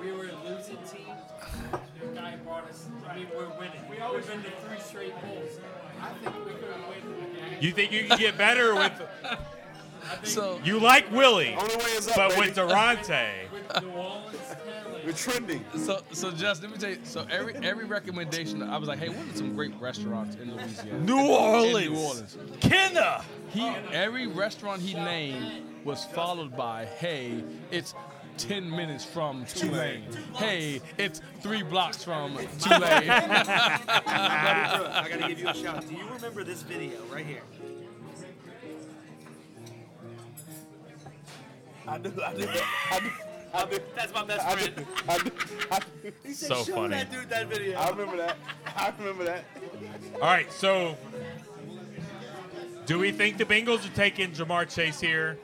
[SPEAKER 19] We were a losing team. The guy brought us. I mean, we're winning. We always been to three straight bowls. I think we could have waited the game.
[SPEAKER 7] You think you can get better with.
[SPEAKER 12] so
[SPEAKER 7] You like Willie,
[SPEAKER 12] Only way is up,
[SPEAKER 7] but
[SPEAKER 12] baby.
[SPEAKER 7] with Durante.
[SPEAKER 12] We're trending. So, so just let me tell you. So every every recommendation, I was like, hey, what are some great restaurants in Louisiana?
[SPEAKER 7] New
[SPEAKER 12] In
[SPEAKER 7] Orleans.
[SPEAKER 12] New Orleans.
[SPEAKER 7] Kenna.
[SPEAKER 12] He every restaurant he named was followed by, hey, it's. 10 minutes from Tulane. Hey, it's three blocks from Tulane.
[SPEAKER 7] Ah.
[SPEAKER 20] I gotta give you a shout. Do you remember this video right here?
[SPEAKER 4] I do. I do. I do. I do.
[SPEAKER 20] That's my best
[SPEAKER 4] friend. I do. I do.
[SPEAKER 20] He
[SPEAKER 7] said, So "Show funny. that
[SPEAKER 20] dude that video."
[SPEAKER 4] I remember that. I remember that.
[SPEAKER 7] All right, so do we think the Bengals are taking Jamar Chase here,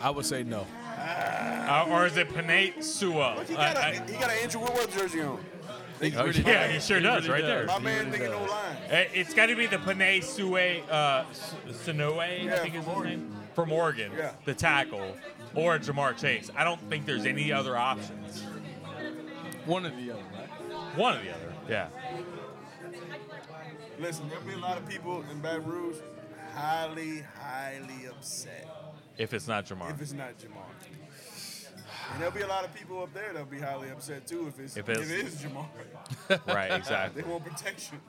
[SPEAKER 21] I would say no.
[SPEAKER 7] Uh, or is it Panate Sua? Uh,
[SPEAKER 4] He got, a, he got an Andrew Woodward jersey on.
[SPEAKER 7] Oh, yeah, he sure does, right there.
[SPEAKER 4] My man thinking no line.
[SPEAKER 7] Eh, It's got to be the Panay Sue uh, S- Sinoe, I think is his name, from Oregon, the tackle, or Jamar Chase. I don't think there's any other options.
[SPEAKER 12] One of the other,
[SPEAKER 7] One or the other, yeah.
[SPEAKER 4] Listen, there'll be a lot of people in Baton Rouge highly, highly upset
[SPEAKER 7] If it's not Jamar.
[SPEAKER 4] if it's not Jamar. And there'll be a lot of people up there that'll be highly upset too if it's
[SPEAKER 7] If
[SPEAKER 4] if,
[SPEAKER 7] it's-
[SPEAKER 4] it is Jamar.
[SPEAKER 7] Right, exactly.
[SPEAKER 4] they want protection.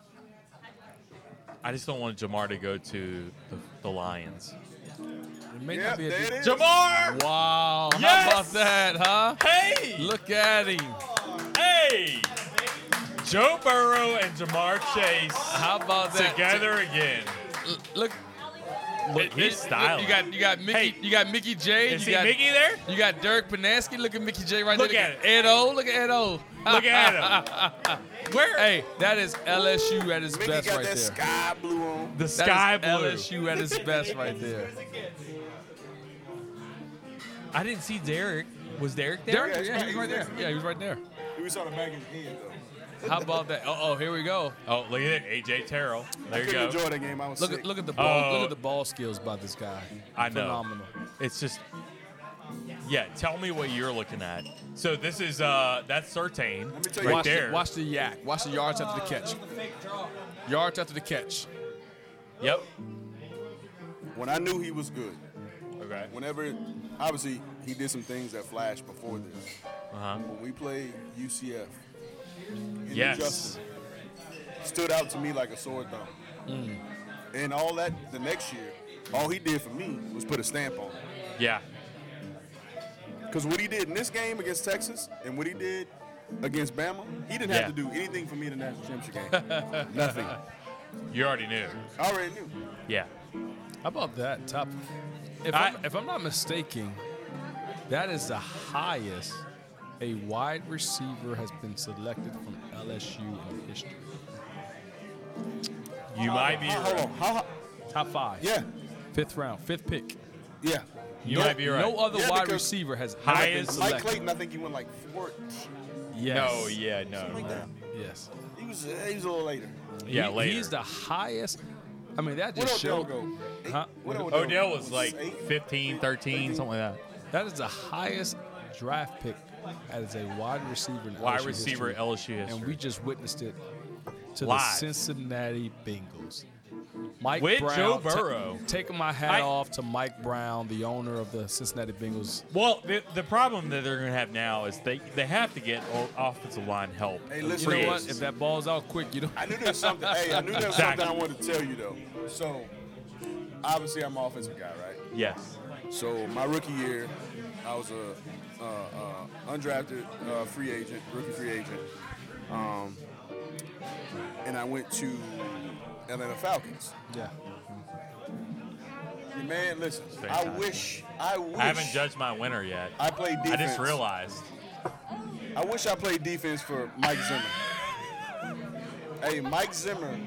[SPEAKER 7] I just don't want Jamar to go to the, the Lions.
[SPEAKER 12] It may
[SPEAKER 4] Yep,
[SPEAKER 12] not be a
[SPEAKER 4] there it
[SPEAKER 12] good-
[SPEAKER 4] is.
[SPEAKER 7] Jamar!
[SPEAKER 12] Wow,
[SPEAKER 7] Yes!
[SPEAKER 12] how about that, huh?
[SPEAKER 7] Hey!
[SPEAKER 12] Look at him.
[SPEAKER 7] Hey! Joe Burrow and Jamar Chase
[SPEAKER 12] How about that?
[SPEAKER 7] together again.
[SPEAKER 12] L- Look.
[SPEAKER 7] Look,
[SPEAKER 12] Look,
[SPEAKER 7] he's styling.
[SPEAKER 12] You got you got Mickey you got Mickey J.
[SPEAKER 7] is
[SPEAKER 12] you
[SPEAKER 7] he
[SPEAKER 12] got,
[SPEAKER 7] Mickey there?
[SPEAKER 12] You got Dirk Panaski. Look at Mickey J. Right
[SPEAKER 7] Look
[SPEAKER 12] there.
[SPEAKER 7] at
[SPEAKER 12] it. Ed O. Look at Ed O.
[SPEAKER 7] Look
[SPEAKER 12] at him. Where? Hey, that is LSU at its
[SPEAKER 4] Mickey
[SPEAKER 12] best
[SPEAKER 4] got
[SPEAKER 12] right
[SPEAKER 4] that
[SPEAKER 12] there.
[SPEAKER 4] sky blue on.
[SPEAKER 12] That is
[SPEAKER 7] sky blue.
[SPEAKER 12] LSU at its best right there.
[SPEAKER 7] I didn't see Derek. Was Derek
[SPEAKER 12] Derek, yeah, he was right there. Yeah, he was right there.
[SPEAKER 4] We was on the back of his head though.
[SPEAKER 12] How about that? Oh, oh, here we go.
[SPEAKER 7] Oh, look at it, AJ Terrell. There you go.
[SPEAKER 12] look At, look at the ball.
[SPEAKER 7] Oh,
[SPEAKER 12] Look at the ball skills by this guy.
[SPEAKER 7] I know.
[SPEAKER 12] Phenomenal.
[SPEAKER 7] It's just. Yeah, tell me what you're looking at. So this is uh that's Certain
[SPEAKER 12] Tell you,
[SPEAKER 7] right
[SPEAKER 12] watch,
[SPEAKER 7] there.
[SPEAKER 12] The, watch the yak. Watch the yards after the catch. Yards after the catch.
[SPEAKER 7] Yep.
[SPEAKER 4] When I knew he was good.
[SPEAKER 7] Okay.
[SPEAKER 4] Whenever, obviously, he did some things that flashed before this.
[SPEAKER 7] Uh-huh.
[SPEAKER 4] When we played UCF, and
[SPEAKER 7] Yes.
[SPEAKER 4] Justin stood out to me like a sore thumb.
[SPEAKER 7] Mm.
[SPEAKER 4] And all that the next year, all he did for me was put a stamp on.
[SPEAKER 7] Yeah.
[SPEAKER 4] Because Because what he did in this game against Texas and what he did against Bama, he didn't have
[SPEAKER 7] Yeah.
[SPEAKER 4] to do anything for me in the national championship game. Nothing.
[SPEAKER 7] You already knew.
[SPEAKER 4] I already knew.
[SPEAKER 7] Yeah.
[SPEAKER 12] How about that? Top. If, I, am if I'm not mistaken, that is the highest a wide receiver has been selected from LSU in history.
[SPEAKER 7] You might be
[SPEAKER 12] Oh, Hold
[SPEAKER 7] right.
[SPEAKER 12] on. Top five.
[SPEAKER 4] Yeah.
[SPEAKER 12] Fifth round, fifth pick.
[SPEAKER 4] Yeah.
[SPEAKER 7] You
[SPEAKER 12] no,
[SPEAKER 7] might be right.
[SPEAKER 12] No other
[SPEAKER 7] Yeah,
[SPEAKER 12] wide
[SPEAKER 7] because
[SPEAKER 12] receiver has
[SPEAKER 7] Mike-
[SPEAKER 12] been
[SPEAKER 7] Mike
[SPEAKER 12] selected.
[SPEAKER 4] Mike Clayton, I think he went like 14.
[SPEAKER 12] Yes.
[SPEAKER 7] No, yeah, no.
[SPEAKER 4] Something like that.
[SPEAKER 12] Yes.
[SPEAKER 4] He was, uh, he was a little later.
[SPEAKER 7] Yeah,
[SPEAKER 12] He-
[SPEAKER 7] later.
[SPEAKER 12] He's the highest. I mean, that
[SPEAKER 4] Where'd
[SPEAKER 12] just
[SPEAKER 4] Odell
[SPEAKER 12] showed.
[SPEAKER 4] go? Eight?
[SPEAKER 12] Huh?
[SPEAKER 4] Where'd Odell go?
[SPEAKER 7] Odell was like 15, 13, something like
[SPEAKER 12] That is the highest draft pick as a wide receiver. In
[SPEAKER 7] Wide
[SPEAKER 12] LSU
[SPEAKER 7] receiver
[SPEAKER 12] history.
[SPEAKER 7] LSU history.
[SPEAKER 12] and we just witnessed it to the
[SPEAKER 7] Live.
[SPEAKER 12] Cincinnati Bengals. Mike
[SPEAKER 7] With
[SPEAKER 12] Brown,
[SPEAKER 7] Joe
[SPEAKER 12] ta-
[SPEAKER 7] Burrow.
[SPEAKER 12] taking my hat
[SPEAKER 7] I-
[SPEAKER 12] off to Mike Brown, the owner of the Cincinnati Bengals.
[SPEAKER 7] that. Well, the, the problem that they're going to have now is they, they have to get o- offensive line help.
[SPEAKER 4] Hey,
[SPEAKER 7] in
[SPEAKER 4] listen.
[SPEAKER 7] free
[SPEAKER 4] You know what?
[SPEAKER 7] agency.
[SPEAKER 12] If that ball's out quick, you know.
[SPEAKER 4] I knew there was something. hey, I knew there was
[SPEAKER 7] Exactly.
[SPEAKER 4] something I wanted to tell you though. So, obviously, I'm an offensive guy, right?
[SPEAKER 7] Yes.
[SPEAKER 4] So my rookie year, I was a uh, uh, undrafted uh, free agent, rookie free agent, um, and I went to Atlanta Falcons.
[SPEAKER 12] Yeah.
[SPEAKER 4] Your man, listen. I
[SPEAKER 7] Fantastic.
[SPEAKER 4] wish. I wish.
[SPEAKER 7] I haven't judged my winner yet.
[SPEAKER 4] I played
[SPEAKER 7] I
[SPEAKER 4] defense.
[SPEAKER 7] just realized.
[SPEAKER 4] I wish I played defense for Mike Zimmer. hey, Mike Zimmer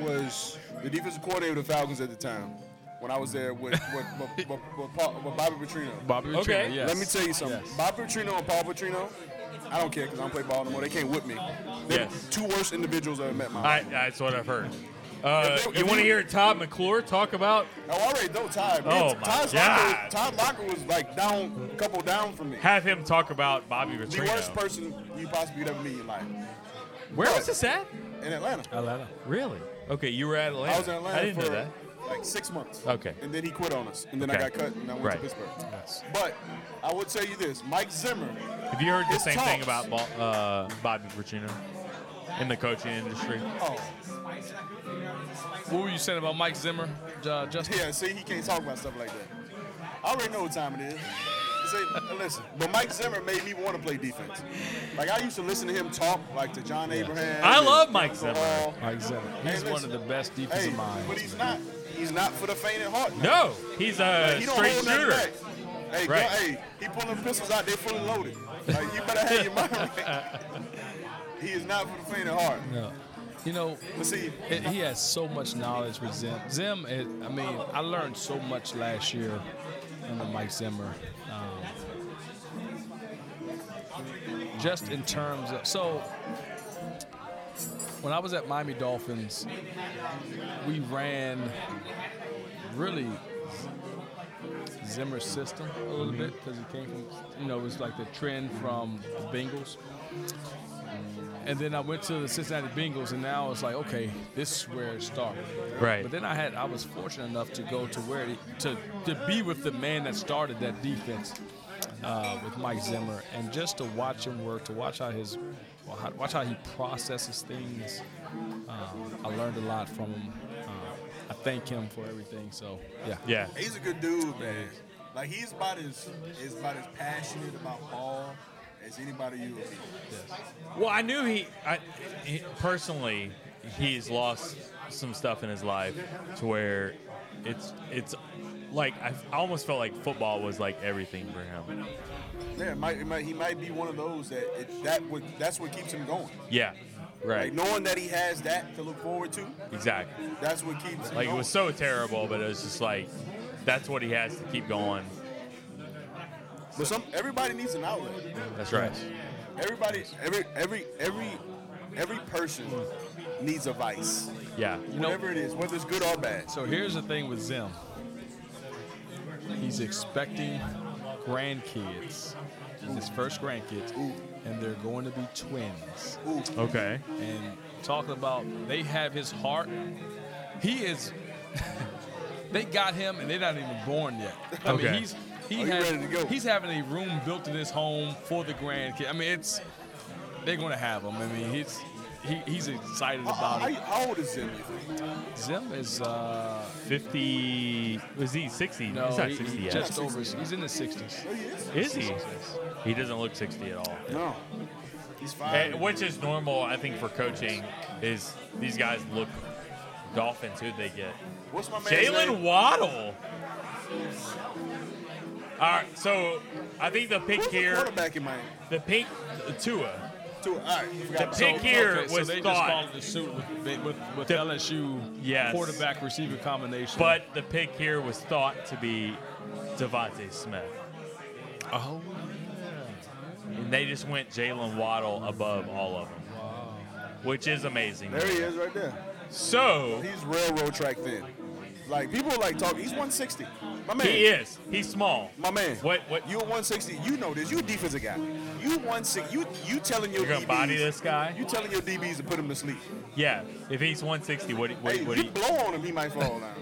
[SPEAKER 4] was the defensive coordinator of the Falcons at the time when I was there with, with, with, with, with, Paul- with Bobby Petrino.
[SPEAKER 12] Bobby Petrino, Okay. yes.
[SPEAKER 4] Let me tell you something. Bobby Petrino and Paul Petrino, I don't care because I don't play ball no more. They can't whip me. They're
[SPEAKER 7] Yes.
[SPEAKER 4] two worst individuals I've met in my life.
[SPEAKER 7] I, that's what I've heard. Uh,
[SPEAKER 4] If they- if
[SPEAKER 7] you want to
[SPEAKER 4] you-
[SPEAKER 7] hear Todd McClure talk about
[SPEAKER 4] Oh, I already know Ty. Man,
[SPEAKER 7] Oh, my
[SPEAKER 4] Ty's
[SPEAKER 7] God.
[SPEAKER 4] Locker, Ty Locker was like down, a couple down from me.
[SPEAKER 7] have him talk about Bobby
[SPEAKER 4] The worst
[SPEAKER 7] Petrino?
[SPEAKER 4] person you possibly could ever meet in your life.
[SPEAKER 7] Where
[SPEAKER 4] But-
[SPEAKER 7] was this at?
[SPEAKER 4] In Atlanta.
[SPEAKER 12] Atlanta.
[SPEAKER 7] Really? Okay, you were at Atlanta.
[SPEAKER 4] I was in Atlanta
[SPEAKER 7] I didn't
[SPEAKER 4] for
[SPEAKER 7] know that.
[SPEAKER 4] like six months.
[SPEAKER 7] Okay.
[SPEAKER 4] And then he quit on us. And then
[SPEAKER 7] Okay.
[SPEAKER 4] I got cut and I went
[SPEAKER 7] Right.
[SPEAKER 4] to Pittsburgh. But I would tell you this Mike Zimmer.
[SPEAKER 7] Have you heard the
[SPEAKER 4] his
[SPEAKER 7] same thing
[SPEAKER 4] talks-
[SPEAKER 7] about Bo- uh, Bobby Petrino in the coaching industry?
[SPEAKER 4] Oh.
[SPEAKER 12] What were you saying about Mike Zimmer, uh, Justin?
[SPEAKER 4] Yeah, see, he can't talk about stuff like that. I already know what time it is. See, listen, but Mike Zimmer made me want to play defense. Like, I used to listen to him talk, like, to John Abraham.
[SPEAKER 7] I
[SPEAKER 4] and
[SPEAKER 7] love Mike
[SPEAKER 4] Michael
[SPEAKER 7] Zimmer.
[SPEAKER 4] Hall.
[SPEAKER 12] Mike Zimmer.
[SPEAKER 4] Hey,
[SPEAKER 12] He's one
[SPEAKER 4] listen.
[SPEAKER 12] of the best
[SPEAKER 4] Hey,
[SPEAKER 12] defensive minds.
[SPEAKER 4] but he's not. He's not for the faint of heart.
[SPEAKER 7] No, he's a
[SPEAKER 4] Like, he don't
[SPEAKER 7] straight
[SPEAKER 4] hold nothing
[SPEAKER 7] shooter.
[SPEAKER 4] back. Hey, go-
[SPEAKER 7] Right.
[SPEAKER 4] hey, he pulling pistols out there fully loaded. Like, you better have your mind right. He is not for the faint of heart.
[SPEAKER 12] No. You know, it- he has so much knowledge with Zim. Zim, is, I mean, I learned so much last year under Mike Zimmer. Um, just in terms of, so when I was at Miami Dolphins, we ran really Zimmer's system a little bit because he came from, you know, it was like the trend from the Bengals. And then I went to the Cincinnati Bengals, and now it's like, okay, this is where it started.
[SPEAKER 7] Right.
[SPEAKER 12] But then I had, I was fortunate enough to go to where, it- to, to be with the man that started that defense uh, with Mike Zimmer, and just to watch him work, to watch how his, well, how- watch how he processes things. Um, I learned a lot from him. Um, I thank him for everything. So yeah,
[SPEAKER 4] He's a good dude, man. Like he's about as is about as passionate about ball as anybody you would be.
[SPEAKER 7] Well, I knew he, I, he personally, he's lost some stuff in his life to where it's it's like I almost felt like football was like everything for him.
[SPEAKER 4] Yeah, it might, it might, he might be one of those that it, that would that's what keeps him going.
[SPEAKER 7] Yeah, right,
[SPEAKER 4] Like knowing that he has that to look forward to,
[SPEAKER 7] exactly.
[SPEAKER 4] that's what keeps him
[SPEAKER 7] Like it
[SPEAKER 4] going.
[SPEAKER 7] was so terrible, but it was just like that's what he has to keep going.
[SPEAKER 4] But some everybody needs an outlet.
[SPEAKER 7] That's right.
[SPEAKER 4] Everybody, every every every every person needs a vice.
[SPEAKER 7] Yeah.
[SPEAKER 12] know-
[SPEAKER 4] Whatever it is, whether it's good or bad.
[SPEAKER 12] So here's the thing with Zim. He's expecting grandkids, his first grandkids, and they're going to be twins.
[SPEAKER 7] Okay.
[SPEAKER 12] And talking about they have his heart. He is. they got him, and they're not even born yet. I
[SPEAKER 7] Okay.
[SPEAKER 12] mean, he's he
[SPEAKER 4] Oh, you
[SPEAKER 12] has-
[SPEAKER 4] ready to go.
[SPEAKER 12] he's having a room built in his home for the grandkid. I mean, it's they're going to have him. I mean, he's he, he's excited
[SPEAKER 4] How-
[SPEAKER 12] about it.
[SPEAKER 4] how- How old is Zim? you think?
[SPEAKER 12] Zim is uh,
[SPEAKER 7] 50. Was he 60?
[SPEAKER 12] No,
[SPEAKER 7] he's not
[SPEAKER 12] he-
[SPEAKER 7] 60
[SPEAKER 12] he
[SPEAKER 7] yet.
[SPEAKER 12] just over. He's in the 60s.
[SPEAKER 7] Is he? He doesn't look 60 at all.
[SPEAKER 4] No. He's
[SPEAKER 7] Eh, which is normal, I think, for coaching. Is these guys look Dolphins? Who they get?
[SPEAKER 4] What's my man's
[SPEAKER 7] Jalen
[SPEAKER 4] name?
[SPEAKER 7] Waddle. All right, so I think the pick
[SPEAKER 4] Who's the
[SPEAKER 7] here.
[SPEAKER 4] quarterback in Miami?
[SPEAKER 7] The pick, Tua.
[SPEAKER 4] Two. All right. I
[SPEAKER 7] The
[SPEAKER 4] forgot.
[SPEAKER 7] pick
[SPEAKER 12] So-
[SPEAKER 7] here
[SPEAKER 12] okay, so
[SPEAKER 7] was
[SPEAKER 12] they
[SPEAKER 7] thought.
[SPEAKER 12] just followed the suit with, with, with LSU
[SPEAKER 7] Yes.
[SPEAKER 12] quarterback receiver combination.
[SPEAKER 7] But the pick here was thought to be Devontae Smith.
[SPEAKER 12] Oh,
[SPEAKER 7] And they just went Jalen Waddle above all of them. Which is amazing.
[SPEAKER 4] There he is right there.
[SPEAKER 7] So
[SPEAKER 4] he's railroad track thin. Like people like talking. He's 160. My man.
[SPEAKER 7] He is. He's small.
[SPEAKER 4] My man.
[SPEAKER 7] What? What?
[SPEAKER 4] You 160. You know this. You a defensive guy. You 160. You you telling your
[SPEAKER 7] You're gonna
[SPEAKER 4] DBs.
[SPEAKER 7] body this guy?
[SPEAKER 4] You telling your DBs to put him to sleep.
[SPEAKER 7] Yeah. If he's 160, what? What?
[SPEAKER 4] hey,
[SPEAKER 7] what
[SPEAKER 4] you
[SPEAKER 7] do
[SPEAKER 4] blow on him, he might fall down.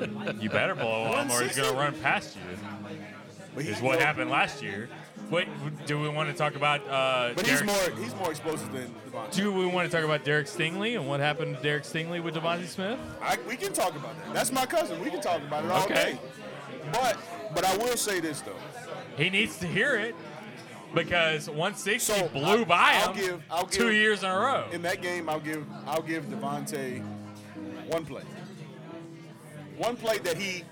[SPEAKER 7] you, you better blow on him, or he's gonna run past you. Is what happened last year. What? Do we want to talk about? Uh,
[SPEAKER 4] But he's
[SPEAKER 7] Derek-
[SPEAKER 4] more he's more explosive than Devontae.
[SPEAKER 7] Do we want to talk about Derek Stingley and what happened to Derek Stingley with Devontae Smith?
[SPEAKER 4] I, we can talk about that. That's my cousin. We can talk about it all
[SPEAKER 7] Okay.
[SPEAKER 4] day. But but I will say this though.
[SPEAKER 7] He needs to hear it because 160 blew by him
[SPEAKER 4] I'll give, I'll give,
[SPEAKER 7] two years in a row.
[SPEAKER 4] In that game, I'll give I'll give Devontae one play. One play that he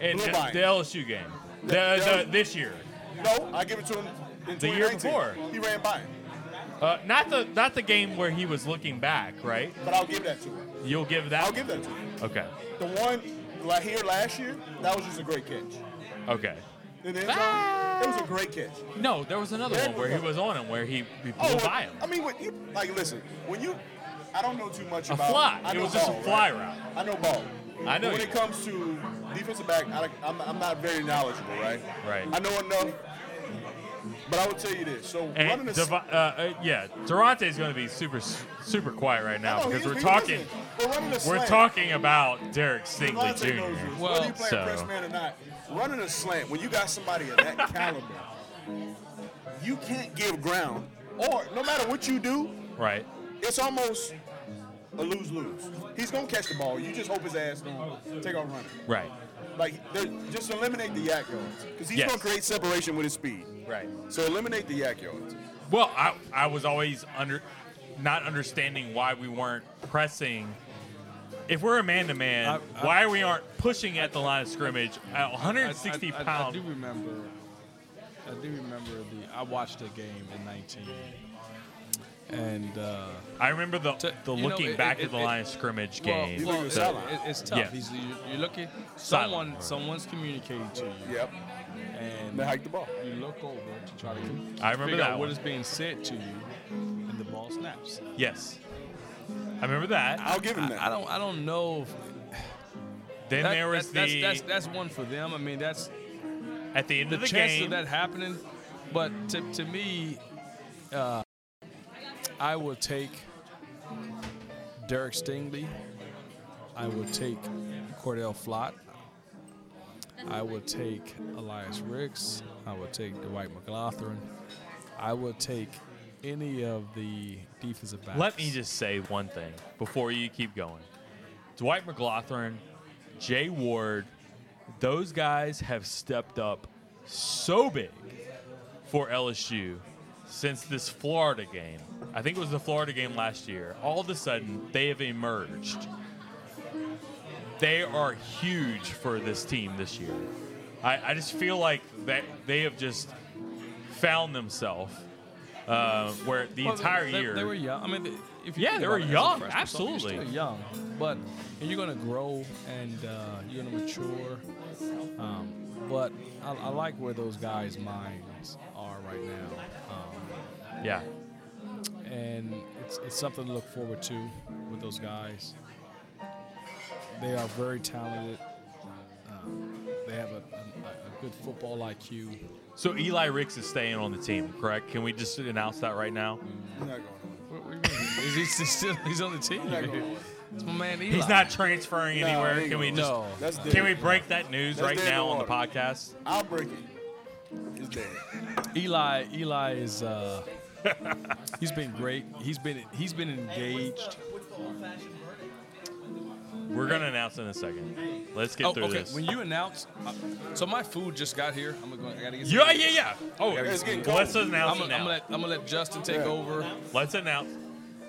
[SPEAKER 7] In
[SPEAKER 4] blew
[SPEAKER 7] the,
[SPEAKER 4] by.
[SPEAKER 7] the LSU game. The, the, this year.
[SPEAKER 4] no, I give it to him in
[SPEAKER 7] The year
[SPEAKER 4] 2019.
[SPEAKER 7] before.
[SPEAKER 4] He ran by him,
[SPEAKER 7] Uh, not the not the game where he was looking back, right?
[SPEAKER 4] but I'll give that to him.
[SPEAKER 7] You'll give that.
[SPEAKER 4] I'll give that to him.
[SPEAKER 7] Okay.
[SPEAKER 4] The one right here last year, that was just a great catch.
[SPEAKER 7] Okay.
[SPEAKER 4] In the end zone, it was a great catch.
[SPEAKER 7] No, there was another
[SPEAKER 4] Derek
[SPEAKER 7] one where
[SPEAKER 4] was
[SPEAKER 7] he was on him, where he, he blew
[SPEAKER 4] Oh, well,
[SPEAKER 7] by him.
[SPEAKER 4] I mean, when you, like, listen, when you, I don't know too much
[SPEAKER 7] A
[SPEAKER 4] about.
[SPEAKER 7] fly.
[SPEAKER 4] I
[SPEAKER 7] It
[SPEAKER 4] know
[SPEAKER 7] was just a
[SPEAKER 4] ball,
[SPEAKER 7] fly
[SPEAKER 4] right?
[SPEAKER 7] route.
[SPEAKER 4] I know ball.
[SPEAKER 7] I know
[SPEAKER 4] But when
[SPEAKER 7] you
[SPEAKER 4] it comes to defensive back, I, I'm, I'm not very knowledgeable, right?
[SPEAKER 7] Right.
[SPEAKER 4] I know enough, but I will tell you this. So running
[SPEAKER 7] And
[SPEAKER 4] the
[SPEAKER 7] Devo- uh, uh, yeah, Durante's going to be super super quiet right now
[SPEAKER 4] No,
[SPEAKER 7] because
[SPEAKER 4] he's-
[SPEAKER 7] we're
[SPEAKER 4] he's
[SPEAKER 7] talking
[SPEAKER 4] listening. We're running a
[SPEAKER 7] we're
[SPEAKER 4] slant.
[SPEAKER 7] talking about Derek Stingley
[SPEAKER 4] Devontae knows
[SPEAKER 7] Jr.
[SPEAKER 4] this. whether you playing press man or not, running a slant when you got somebody of that caliber, you can't give ground. Or no matter what you do,
[SPEAKER 7] right.
[SPEAKER 4] it's almost a lose lose. He's gonna catch the ball. You just hope his ass don't take off running.
[SPEAKER 7] Right.
[SPEAKER 4] Like they're- just eliminate the yak yards because he's
[SPEAKER 7] Yes.
[SPEAKER 4] gonna create separation with his speed.
[SPEAKER 7] Right.
[SPEAKER 4] So eliminate the yak yards.
[SPEAKER 7] Well, I, I was always under not understanding why we weren't pressing. If we're a man to man,
[SPEAKER 12] I- I-
[SPEAKER 7] why we aren't pushing at the line of scrimmage at 160
[SPEAKER 12] I- I- I-
[SPEAKER 7] pounds?
[SPEAKER 12] I, do remember. I do remember the. I watched the game in 19, and uh,
[SPEAKER 7] I remember the the
[SPEAKER 12] you know,
[SPEAKER 7] looking
[SPEAKER 12] it-
[SPEAKER 7] back
[SPEAKER 12] it-
[SPEAKER 7] at the
[SPEAKER 12] it-
[SPEAKER 7] line of scrimmage
[SPEAKER 12] well,
[SPEAKER 7] game.
[SPEAKER 12] well,
[SPEAKER 7] The-
[SPEAKER 12] it- it's tough.
[SPEAKER 7] Yeah.
[SPEAKER 12] He's, you- you're looking.
[SPEAKER 7] Silent.
[SPEAKER 12] Someone, someone's communicating to you.
[SPEAKER 4] Yep.
[SPEAKER 12] And
[SPEAKER 4] They hike the ball.
[SPEAKER 12] You look over to try to.
[SPEAKER 7] I remember
[SPEAKER 12] figure
[SPEAKER 7] that
[SPEAKER 12] out what
[SPEAKER 7] one.
[SPEAKER 12] is being said to you, and the ball snaps.
[SPEAKER 7] Yes. I remember that.
[SPEAKER 4] I'll give him
[SPEAKER 12] I, I don't. I don't know. If,
[SPEAKER 7] Then
[SPEAKER 12] that-
[SPEAKER 7] there was
[SPEAKER 12] that- that's,
[SPEAKER 7] the
[SPEAKER 12] that's, that's one for them. I mean, that's
[SPEAKER 7] at the end of the
[SPEAKER 12] chance
[SPEAKER 7] game.
[SPEAKER 12] of that happening. But to, to me, uh, I would take Derek Stingley. I would take Cordell Flott. I would take Elias Ricks. I would take Dwight McLaughlin. I would take any of the defensive backs.
[SPEAKER 7] Let me just say one thing before you keep going. Dwight McLaughlin, Jay Ward, those guys have stepped up so big for LSU since this Florida game. I think it was the Florida game last year. All of a sudden, they have emerged. They are huge for this team this year. I, I just feel like that they have just found themselves uh, where the
[SPEAKER 12] Well,
[SPEAKER 7] entire
[SPEAKER 12] they,
[SPEAKER 7] year
[SPEAKER 12] They were young. I mean, th- if you
[SPEAKER 7] Yeah,
[SPEAKER 12] think
[SPEAKER 7] they were
[SPEAKER 12] about it as a
[SPEAKER 7] young,
[SPEAKER 12] freshman, so you're
[SPEAKER 7] absolutely.
[SPEAKER 12] still young, but and you're gonna grow and uh, you're gonna mature. Um, but I, I like where those guys' minds are right now. Um,
[SPEAKER 7] Yeah.
[SPEAKER 12] and it's it's something to look forward to with those guys. They are very talented. Um, they have a, a, a good football IQ.
[SPEAKER 7] So Eli Ricks is staying on the team, correct? Can we just announce that right now?
[SPEAKER 12] Is he still? He's on the team. It's my man Eli.
[SPEAKER 7] He's not transferring
[SPEAKER 12] No,
[SPEAKER 7] anywhere.
[SPEAKER 12] he ain't
[SPEAKER 7] can we
[SPEAKER 12] going.
[SPEAKER 7] just
[SPEAKER 12] No. That's
[SPEAKER 7] can
[SPEAKER 12] dead.
[SPEAKER 7] we break that news
[SPEAKER 12] That's
[SPEAKER 7] right
[SPEAKER 12] dead
[SPEAKER 7] now on the
[SPEAKER 12] water.
[SPEAKER 7] podcast?
[SPEAKER 4] I'll break it. It's dead.
[SPEAKER 12] Eli, Eli is uh, he's been great. He's been he's been engaged.
[SPEAKER 7] We're gonna announce in a second. Let's get
[SPEAKER 12] oh,
[SPEAKER 7] through
[SPEAKER 12] okay.
[SPEAKER 7] this.
[SPEAKER 12] When you announce, uh, so my food just got here. I'm gonna go. I gotta get.
[SPEAKER 7] Yeah, yeah, yeah. Oh, it's getting cold. Let's announce
[SPEAKER 12] I'm
[SPEAKER 7] it
[SPEAKER 12] gonna,
[SPEAKER 7] now.
[SPEAKER 12] I'm gonna let, I'm gonna let Justin take
[SPEAKER 7] Yeah.
[SPEAKER 12] over.
[SPEAKER 7] Let's announce.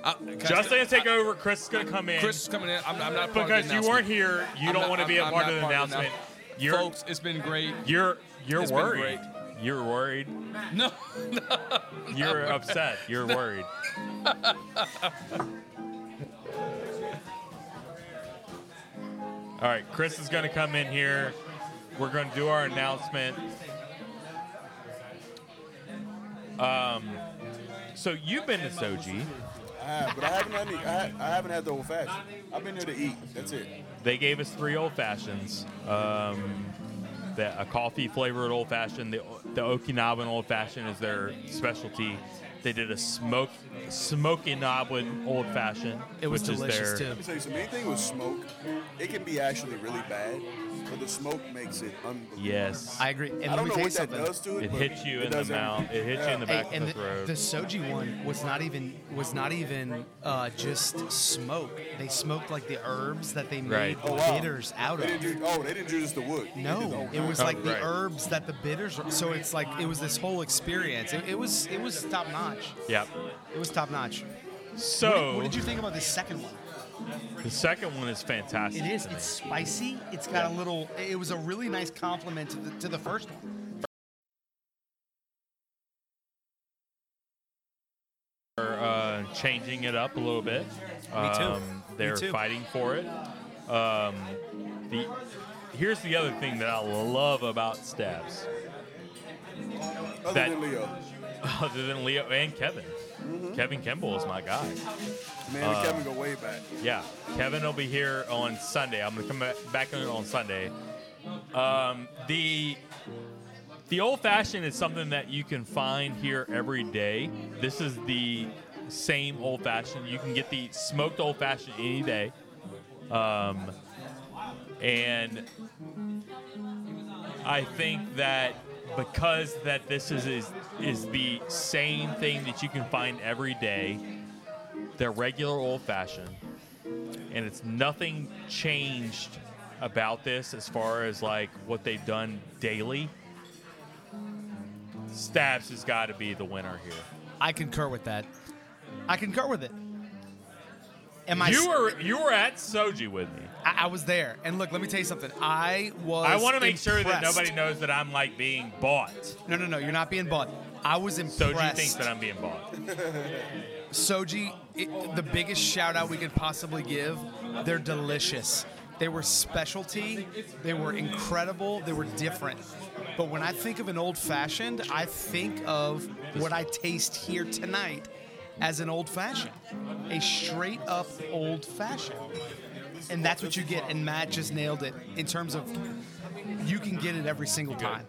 [SPEAKER 12] I,
[SPEAKER 7] Justin's gonna take over. Chris is gonna come in.
[SPEAKER 12] Chris is coming in. I'm, I'm not part of the
[SPEAKER 7] because you
[SPEAKER 12] announcement.
[SPEAKER 7] weren't here. You
[SPEAKER 12] I'm
[SPEAKER 7] don't
[SPEAKER 12] not-
[SPEAKER 7] want to be a
[SPEAKER 12] I'm- I'm
[SPEAKER 7] part
[SPEAKER 12] not
[SPEAKER 7] of the announcement.
[SPEAKER 12] announcement.
[SPEAKER 7] You're
[SPEAKER 12] Folks, it's been great.
[SPEAKER 7] you're you're
[SPEAKER 12] It's been
[SPEAKER 7] worried. You're worried.
[SPEAKER 12] No.
[SPEAKER 7] You're
[SPEAKER 12] worried.
[SPEAKER 7] upset. You're
[SPEAKER 12] No.
[SPEAKER 7] worried. All right, Chris is going to come in here. We're going to do our announcement. Um, so you've been to Soji.
[SPEAKER 4] I have, but I haven't had any, I, ha- I haven't had the old fashioned. I've been there to eat. That's it.
[SPEAKER 7] They gave us three old fashions. Um, the, a coffee flavored old fashioned. The, the Okinawan old fashioned is their specialty. They did a smoke smoke Okinawan old fashioned. which is their,
[SPEAKER 4] Let me tell you something. Anything with smoke, it can be actually really bad, but the smoke makes it unbelievable.
[SPEAKER 7] Yes. I agree. And
[SPEAKER 4] I
[SPEAKER 7] let
[SPEAKER 4] don't
[SPEAKER 7] me
[SPEAKER 4] know
[SPEAKER 7] tell you
[SPEAKER 4] what that
[SPEAKER 7] something.
[SPEAKER 4] does to it.
[SPEAKER 7] It
[SPEAKER 4] but
[SPEAKER 7] hits you in the
[SPEAKER 4] does
[SPEAKER 7] mouth.
[SPEAKER 4] everything.
[SPEAKER 7] It hits you in the
[SPEAKER 4] Yeah.
[SPEAKER 7] back of
[SPEAKER 5] and
[SPEAKER 7] the throat.
[SPEAKER 5] the soji one was not even was not even uh, just smoke. They smoked like the herbs that they made
[SPEAKER 7] Right.
[SPEAKER 5] the
[SPEAKER 7] Oh, wow.
[SPEAKER 5] bitters out
[SPEAKER 4] They
[SPEAKER 5] of.
[SPEAKER 4] didn't do, oh, they didn't do just the wood. They did the
[SPEAKER 5] No,
[SPEAKER 4] whole
[SPEAKER 5] it was
[SPEAKER 4] thing.
[SPEAKER 5] like the herbs that the bitters. were- So it's like it was this whole experience. It, it was it was top notch.
[SPEAKER 7] Yep.
[SPEAKER 5] It was top notch.
[SPEAKER 7] So-
[SPEAKER 5] what did, what did you think about the second one?
[SPEAKER 7] The second one is fantastic.
[SPEAKER 5] It is.
[SPEAKER 7] to me.
[SPEAKER 5] It's spicy. It's got a little. It was a really nice compliment to the to the first one.
[SPEAKER 7] They're uh, changing it up a little bit.
[SPEAKER 5] Me too.
[SPEAKER 7] Um,
[SPEAKER 5] Me
[SPEAKER 7] they're
[SPEAKER 5] too.
[SPEAKER 7] fighting for it. Um, the here's the other thing that I love about Stabs.
[SPEAKER 4] Other than Leo.
[SPEAKER 7] Other than Leo and Kevin.
[SPEAKER 5] Mm-hmm.
[SPEAKER 7] Kevin Kimball is my guy.
[SPEAKER 4] Man,
[SPEAKER 7] Uh,
[SPEAKER 4] Kevin go way back.
[SPEAKER 7] Yeah, Kevin will be here on Sunday. I'm gonna come ba- back on on Sunday. Um, the the old fashioned is something that you can find here every day. This is the same old fashioned. You can get the smoked old fashioned any day. Um, and I think that because that this is, is is the same thing that you can find every day, they're regular old fashioned, and it's nothing changed about this as far as like what they've done daily. Stabs has got to be the winner here.
[SPEAKER 5] I concur with that. I concur with it. Am I?
[SPEAKER 7] you
[SPEAKER 5] s-
[SPEAKER 7] were you were at Soji with me.
[SPEAKER 5] I, I was there, and look. Let me tell you something. I was.
[SPEAKER 7] I want to make sure that
[SPEAKER 5] impressed.
[SPEAKER 7] nobody knows that I'm like being bought.
[SPEAKER 5] No, no, no. You're not being bought. I was
[SPEAKER 7] Soji
[SPEAKER 5] impressed.
[SPEAKER 7] thinks that I'm being bought.
[SPEAKER 5] Soji, it, the biggest shout out we could possibly give, they're delicious. They were specialty, they were incredible, they were different. But when I think of an old fashioned, I think of what I taste here tonight as an old fashioned, a straight up old fashioned. And that's what you get. And Matt just nailed it in terms of you can get it every single time.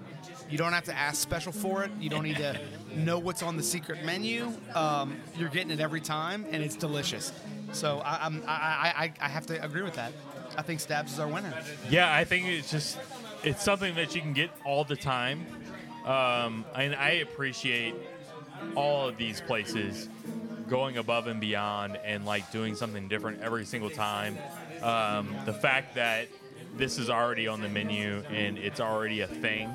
[SPEAKER 5] You don't have to ask special for it. You don't need to know what's on the secret menu. Um, you're getting it every time, and it's delicious. So I, I'm, I, I- I, I have to agree with that. I think Stabs is our winner.
[SPEAKER 7] Yeah, I think it's just it's something that you can get all the time, um, and I appreciate all of these places going above and beyond and like doing something different every single time. Um, the fact that this is already on the menu and it's already a thing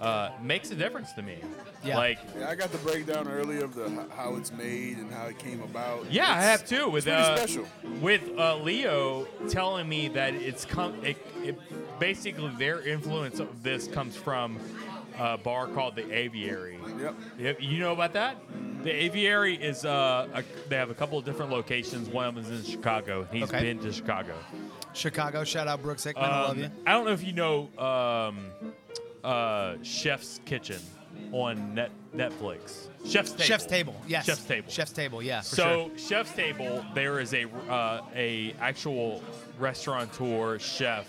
[SPEAKER 7] uh, makes a difference to me. Like
[SPEAKER 4] yeah, I got the breakdown earlier of the how it's made and how it came about.
[SPEAKER 7] Yeah, I
[SPEAKER 4] It's-
[SPEAKER 7] have too. With
[SPEAKER 4] it's pretty
[SPEAKER 7] uh,
[SPEAKER 4] special.
[SPEAKER 7] with uh, Leo telling me that it's come. It, it, basically, their influence of this comes from a bar called the Aviary.
[SPEAKER 4] Yep.
[SPEAKER 7] You know about that? The Aviary is uh, a, they have a couple of different locations. One of them is in Chicago. He's
[SPEAKER 5] Okay.
[SPEAKER 7] been to Chicago.
[SPEAKER 5] Chicago, shout out Brooks Hickman. I love
[SPEAKER 7] Um,
[SPEAKER 5] you.
[SPEAKER 7] I don't know if you know um, uh, Chef's Kitchen on net, Netflix. Chef's Table.
[SPEAKER 5] Chef's Table, yes.
[SPEAKER 7] Chef's Table.
[SPEAKER 5] Chef's Table, yeah. For
[SPEAKER 7] so
[SPEAKER 5] sure.
[SPEAKER 7] Chef's Table, there is a uh, a actual restaurateur chef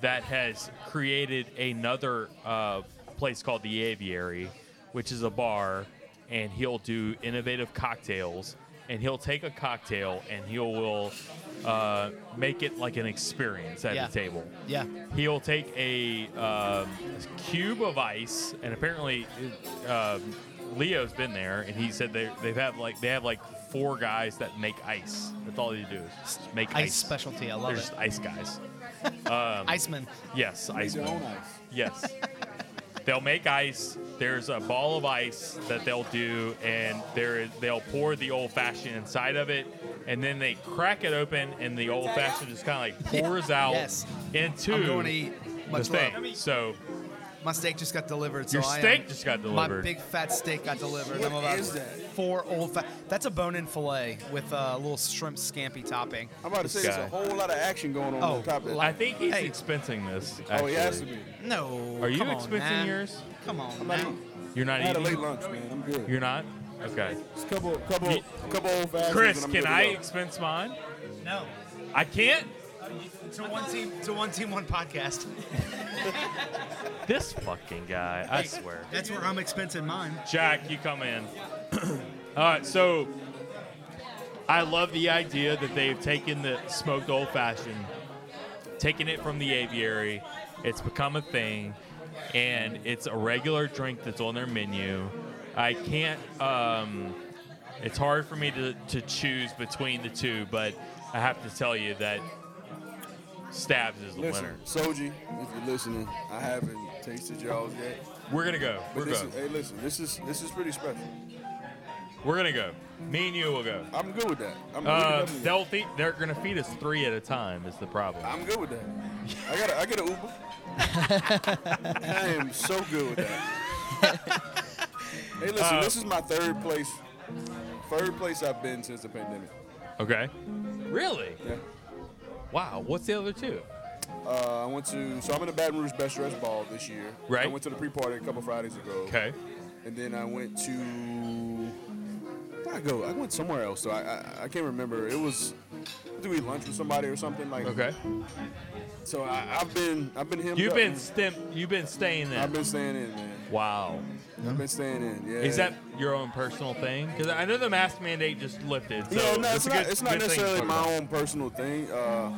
[SPEAKER 7] that has created another uh, place called the Aviary, which is a bar, and he'll do innovative cocktails. And he'll take a cocktail and he will uh, make it like an experience at
[SPEAKER 5] Yeah.
[SPEAKER 7] the table.
[SPEAKER 5] Yeah.
[SPEAKER 7] He'll take a, um, cube of ice, and apparently, um, Leo's been there, and he said they they've have like they have like four guys that make ice. That's all they do is just make
[SPEAKER 5] Ice
[SPEAKER 7] ice.
[SPEAKER 5] specialty, I love
[SPEAKER 7] They're
[SPEAKER 5] it.
[SPEAKER 7] just ice guys. Um,
[SPEAKER 5] Icemen.
[SPEAKER 7] Yes,
[SPEAKER 5] Make their
[SPEAKER 7] Icemen.
[SPEAKER 5] own ice.
[SPEAKER 7] Yes. they'll make ice. There's a ball of ice that they'll do, and there they'll pour the old fashioned inside of it, and then they crack it open, and the old fashioned just kind of like pours out
[SPEAKER 5] Yes.
[SPEAKER 7] into
[SPEAKER 5] I'm going to eat. Much
[SPEAKER 7] the thing.
[SPEAKER 5] love.
[SPEAKER 7] So
[SPEAKER 5] My steak just got delivered. So
[SPEAKER 7] Your
[SPEAKER 5] I am-
[SPEAKER 7] steak just got
[SPEAKER 5] My
[SPEAKER 7] delivered.
[SPEAKER 5] big fat steak got delivered. I'm
[SPEAKER 7] What
[SPEAKER 5] about
[SPEAKER 7] is that?
[SPEAKER 5] four old fat. That's a bone-in fillet with a little shrimp scampi topping.
[SPEAKER 4] I'm about to say there's a whole lot of action going on
[SPEAKER 5] Oh,
[SPEAKER 4] on top of that.
[SPEAKER 7] I think he's
[SPEAKER 5] Hey.
[SPEAKER 7] expensing this.
[SPEAKER 4] Oh, he has
[SPEAKER 7] actually.
[SPEAKER 4] to
[SPEAKER 5] No.
[SPEAKER 7] Are you
[SPEAKER 5] come on,
[SPEAKER 7] expensing
[SPEAKER 5] man.
[SPEAKER 7] yours?
[SPEAKER 5] Come on,
[SPEAKER 4] not
[SPEAKER 5] man.
[SPEAKER 7] You're not
[SPEAKER 4] I had a
[SPEAKER 7] eating.
[SPEAKER 4] late lunch, man. I'm good.
[SPEAKER 7] You're not. Okay.
[SPEAKER 4] Just a couple, couple,
[SPEAKER 7] Ye-
[SPEAKER 4] couple old fashions.
[SPEAKER 7] Chris,
[SPEAKER 4] and I'm
[SPEAKER 7] can
[SPEAKER 4] good to
[SPEAKER 7] I
[SPEAKER 4] go.
[SPEAKER 7] expense mine?
[SPEAKER 5] No.
[SPEAKER 7] I can't.
[SPEAKER 5] To one team, to one team, one podcast.
[SPEAKER 7] This fucking guy. I swear.
[SPEAKER 5] That's where I'm expensing mine.
[SPEAKER 7] Jack, you come in. All right, so I love the idea that they've taken the smoked old fashioned, taken it from the aviary. It's become a thing, and it's a regular drink that's on their menu. I can't. Um, it's hard for me to, to choose between the two, but I have to tell you that Stabs is the
[SPEAKER 4] Listen,
[SPEAKER 7] winner.
[SPEAKER 4] Soji, if you're listening, I haven't tasted y'all's yet.
[SPEAKER 7] We're gonna go.
[SPEAKER 4] But
[SPEAKER 7] We're
[SPEAKER 4] this
[SPEAKER 7] go.
[SPEAKER 4] is- hey, listen, this is this is pretty special.
[SPEAKER 7] We're gonna go. Me and you will go.
[SPEAKER 4] I'm good with that. I'm
[SPEAKER 7] Uh,
[SPEAKER 4] good with that.
[SPEAKER 7] they'll feed, they're gonna feed us three at a time. Is the problem?
[SPEAKER 4] I'm good with that. I got a, I get an Uber. I am so good with that. hey, listen,
[SPEAKER 7] Uh,
[SPEAKER 4] this is my third place, third place I've been since the pandemic.
[SPEAKER 7] Okay. Really?
[SPEAKER 4] Yeah.
[SPEAKER 7] Wow. What's the other two?
[SPEAKER 4] Uh, I went to, so I'm in the Baton Rouge Best Dressed Ball this year.
[SPEAKER 7] Right.
[SPEAKER 4] I went to the pre-party a couple Fridays ago.
[SPEAKER 7] Okay.
[SPEAKER 4] And then I went to, where I go? I went somewhere else. So I, I, I can't remember. It was, do we lunch with somebody or something like?
[SPEAKER 7] Okay.
[SPEAKER 4] So I, I've been, I've been him.
[SPEAKER 7] You've been stim. You've been staying there.
[SPEAKER 4] I've been staying in, man.
[SPEAKER 7] Wow.
[SPEAKER 4] I've been staying in. Yeah.
[SPEAKER 7] Is that your own personal thing? Because I know the mask mandate just lifted. So
[SPEAKER 4] yeah, no,
[SPEAKER 7] that's
[SPEAKER 4] it's
[SPEAKER 7] a
[SPEAKER 4] not,
[SPEAKER 7] good-
[SPEAKER 4] it's not
[SPEAKER 7] good thing to
[SPEAKER 4] necessarily
[SPEAKER 7] talk
[SPEAKER 4] my
[SPEAKER 7] about.
[SPEAKER 4] own personal thing. Uh,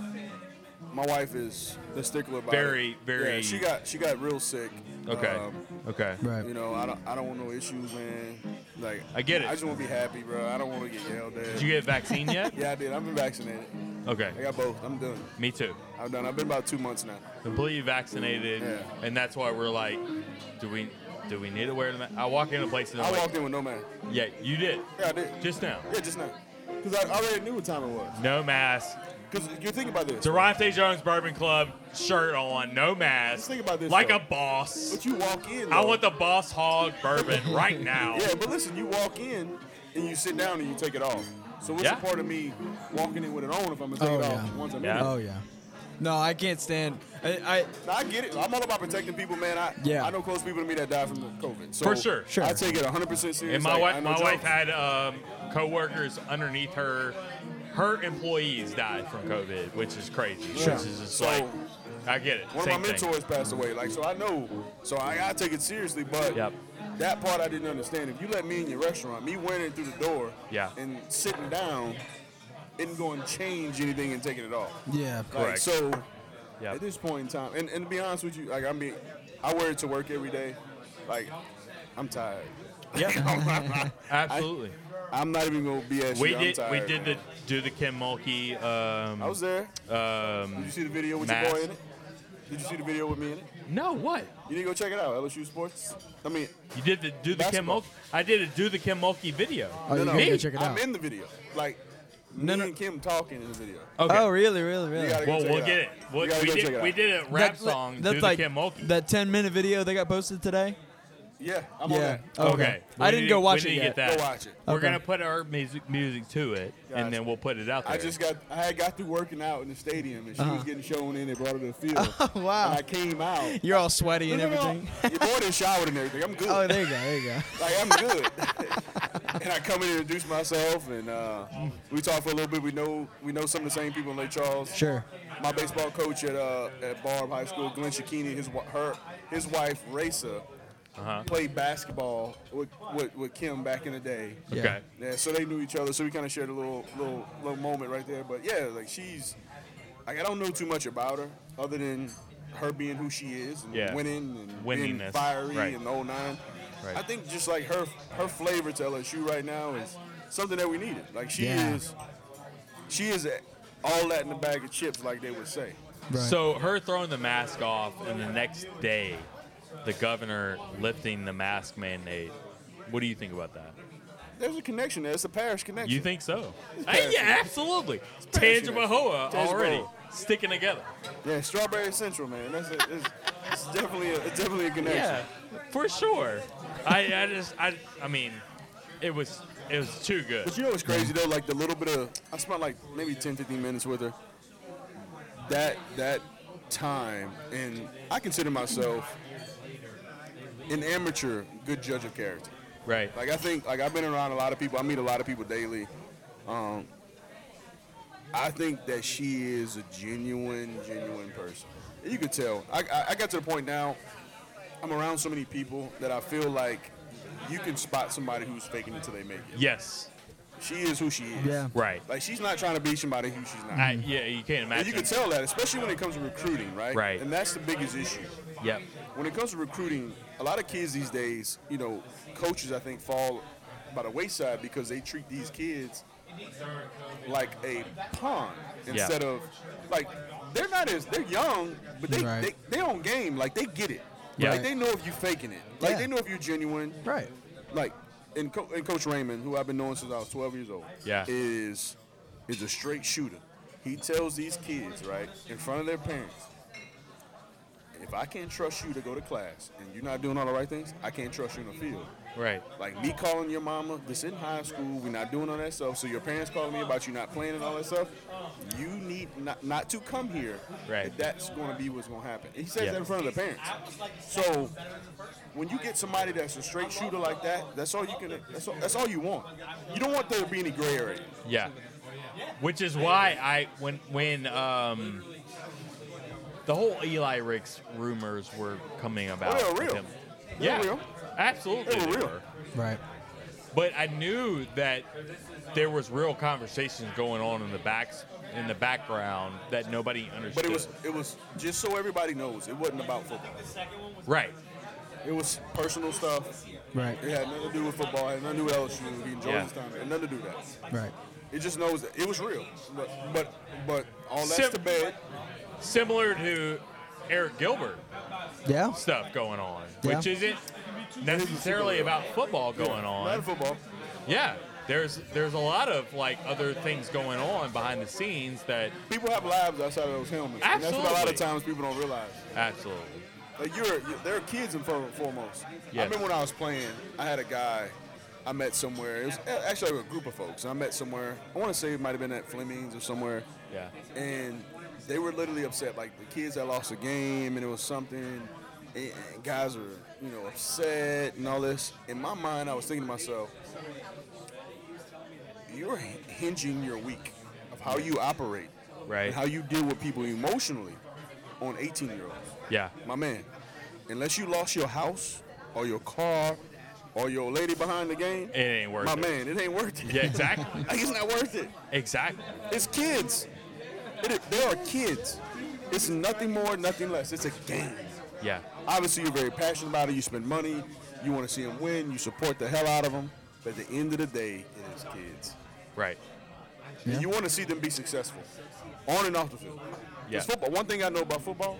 [SPEAKER 4] my wife is the stickler about
[SPEAKER 7] Very,
[SPEAKER 4] it.
[SPEAKER 7] very-
[SPEAKER 4] Yeah, she got she got real sick.
[SPEAKER 7] Okay.
[SPEAKER 4] Um,
[SPEAKER 7] okay.
[SPEAKER 4] You know, I don't I don't want no issues, man. Like
[SPEAKER 7] I get it.
[SPEAKER 4] I just want to be happy, bro. I don't want to get yelled at.
[SPEAKER 7] Did you get vaccine yet?
[SPEAKER 4] yeah, I did. I've been vaccinated.
[SPEAKER 7] Okay.
[SPEAKER 4] I got both. I'm done.
[SPEAKER 7] Me too.
[SPEAKER 4] I'm done. I've been about two months now.
[SPEAKER 7] Completely vaccinated,
[SPEAKER 4] Yeah.
[SPEAKER 7] and that's why we're like, do we do we need to wear the mask? I walk into places.
[SPEAKER 4] I walked in with no mask.
[SPEAKER 7] Yeah, you did.
[SPEAKER 4] Yeah, I did.
[SPEAKER 7] Just now.
[SPEAKER 4] Yeah, just now. Cause I already knew what time it was.
[SPEAKER 7] No mask.
[SPEAKER 4] Cause you think about this.
[SPEAKER 7] Durante Jones Bourbon Club shirt on, no mask.
[SPEAKER 4] Just think about this.
[SPEAKER 7] Like
[SPEAKER 4] though.
[SPEAKER 7] a boss.
[SPEAKER 4] But you walk in.
[SPEAKER 7] I
[SPEAKER 4] though.
[SPEAKER 7] want the Boss Hog Bourbon right now.
[SPEAKER 4] Yeah, but listen, you walk in and you sit down and you take it off. So what's
[SPEAKER 7] Yeah.
[SPEAKER 4] a part of me walking in with it on if I'm gonna take
[SPEAKER 22] Oh,
[SPEAKER 4] it
[SPEAKER 22] yeah.
[SPEAKER 4] off once I'm in?
[SPEAKER 22] Oh yeah. No, I can't stand. I,
[SPEAKER 4] Now, I get it. I'm all about protecting people, man. I
[SPEAKER 22] Yeah.
[SPEAKER 4] I know close people to me that die from COVID. So
[SPEAKER 7] For sure. Sure.
[SPEAKER 4] I take it 100 percent serious.
[SPEAKER 7] And my
[SPEAKER 4] like, I
[SPEAKER 7] wife,
[SPEAKER 4] know
[SPEAKER 7] my
[SPEAKER 4] jokes.
[SPEAKER 7] wife had um, coworkers underneath her. Her employees died from COVID, which is crazy.
[SPEAKER 4] Yeah.
[SPEAKER 7] Which is just
[SPEAKER 4] So,
[SPEAKER 7] like, I get it.
[SPEAKER 4] One
[SPEAKER 7] Same
[SPEAKER 4] of my
[SPEAKER 7] thing.
[SPEAKER 4] mentors passed away, like so I know. So I gotta take it seriously, but that part I didn't understand. If you let me in your restaurant, me winning through the door
[SPEAKER 7] Yeah.
[SPEAKER 4] and sitting down isn't going to change anything and taking it off.
[SPEAKER 23] Yeah.
[SPEAKER 4] Like,
[SPEAKER 23] Correct.
[SPEAKER 4] so
[SPEAKER 7] Yep.
[SPEAKER 4] at this point in time, and, and to be honest with you, like I mean, I wear it to work every day. Like I'm tired.
[SPEAKER 7] Yeah, absolutely.
[SPEAKER 4] I, am not even gonna BS
[SPEAKER 7] We
[SPEAKER 4] you.
[SPEAKER 7] did.
[SPEAKER 4] I'm
[SPEAKER 7] We
[SPEAKER 4] tired,
[SPEAKER 7] did
[SPEAKER 4] man.
[SPEAKER 7] the do the Kim Mulkey. Um,
[SPEAKER 4] I was there.
[SPEAKER 7] Um,
[SPEAKER 4] Did you see the video with
[SPEAKER 7] mask.
[SPEAKER 4] your boy in it? Did you see the video with me in it?
[SPEAKER 7] No, what?
[SPEAKER 4] You need to go check it out. LSU Sports. I mean,
[SPEAKER 7] You did the do the Kim Mulkey. I did a do the Kim Mulkey video. Me?
[SPEAKER 4] I'm in the video. Like, me and Kim talking in the video.
[SPEAKER 7] Okay.
[SPEAKER 22] Oh really, really, really.
[SPEAKER 4] You gotta go
[SPEAKER 7] Well,
[SPEAKER 4] check
[SPEAKER 7] we'll
[SPEAKER 4] it
[SPEAKER 7] get
[SPEAKER 4] out.
[SPEAKER 7] it. We'll-
[SPEAKER 4] You gotta
[SPEAKER 7] we
[SPEAKER 4] go
[SPEAKER 7] did-
[SPEAKER 4] check it
[SPEAKER 7] we
[SPEAKER 4] out.
[SPEAKER 7] did a rap song, Do the
[SPEAKER 22] like
[SPEAKER 7] Kim Mulkey.
[SPEAKER 22] that 10 minute video they got posted today.
[SPEAKER 4] Yeah, I'm
[SPEAKER 22] yeah.
[SPEAKER 4] on that.
[SPEAKER 22] Okay.
[SPEAKER 7] We
[SPEAKER 22] I didn't
[SPEAKER 7] need-
[SPEAKER 22] go watch it
[SPEAKER 7] we need to
[SPEAKER 22] yet.
[SPEAKER 7] Get that.
[SPEAKER 4] Go watch it.
[SPEAKER 7] We're
[SPEAKER 22] Okay.
[SPEAKER 7] gonna put our music music to it,
[SPEAKER 4] Gotcha.
[SPEAKER 7] and then we'll put it out there.
[SPEAKER 4] I just got, I had got through working out in the stadium, and she was
[SPEAKER 22] Uh-huh.
[SPEAKER 4] getting shown in and brought her to the field.
[SPEAKER 22] Oh, wow.
[SPEAKER 4] And I came out.
[SPEAKER 22] You're all sweaty and
[SPEAKER 4] No, no, no.
[SPEAKER 22] everything.
[SPEAKER 4] Your boy done showered and everything. I'm good.
[SPEAKER 22] Oh, there you go. There you go.
[SPEAKER 4] Like I'm good. and I come in and introduce myself, and uh, we talk for a little bit. We know we know some of the same people in Lake Charles.
[SPEAKER 22] Sure.
[SPEAKER 4] My baseball coach at uh, at Barb High School, Glenn Shakini, his wa- her his wife Raisa. Played basketball with, with, with Kim back in the day.
[SPEAKER 7] Yeah. Okay.
[SPEAKER 4] Yeah, so they knew each other, so we kind of shared a little little little moment right there. But yeah, like she's, like I don't know too much about her other than her being who she is, and
[SPEAKER 7] Yeah.
[SPEAKER 4] winning and
[SPEAKER 7] Winniness,
[SPEAKER 4] being fiery
[SPEAKER 7] right.
[SPEAKER 4] and 09. I think just like her her flavor to LSU right now is something that we needed. Like she
[SPEAKER 7] Yeah.
[SPEAKER 4] is, she is a- all that in a bag of chips, like they would say.
[SPEAKER 7] So her throwing the mask off, and the next day, the governor lifting the mask mandate. What do you think about that?
[SPEAKER 4] There's a connection there. It's a parish connection.
[SPEAKER 7] You think so?
[SPEAKER 4] It's
[SPEAKER 7] Hey,
[SPEAKER 4] parish
[SPEAKER 7] yeah,
[SPEAKER 4] connection.
[SPEAKER 7] absolutely.
[SPEAKER 4] parish
[SPEAKER 7] Tangimahoa
[SPEAKER 4] connection.
[SPEAKER 7] already
[SPEAKER 4] Tangimahoa.
[SPEAKER 7] sticking together.
[SPEAKER 4] Yeah, Strawberry Central, man. That's a, it's, it's definitely a, it's definitely a connection.
[SPEAKER 7] Yeah, for sure. I, I just I I mean, it was it was too good.
[SPEAKER 4] But you know what's crazy though? Like the little bit of I spent like maybe 10, 15 minutes with her. That that time, and I consider myself an amateur good judge of character.
[SPEAKER 7] Right.
[SPEAKER 4] Like I think like I've been around a lot of people. I meet a lot of people daily. Um, I think that she is a genuine, genuine person. You could tell. I, I, I got to the point now. I'm around so many people that I feel like you can spot somebody who's faking it till they make it.
[SPEAKER 7] Yes.
[SPEAKER 4] She is who she is.
[SPEAKER 7] Yeah. Right.
[SPEAKER 4] Like she's not trying to be somebody who she's not.
[SPEAKER 7] I, yeah, you can't
[SPEAKER 4] And
[SPEAKER 7] imagine.
[SPEAKER 4] you can tell that, especially when it comes to recruiting, right?
[SPEAKER 7] Right.
[SPEAKER 4] And that's the biggest issue.
[SPEAKER 7] Yep.
[SPEAKER 4] When it comes to recruiting, a lot of kids these days, you know, coaches I think fall by the wayside because they treat these kids like a pawn
[SPEAKER 7] Yeah.
[SPEAKER 4] instead of like they're not as they're young, but they
[SPEAKER 7] Right.
[SPEAKER 4] they, they on game. Like they get it.
[SPEAKER 7] Yeah.
[SPEAKER 4] Like they know if you faking it. Like
[SPEAKER 7] Yeah.
[SPEAKER 4] they know if you're genuine.
[SPEAKER 23] Right.
[SPEAKER 4] Like and, Co- and Coach Raymond, who I've been knowing since I was 12 years old,
[SPEAKER 7] Yeah.
[SPEAKER 4] is is a straight shooter. He tells these kids right in front of their parents, if I can't trust you to go to class and you're not doing all the right things, I can't trust you in the field.
[SPEAKER 7] Right.
[SPEAKER 4] Like me calling your mama, this in high school, we're not doing all that stuff. So your parents calling me about you not playing and all that stuff. You need not, not to come here.
[SPEAKER 7] Right.
[SPEAKER 4] if That's going to be what's going to happen. He says
[SPEAKER 7] Yeah.
[SPEAKER 4] that in front of the parents. So when you get somebody that's a straight shooter like that, that's all you can. That's all, that's all you want. You don't want there to be any gray area.
[SPEAKER 7] Yeah. Which is why I when when um the whole Eli Ricks rumors were coming about.
[SPEAKER 4] Oh, they were
[SPEAKER 7] with
[SPEAKER 4] real.
[SPEAKER 7] him.
[SPEAKER 4] They were
[SPEAKER 7] yeah.
[SPEAKER 4] real.
[SPEAKER 7] Absolutely.
[SPEAKER 4] They were real.
[SPEAKER 23] Right.
[SPEAKER 7] But I knew that there was real conversations going on in the backs in the background that nobody understood.
[SPEAKER 4] But it was it was just so everybody knows it wasn't about football.
[SPEAKER 7] right.
[SPEAKER 4] It was personal stuff.
[SPEAKER 23] Right.
[SPEAKER 4] It had nothing to do with football. It had nothing to do with LSU. He enjoys
[SPEAKER 7] Yeah.
[SPEAKER 4] his time. It had nothing to do with that.
[SPEAKER 23] Right.
[SPEAKER 4] It just knows that it was real. But but, but all that's
[SPEAKER 7] Sim-
[SPEAKER 4] to bed.
[SPEAKER 7] Similar to Eric Gilbert
[SPEAKER 23] Yeah.
[SPEAKER 7] stuff going on,
[SPEAKER 23] Yeah.
[SPEAKER 7] which isn't necessarily about football going on.
[SPEAKER 4] Not football.
[SPEAKER 7] Yeah, there's there's a lot of like other things going on behind the scenes that
[SPEAKER 4] People have lives outside of those helmets. And that's what a lot of
[SPEAKER 7] Absolutely.
[SPEAKER 4] times people don't realize.
[SPEAKER 7] absolutely
[SPEAKER 4] Like you're, you there are kids in front foremost. I
[SPEAKER 7] Yes.
[SPEAKER 4] remember when I was playing, I had a guy I met somewhere. It was a- actually a group of folks. I met somewhere. I want to say it might have been at Fleming's or somewhere.
[SPEAKER 7] Yeah.
[SPEAKER 4] And they were literally upset. Like the kids that lost a game and it was something. And and guys are you know upset and all this. In my mind, I was thinking to myself, you're h- hinging your week of how you operate,
[SPEAKER 7] Right.
[SPEAKER 4] And how you deal with people emotionally on 18 year olds
[SPEAKER 7] yeah
[SPEAKER 4] my man, unless you lost your house or your car or your lady behind the game,
[SPEAKER 7] it ain't worth
[SPEAKER 4] my
[SPEAKER 7] it.
[SPEAKER 4] man, it ain't worth it.
[SPEAKER 7] Yeah, exactly.
[SPEAKER 4] like, it's not worth it.
[SPEAKER 7] Exactly.
[SPEAKER 4] It's kids. It is, they are kids. It's nothing more, nothing less. It's a game.
[SPEAKER 7] Yeah.
[SPEAKER 4] Obviously, you're very passionate about it. You spend money. You want to see them win. You support the hell out of them. But at the end of the day, it is kids.
[SPEAKER 7] Right.
[SPEAKER 4] And you want to see them be successful on and off the field. 'Cause
[SPEAKER 7] Yeah.
[SPEAKER 4] football. One thing I know about football,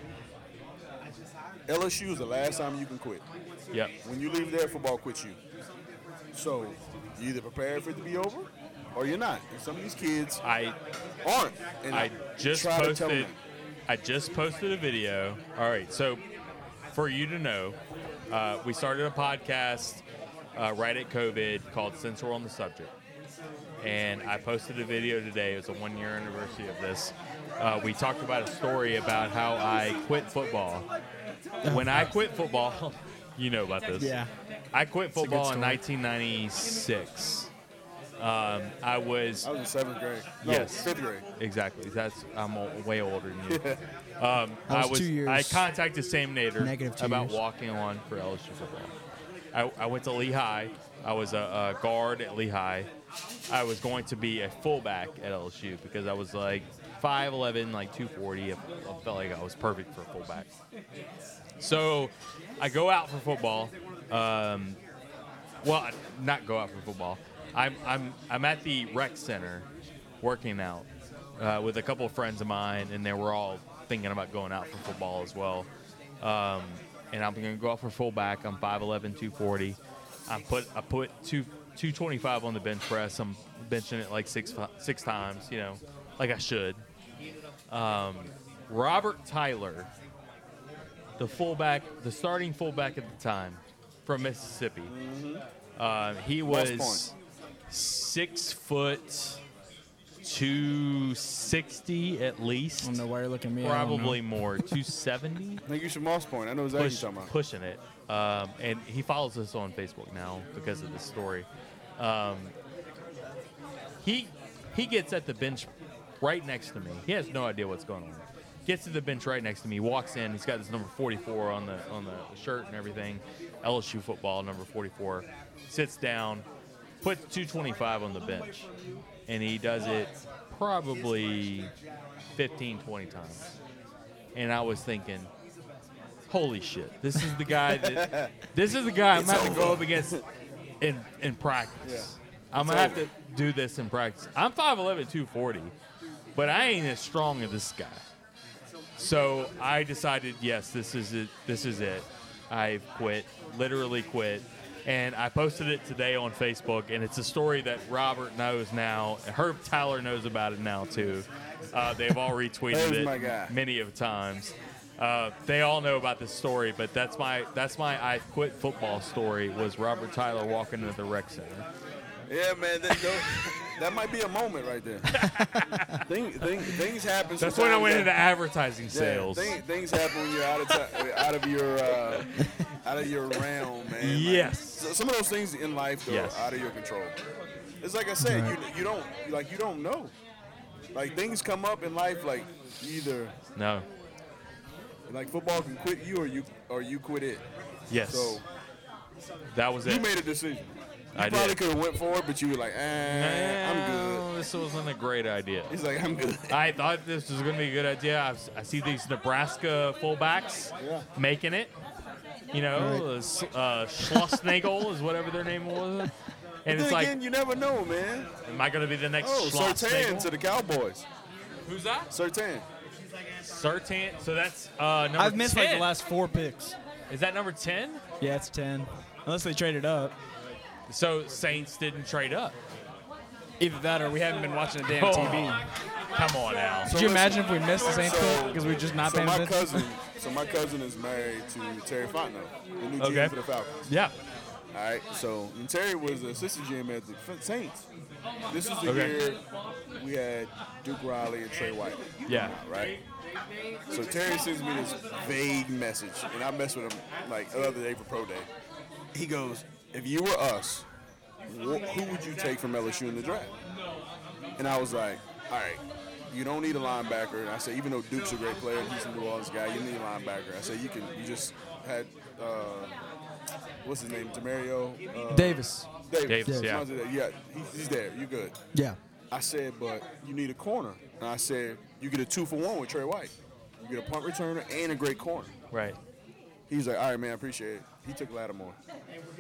[SPEAKER 4] LSU is the last time you can quit.
[SPEAKER 7] Yep.
[SPEAKER 4] When you leave there, football quits you. So you either prepare for it to be over or you're not. And some of these kids
[SPEAKER 7] I
[SPEAKER 4] aren't. And
[SPEAKER 7] I just
[SPEAKER 4] try to tell
[SPEAKER 7] posted.
[SPEAKER 4] them.
[SPEAKER 7] I just posted a video. All right, so for you to know, uh, we started a podcast uh, right at COVID called "Since We're on the Subject," and I posted a video today. It was a one-year anniversary of this. Uh, we talked about a story about how I quit football. When I quit football, you know about this.
[SPEAKER 22] Yeah.
[SPEAKER 7] I quit
[SPEAKER 22] It's a good
[SPEAKER 7] football in
[SPEAKER 22] story.
[SPEAKER 7] 1996. Um, I was
[SPEAKER 4] I was in seventh grade. No,
[SPEAKER 7] yes,
[SPEAKER 4] fifth grade.
[SPEAKER 7] Exactly. That's I'm o- way older than you. Um,
[SPEAKER 22] I
[SPEAKER 7] I
[SPEAKER 22] was
[SPEAKER 7] was.
[SPEAKER 22] two years-
[SPEAKER 7] I contacted Sam Nader
[SPEAKER 22] Negative two
[SPEAKER 7] about
[SPEAKER 22] years.
[SPEAKER 7] walking on for LSU football. I, I went to Lehigh. I was a, a guard at Lehigh. I was going to be a fullback at LSU because I was like 5'11", like 240. I, I felt like I was perfect for a fullback. So I go out for football. Um, Well, I- not go out for football. I'm I'm I'm at the rec center, working out uh, with a couple of friends of mine, and they were all thinking about going out for football as well. Um, and I'm gonna go out for fullback. I'm 5'11", 240. I put I put two. 225 on the bench press. I'm benching it like six fi- six times, you know, like I should. Um, Robert Tyler, the fullback, the starting fullback at the time from Mississippi. Uh, he
[SPEAKER 4] West
[SPEAKER 7] was six foot two sixty at least. I don't know
[SPEAKER 22] why you're looking at me.
[SPEAKER 4] I don't
[SPEAKER 7] Probably
[SPEAKER 4] know.
[SPEAKER 7] more, two seventy.
[SPEAKER 4] Thank you should Moss Point. I know exactly
[SPEAKER 7] Push-
[SPEAKER 4] what you're talking about.
[SPEAKER 7] Pushing it. Um, and he follows us on Facebook now because of this story. Um, he he gets at the bench right next to me. He has no idea what's going on. Gets to the bench right next to me. Walks in. He's got his number 44 on the on the shirt and everything. LSU football number 44. Sits down. Puts 225 on the bench, and he does it probably 15, 20 times. And I was thinking, holy shit, this is the guy that this is the guy I'm
[SPEAKER 4] It's
[SPEAKER 7] gonna have to go
[SPEAKER 4] over.
[SPEAKER 7] up against in in practice.
[SPEAKER 4] Yeah.
[SPEAKER 7] I'm gonna
[SPEAKER 4] It's
[SPEAKER 7] have to do this in practice. I'm 5'11", 240, but I ain't as strong as this guy. So I decided, yes, this is it. This is it. I quit, literally quit, and I posted it today on Facebook. And it's a story that Robert knows now. Herb Tyler knows about it now too. Uh, they've all retweeted
[SPEAKER 4] There's
[SPEAKER 7] it
[SPEAKER 4] my guy.
[SPEAKER 7] many of times. Uh, they all know about this story, but that's my that's my I quit football story. Was Robert Tyler walking into the rec center?
[SPEAKER 4] Yeah, man. That, tho- that might be a moment right there. thing, thing, things happen.
[SPEAKER 7] That's when I
[SPEAKER 4] sometimes
[SPEAKER 7] went
[SPEAKER 4] that-
[SPEAKER 7] into advertising
[SPEAKER 4] Yeah,
[SPEAKER 7] sales.
[SPEAKER 4] thing- things happen when you're out of ti- out of your uh, out of your realm, man. Like,
[SPEAKER 7] Yes.
[SPEAKER 4] so- some of those things in life though
[SPEAKER 7] Yes.
[SPEAKER 4] are out of your control. It's like I said,
[SPEAKER 7] Right.
[SPEAKER 4] you, you don't like you don't know. Like things come up in life, like you either
[SPEAKER 7] No.
[SPEAKER 4] like football can quit you or you or you quit it.
[SPEAKER 7] Yes.
[SPEAKER 4] So
[SPEAKER 7] That was it.
[SPEAKER 4] you made a decision. You
[SPEAKER 7] I did.
[SPEAKER 4] probably could have went for it, but you were like, eh, I'm good.
[SPEAKER 7] No, This wasn't a great idea.
[SPEAKER 4] He's like, I'm good.
[SPEAKER 7] I thought this was going to be a good idea. I, s- I see these Nebraska fullbacks making it. You know, uh, uh, Schlossnagel is whatever their name was. And
[SPEAKER 4] then
[SPEAKER 7] it's like,
[SPEAKER 4] again, you never know, man.
[SPEAKER 7] am I going to be the next
[SPEAKER 4] Oh, Sertan
[SPEAKER 7] Schlossnagel?
[SPEAKER 4] to the Cowboys.
[SPEAKER 7] Who's that?
[SPEAKER 4] Sertan.
[SPEAKER 7] Sertan. So that's uh, number
[SPEAKER 22] I've missed
[SPEAKER 7] 10.
[SPEAKER 22] like the last four picks.
[SPEAKER 7] Is that number 10?
[SPEAKER 22] Yeah, it's ten. Unless they traded up.
[SPEAKER 7] So Saints didn't trade up. Oh,
[SPEAKER 22] Either that or we haven't been watching a damn TV.
[SPEAKER 7] Come on, Al.
[SPEAKER 22] Could you imagine if we missed the Saints pick because we've just not
[SPEAKER 4] so
[SPEAKER 22] paying
[SPEAKER 4] my
[SPEAKER 22] attention?
[SPEAKER 4] cousin, so my cousin is married to Terry Fontenot, the new
[SPEAKER 22] Okay.
[SPEAKER 4] GM for the Falcons.
[SPEAKER 7] Yeah.
[SPEAKER 4] All right. So and Terry was the assistant GM at the F- Saints. This is the
[SPEAKER 7] Okay.
[SPEAKER 4] year we had Duke Riley and Trey White.
[SPEAKER 7] Yeah.
[SPEAKER 4] Right. So Terry sends me this vague message, and I messed with him like the other day for pro day. He goes, "If you were us, wh- who would you take from LSU in the draft?" And I was like, all right, you don't need a linebacker. And I said, even though Duke's a great player, he's a New Orleans guy, you need a linebacker. I said, you can, you just had, uh, what's his name, Demario? Uh,
[SPEAKER 22] Davis.
[SPEAKER 4] Davis.
[SPEAKER 22] Davis, yeah.
[SPEAKER 4] Sounds like that. Yeah, he's, he's there. You're good.
[SPEAKER 23] Yeah.
[SPEAKER 4] I said, but you need a corner. And I said, you get a two for one with Trey White. You get a punt returner and a great corner.
[SPEAKER 7] Right.
[SPEAKER 4] He's like, all right, man, I appreciate it. He took Lattimore.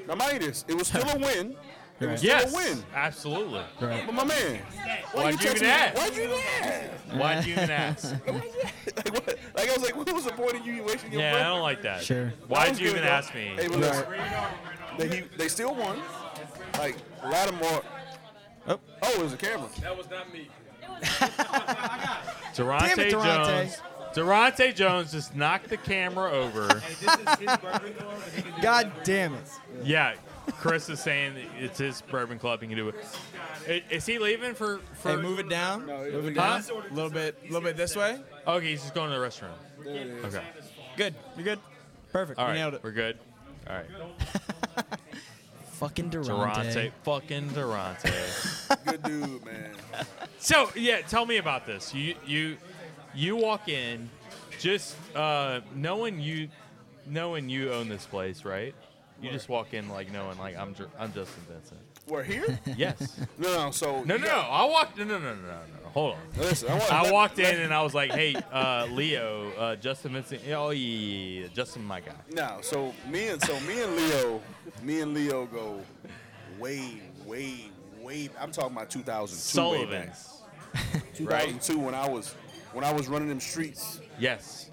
[SPEAKER 4] Now, mind this, it was still a win. It was still
[SPEAKER 7] Yes.
[SPEAKER 4] a win.
[SPEAKER 7] Absolutely.
[SPEAKER 4] But my man, why
[SPEAKER 7] Why'd
[SPEAKER 4] you
[SPEAKER 7] you
[SPEAKER 4] text
[SPEAKER 7] even
[SPEAKER 4] me?
[SPEAKER 7] ask?
[SPEAKER 4] Why'd you ask?
[SPEAKER 7] Why'd you even ask?
[SPEAKER 4] Like I was like, what was the point of you wasting your
[SPEAKER 7] Yeah,
[SPEAKER 4] breath?
[SPEAKER 7] I don't like that.
[SPEAKER 4] Sure. That
[SPEAKER 7] Why'd
[SPEAKER 4] was
[SPEAKER 7] you
[SPEAKER 4] good,
[SPEAKER 7] even
[SPEAKER 4] though.
[SPEAKER 7] ask me?
[SPEAKER 4] Hey, but listen, they, he, they still won. Like Lattimore.
[SPEAKER 22] Oh,
[SPEAKER 4] oh, it was a camera.
[SPEAKER 24] That was not me.
[SPEAKER 7] Durante,
[SPEAKER 24] Damn it, Durante.
[SPEAKER 7] Jones. Durante Jones just knocked the camera over.
[SPEAKER 22] God damn it.
[SPEAKER 7] yeah, Chris is saying that it's his bourbon club. He can do it. I- Is he leaving for? for
[SPEAKER 22] Hey, move it down. move it
[SPEAKER 7] Huh?
[SPEAKER 22] down. A little bit, little bit this way.
[SPEAKER 7] Okay, he's just going to the restroom.
[SPEAKER 22] is.
[SPEAKER 7] Okay.
[SPEAKER 22] Good. You're good. Perfect.
[SPEAKER 7] All
[SPEAKER 22] We
[SPEAKER 7] right.
[SPEAKER 22] nailed it.
[SPEAKER 7] We're good. All right.
[SPEAKER 22] Fucking
[SPEAKER 7] Durante. Fucking Durante.
[SPEAKER 4] Good dude, man.
[SPEAKER 7] So yeah, tell me about this. You you you walk in, just uh, knowing you knowing you own this place, right? You just walk in like knowing like I'm Ju- I'm Justin Vincent.
[SPEAKER 4] We're here?
[SPEAKER 7] Yes.
[SPEAKER 4] No, no, so.
[SPEAKER 7] No,
[SPEAKER 4] you
[SPEAKER 7] no, no.
[SPEAKER 4] got-
[SPEAKER 7] I walked. No, no, no, no, no. hold on.
[SPEAKER 4] Listen, I
[SPEAKER 7] I,
[SPEAKER 4] want- let-
[SPEAKER 7] walked in
[SPEAKER 4] let-
[SPEAKER 7] and I was like, "Hey, uh, Leo, uh, Justin Vincent. Oh yeah, yeah, yeah, Justin, my guy."
[SPEAKER 4] No, so me and so me and Leo, me and Leo go way, way, way. I'm talking about 2002. way back.
[SPEAKER 7] Sullivan's.
[SPEAKER 4] 2002 when I was when I was running them streets,
[SPEAKER 7] Yes.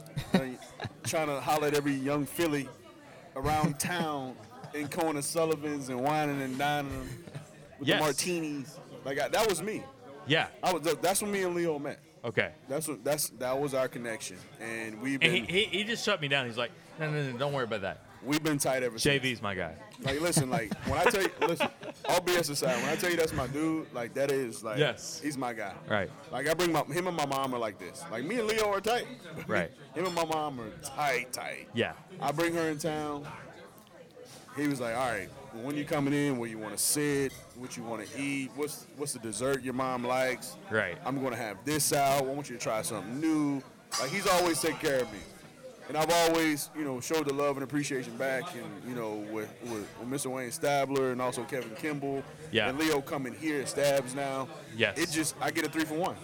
[SPEAKER 4] trying to holler at every young Philly around town in going to Sullivan's and whining and dining them with
[SPEAKER 7] Yes.
[SPEAKER 4] the martinis. Like I, that was me.
[SPEAKER 7] Yeah.
[SPEAKER 4] I was. That's when me and Leo met.
[SPEAKER 7] Okay.
[SPEAKER 4] That's what. That's that was our connection, and we've
[SPEAKER 7] And
[SPEAKER 4] been
[SPEAKER 7] he, he, he just shut me down. He's like, "No, no, no, don't worry about that."
[SPEAKER 4] We've been tight ever
[SPEAKER 7] since. JV's my guy.
[SPEAKER 4] Like, listen, like when I tell you, listen, all BS aside, when I tell you that's my dude, like that is like,
[SPEAKER 7] Yes.
[SPEAKER 4] he's my guy.
[SPEAKER 7] Right.
[SPEAKER 4] Like I bring my him and my mom are like this. Like me and Leo are tight.
[SPEAKER 7] Right.
[SPEAKER 4] him and my mom are tight, tight.
[SPEAKER 7] Yeah.
[SPEAKER 4] I bring her in town. He was like, all right, well, when you coming in, where you want to sit, what you want to eat, what's what's the dessert your mom likes.
[SPEAKER 7] Right.
[SPEAKER 4] I'm gonna have this out. I want you to try something new. Like he's always taken care of me, and I've always, you know, showed the love and appreciation back. And you know, with with, with Mr. Wayne Stabler and also Kevin Kimball,
[SPEAKER 7] Yeah.
[SPEAKER 4] and Leo coming here at Stabs now.
[SPEAKER 7] Yes.
[SPEAKER 4] It just I get a three for one.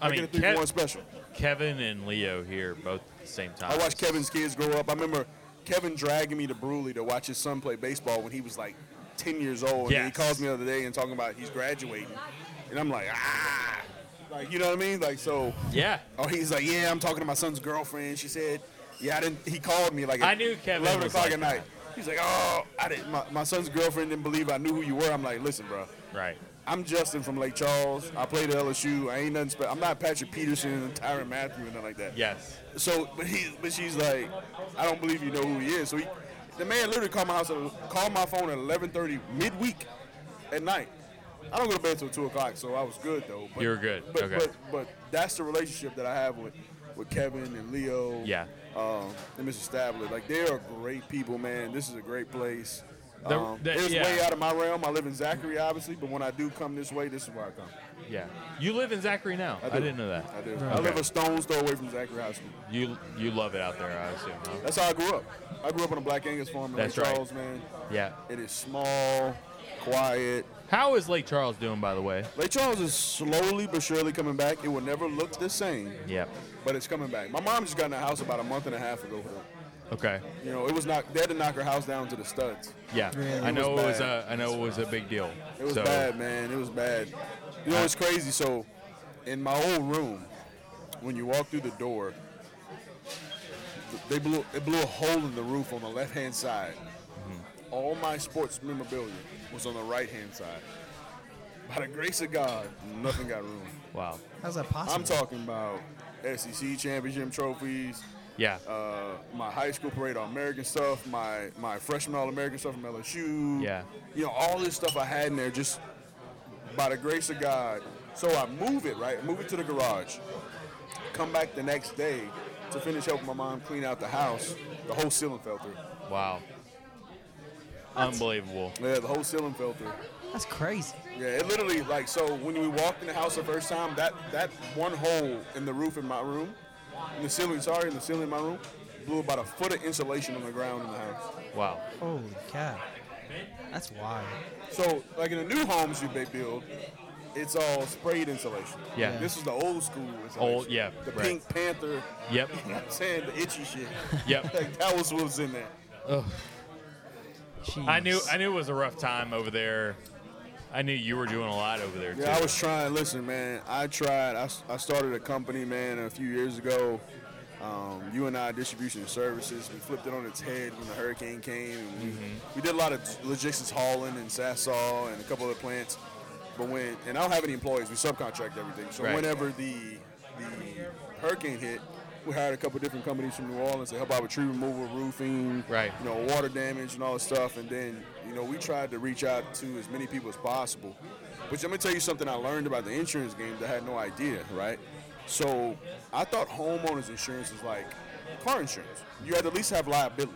[SPEAKER 7] I,
[SPEAKER 4] I
[SPEAKER 7] mean,
[SPEAKER 4] get a three
[SPEAKER 7] Kev-
[SPEAKER 4] for one special.
[SPEAKER 7] Kevin and Leo here both at the same time.
[SPEAKER 4] I watched Kevin's kids grow up. I remember Kevin dragging me to Bruley to watch his son play baseball when he was like 10 years old. And he
[SPEAKER 7] Yes.
[SPEAKER 4] calls me the other day and talking about he's graduating. And I'm like, ah. Like, you know what I mean? Like, so.
[SPEAKER 7] Yeah.
[SPEAKER 4] Oh, he's like, yeah, I'm talking to my son's girlfriend. She said, yeah, I didn't. He called me like
[SPEAKER 7] I
[SPEAKER 4] at
[SPEAKER 7] knew Kevin
[SPEAKER 4] 11
[SPEAKER 7] was
[SPEAKER 4] o'clock
[SPEAKER 7] like
[SPEAKER 4] at night. He's like, oh, I didn't. My, my son's girlfriend didn't believe I knew who you were. I'm like, listen, bro.
[SPEAKER 7] Right.
[SPEAKER 4] I'm Justin from Lake Charles. I played at LSU. I ain't nothing special. I'm not Patrick Peterson and Tyron Matthew and nothing like that.
[SPEAKER 7] Yes.
[SPEAKER 4] So, but he, but she's like, I don't believe you know who he is. So he, the man literally called my house, at- called my phone at 11:30 midweek, at night. I don't go to bed till two o'clock, so I was good though.
[SPEAKER 7] You were good.
[SPEAKER 4] But,
[SPEAKER 7] Okay.
[SPEAKER 4] but but that's the relationship that I have with with Kevin and Leo.
[SPEAKER 7] Yeah.
[SPEAKER 4] Um, and Mr. Stabler, like they are great people, man. This is a great place.
[SPEAKER 7] They're-
[SPEAKER 4] Um,
[SPEAKER 7] they-
[SPEAKER 4] it's
[SPEAKER 7] yeah.
[SPEAKER 4] way out of my realm. I live in Zachary, obviously, but when I do come this way, this is where I come.
[SPEAKER 7] Yeah. You live in Zachary now. I,
[SPEAKER 4] do.
[SPEAKER 7] didn't know that.
[SPEAKER 4] I do. I live a stone's throw away from Zachary High School.
[SPEAKER 7] You you love it out there, I assume. Huh?
[SPEAKER 4] That's how I grew up. I grew up on a Black Angus farm in
[SPEAKER 7] That's
[SPEAKER 4] Lake
[SPEAKER 7] right.
[SPEAKER 4] Charles, man.
[SPEAKER 7] Yeah.
[SPEAKER 4] It is small, quiet.
[SPEAKER 7] How is Lake Charles doing, by the way?
[SPEAKER 4] Lake Charles is slowly but surely coming back. It will never look the same,
[SPEAKER 7] Yep.
[SPEAKER 4] but it's coming back. My mom just got in a house about a month and a half ago.
[SPEAKER 7] Okay.
[SPEAKER 4] You know, it was not. They had to knock her house down to the studs.
[SPEAKER 7] Yeah.
[SPEAKER 4] Really?
[SPEAKER 7] I know it
[SPEAKER 4] It was
[SPEAKER 7] was,
[SPEAKER 4] bad.
[SPEAKER 7] a I know it was a big deal.
[SPEAKER 4] It was
[SPEAKER 7] so,
[SPEAKER 4] bad, man. It was bad. You know, it's crazy. So, in my old room, when you walk through the door, th- they blew it blew a hole in the roof on the left hand side. All my sports memorabilia was on the right hand side. By the grace of God, nothing got ruined.
[SPEAKER 7] Wow.
[SPEAKER 23] How's that possible?
[SPEAKER 4] I'm talking about SEC championship trophies.
[SPEAKER 7] Yeah.
[SPEAKER 4] Uh, my high school parade, all American stuff. My my freshman all American stuff from LSU.
[SPEAKER 7] Yeah.
[SPEAKER 4] You know all this stuff I had in there just by the grace of God. So I move it right, move it to the garage. Come back the next day to finish helping my mom clean out the house. The whole ceiling fell through.
[SPEAKER 7] Wow. Unbelievable.
[SPEAKER 4] Yeah, the whole ceiling fell through.
[SPEAKER 23] That's crazy.
[SPEAKER 4] Yeah, it literally like so when we walked in the house the first time, that that one hole in the roof in my room, in the ceiling, sorry, in the ceiling in my room, blew about a foot of insulation on the ground in the house.
[SPEAKER 7] Wow.
[SPEAKER 23] Holy cow. That's wild.
[SPEAKER 4] So like in the new homes you they build, it's all sprayed insulation.
[SPEAKER 7] Yeah.
[SPEAKER 4] This is the old school insulation.
[SPEAKER 7] Old- yeah,
[SPEAKER 4] The
[SPEAKER 7] right.
[SPEAKER 4] Pink Panther.
[SPEAKER 7] Yep.
[SPEAKER 4] You know what I'm saying? The itchy shit.
[SPEAKER 7] Yep.
[SPEAKER 4] like that was what was in there.
[SPEAKER 7] I knew I knew it was a rough time over there. I knew you were doing a lot over there too.
[SPEAKER 4] Yeah, I was trying. Listen, man, I tried. I, s- I started a company, man, a few years ago. Um, you and I distribution and services. We flipped it on its head when the hurricane came. And we, we did a lot of logistics hauling in Sasol and a couple other plants. But when and I don't have any employees. We subcontract everything. So
[SPEAKER 7] Right.
[SPEAKER 4] whenever the the hurricane hit, we hired a couple different companies from New Orleans to help out with tree removal, roofing,
[SPEAKER 7] Right.
[SPEAKER 4] you know, water damage and all this stuff. And then, you know, we tried to reach out to as many people as possible. But let me tell you something I learned about the insurance game that I had no idea, right? So I thought homeowners insurance is like car insurance. You had to at least have liability.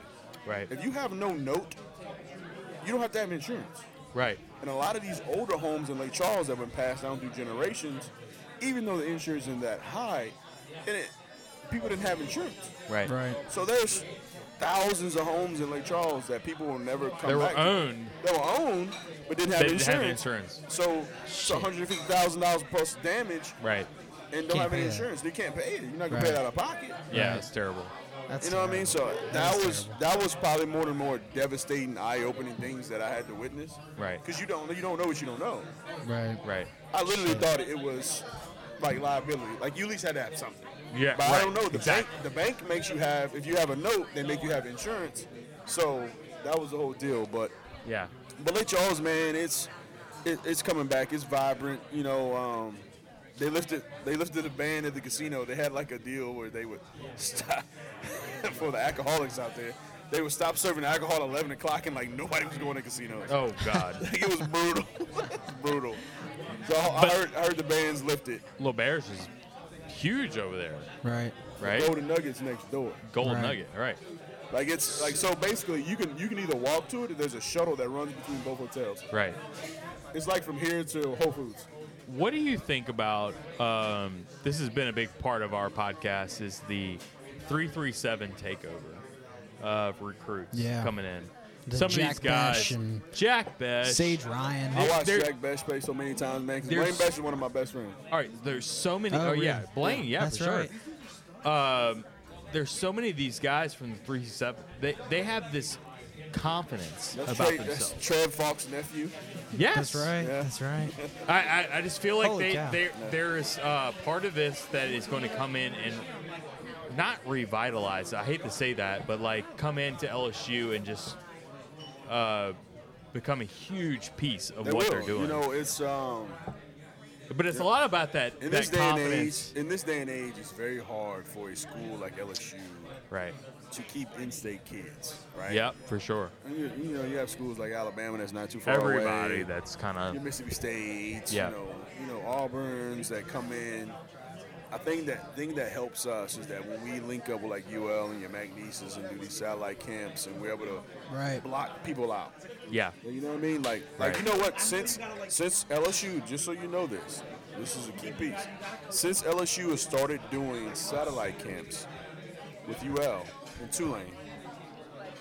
[SPEAKER 7] Right.
[SPEAKER 4] If you have no note, you don't have to have insurance.
[SPEAKER 7] Right.
[SPEAKER 4] And a lot of these older homes in Lake Charles have been passed down through generations, even though the insurance isn't that high. And it, people didn't have insurance.
[SPEAKER 7] Right. Right.
[SPEAKER 4] So there's thousands of homes in Lake Charles that people will never come
[SPEAKER 7] They were
[SPEAKER 4] back to.
[SPEAKER 7] owned.
[SPEAKER 4] They were owned, but didn't have
[SPEAKER 7] They didn't
[SPEAKER 4] insurance.
[SPEAKER 7] have
[SPEAKER 4] So it's $150,000 plus damage
[SPEAKER 7] Right.
[SPEAKER 4] and
[SPEAKER 7] Can't
[SPEAKER 4] don't have any
[SPEAKER 7] pay that.
[SPEAKER 4] insurance. They can't pay it. You're not going to pay it
[SPEAKER 7] Right.
[SPEAKER 4] out of pocket.
[SPEAKER 7] Yeah, it's terrible.
[SPEAKER 4] you know what I mean? So that was that was probably one of the more devastating, eye-opening things that I had to witness.
[SPEAKER 7] Right.
[SPEAKER 4] Because you don't you don't know what you don't know.
[SPEAKER 7] Right. Right.
[SPEAKER 4] I literally thought it was like liability. Like you at least had to have something.
[SPEAKER 7] Yeah,
[SPEAKER 4] But
[SPEAKER 7] right,
[SPEAKER 4] I don't know. The bank the bank makes you have if you have a note, they make you have insurance. So that was the whole deal. But
[SPEAKER 7] Yeah.
[SPEAKER 4] but Lake Charles, man, it's it, it's coming back. It's vibrant. You know, um, they lifted they lifted a ban at the casino. They had like a deal where they would stop for the alcoholics out there. They would stop serving alcohol at 11 o'clock and like nobody was going to casinos.
[SPEAKER 7] Oh God.
[SPEAKER 4] like, it was brutal, brutal. So I, I heard I heard the bands lifted.
[SPEAKER 7] Little Bears is huge over there.
[SPEAKER 23] Right.
[SPEAKER 7] Right.
[SPEAKER 4] Golden Nuggets next door.
[SPEAKER 7] Golden Nugget. All right.
[SPEAKER 4] Like it's like so basically you can you can either walk to it or there's a shuttle that runs between both hotels.
[SPEAKER 7] Right.
[SPEAKER 4] It's like from here to Whole Foods.
[SPEAKER 7] What do you think about? Um, this has been a big part of our podcast. Is the three three seven takeover of recruits
[SPEAKER 23] Yeah.
[SPEAKER 7] coming in?
[SPEAKER 23] The
[SPEAKER 7] Some of
[SPEAKER 23] Jack
[SPEAKER 7] these guys,
[SPEAKER 23] Besh and
[SPEAKER 7] Jack Besh,
[SPEAKER 23] Sage Ryan.
[SPEAKER 4] I watched
[SPEAKER 7] There-
[SPEAKER 4] Jack Besh play so many times, man. 'cause
[SPEAKER 7] there's-
[SPEAKER 4] Blaine Besh is one of my best friends.
[SPEAKER 7] All right, there's so many.
[SPEAKER 4] Oh,
[SPEAKER 7] Oh, yeah,
[SPEAKER 4] really?
[SPEAKER 7] Blaine.
[SPEAKER 4] Yeah,
[SPEAKER 7] Yeah,
[SPEAKER 4] that's
[SPEAKER 7] for sure. Um, there's so many of these guys from the three seven. They they have this confidence
[SPEAKER 4] That's,
[SPEAKER 7] about
[SPEAKER 4] Trey, that's
[SPEAKER 7] themselves.
[SPEAKER 4] Trev Falk's nephew.
[SPEAKER 7] Yes. That's
[SPEAKER 23] right. That's right.
[SPEAKER 7] I, I, I just feel like
[SPEAKER 23] Holy
[SPEAKER 7] they,
[SPEAKER 23] cow.
[SPEAKER 7] they
[SPEAKER 23] Yeah.
[SPEAKER 7] there is uh, part of this that is going to come in and not revitalize. I hate to say that, but like come into LSU and just uh, become a huge piece of
[SPEAKER 4] They
[SPEAKER 7] what
[SPEAKER 4] will.
[SPEAKER 7] they're doing.
[SPEAKER 4] You know, it's um.
[SPEAKER 7] but it's a lot about that
[SPEAKER 4] In
[SPEAKER 7] that
[SPEAKER 4] this day
[SPEAKER 7] confidence.
[SPEAKER 4] and age, in this day and age, it's very hard for a school like LSU,
[SPEAKER 7] right,
[SPEAKER 4] to keep in-state kids, right?
[SPEAKER 7] Yep, for sure.
[SPEAKER 4] And You, you know, you have schools like Alabama that's not too far away.
[SPEAKER 7] Everybody that's kinda-
[SPEAKER 4] your Mississippi States,
[SPEAKER 7] Yeah.
[SPEAKER 4] you know, you know Auburn's that come in. I think that thing that helps us is that when we link up with like UL and your Magnesis and do these satellite camps, and we're able to
[SPEAKER 23] Right.
[SPEAKER 4] block people out.
[SPEAKER 7] Yeah.
[SPEAKER 4] You know what I mean? Like, like
[SPEAKER 7] Right.
[SPEAKER 4] you know what? Since since LSU, just so you know this, this is a key piece. Since LSU has started doing satellite camps with UL in Tulane,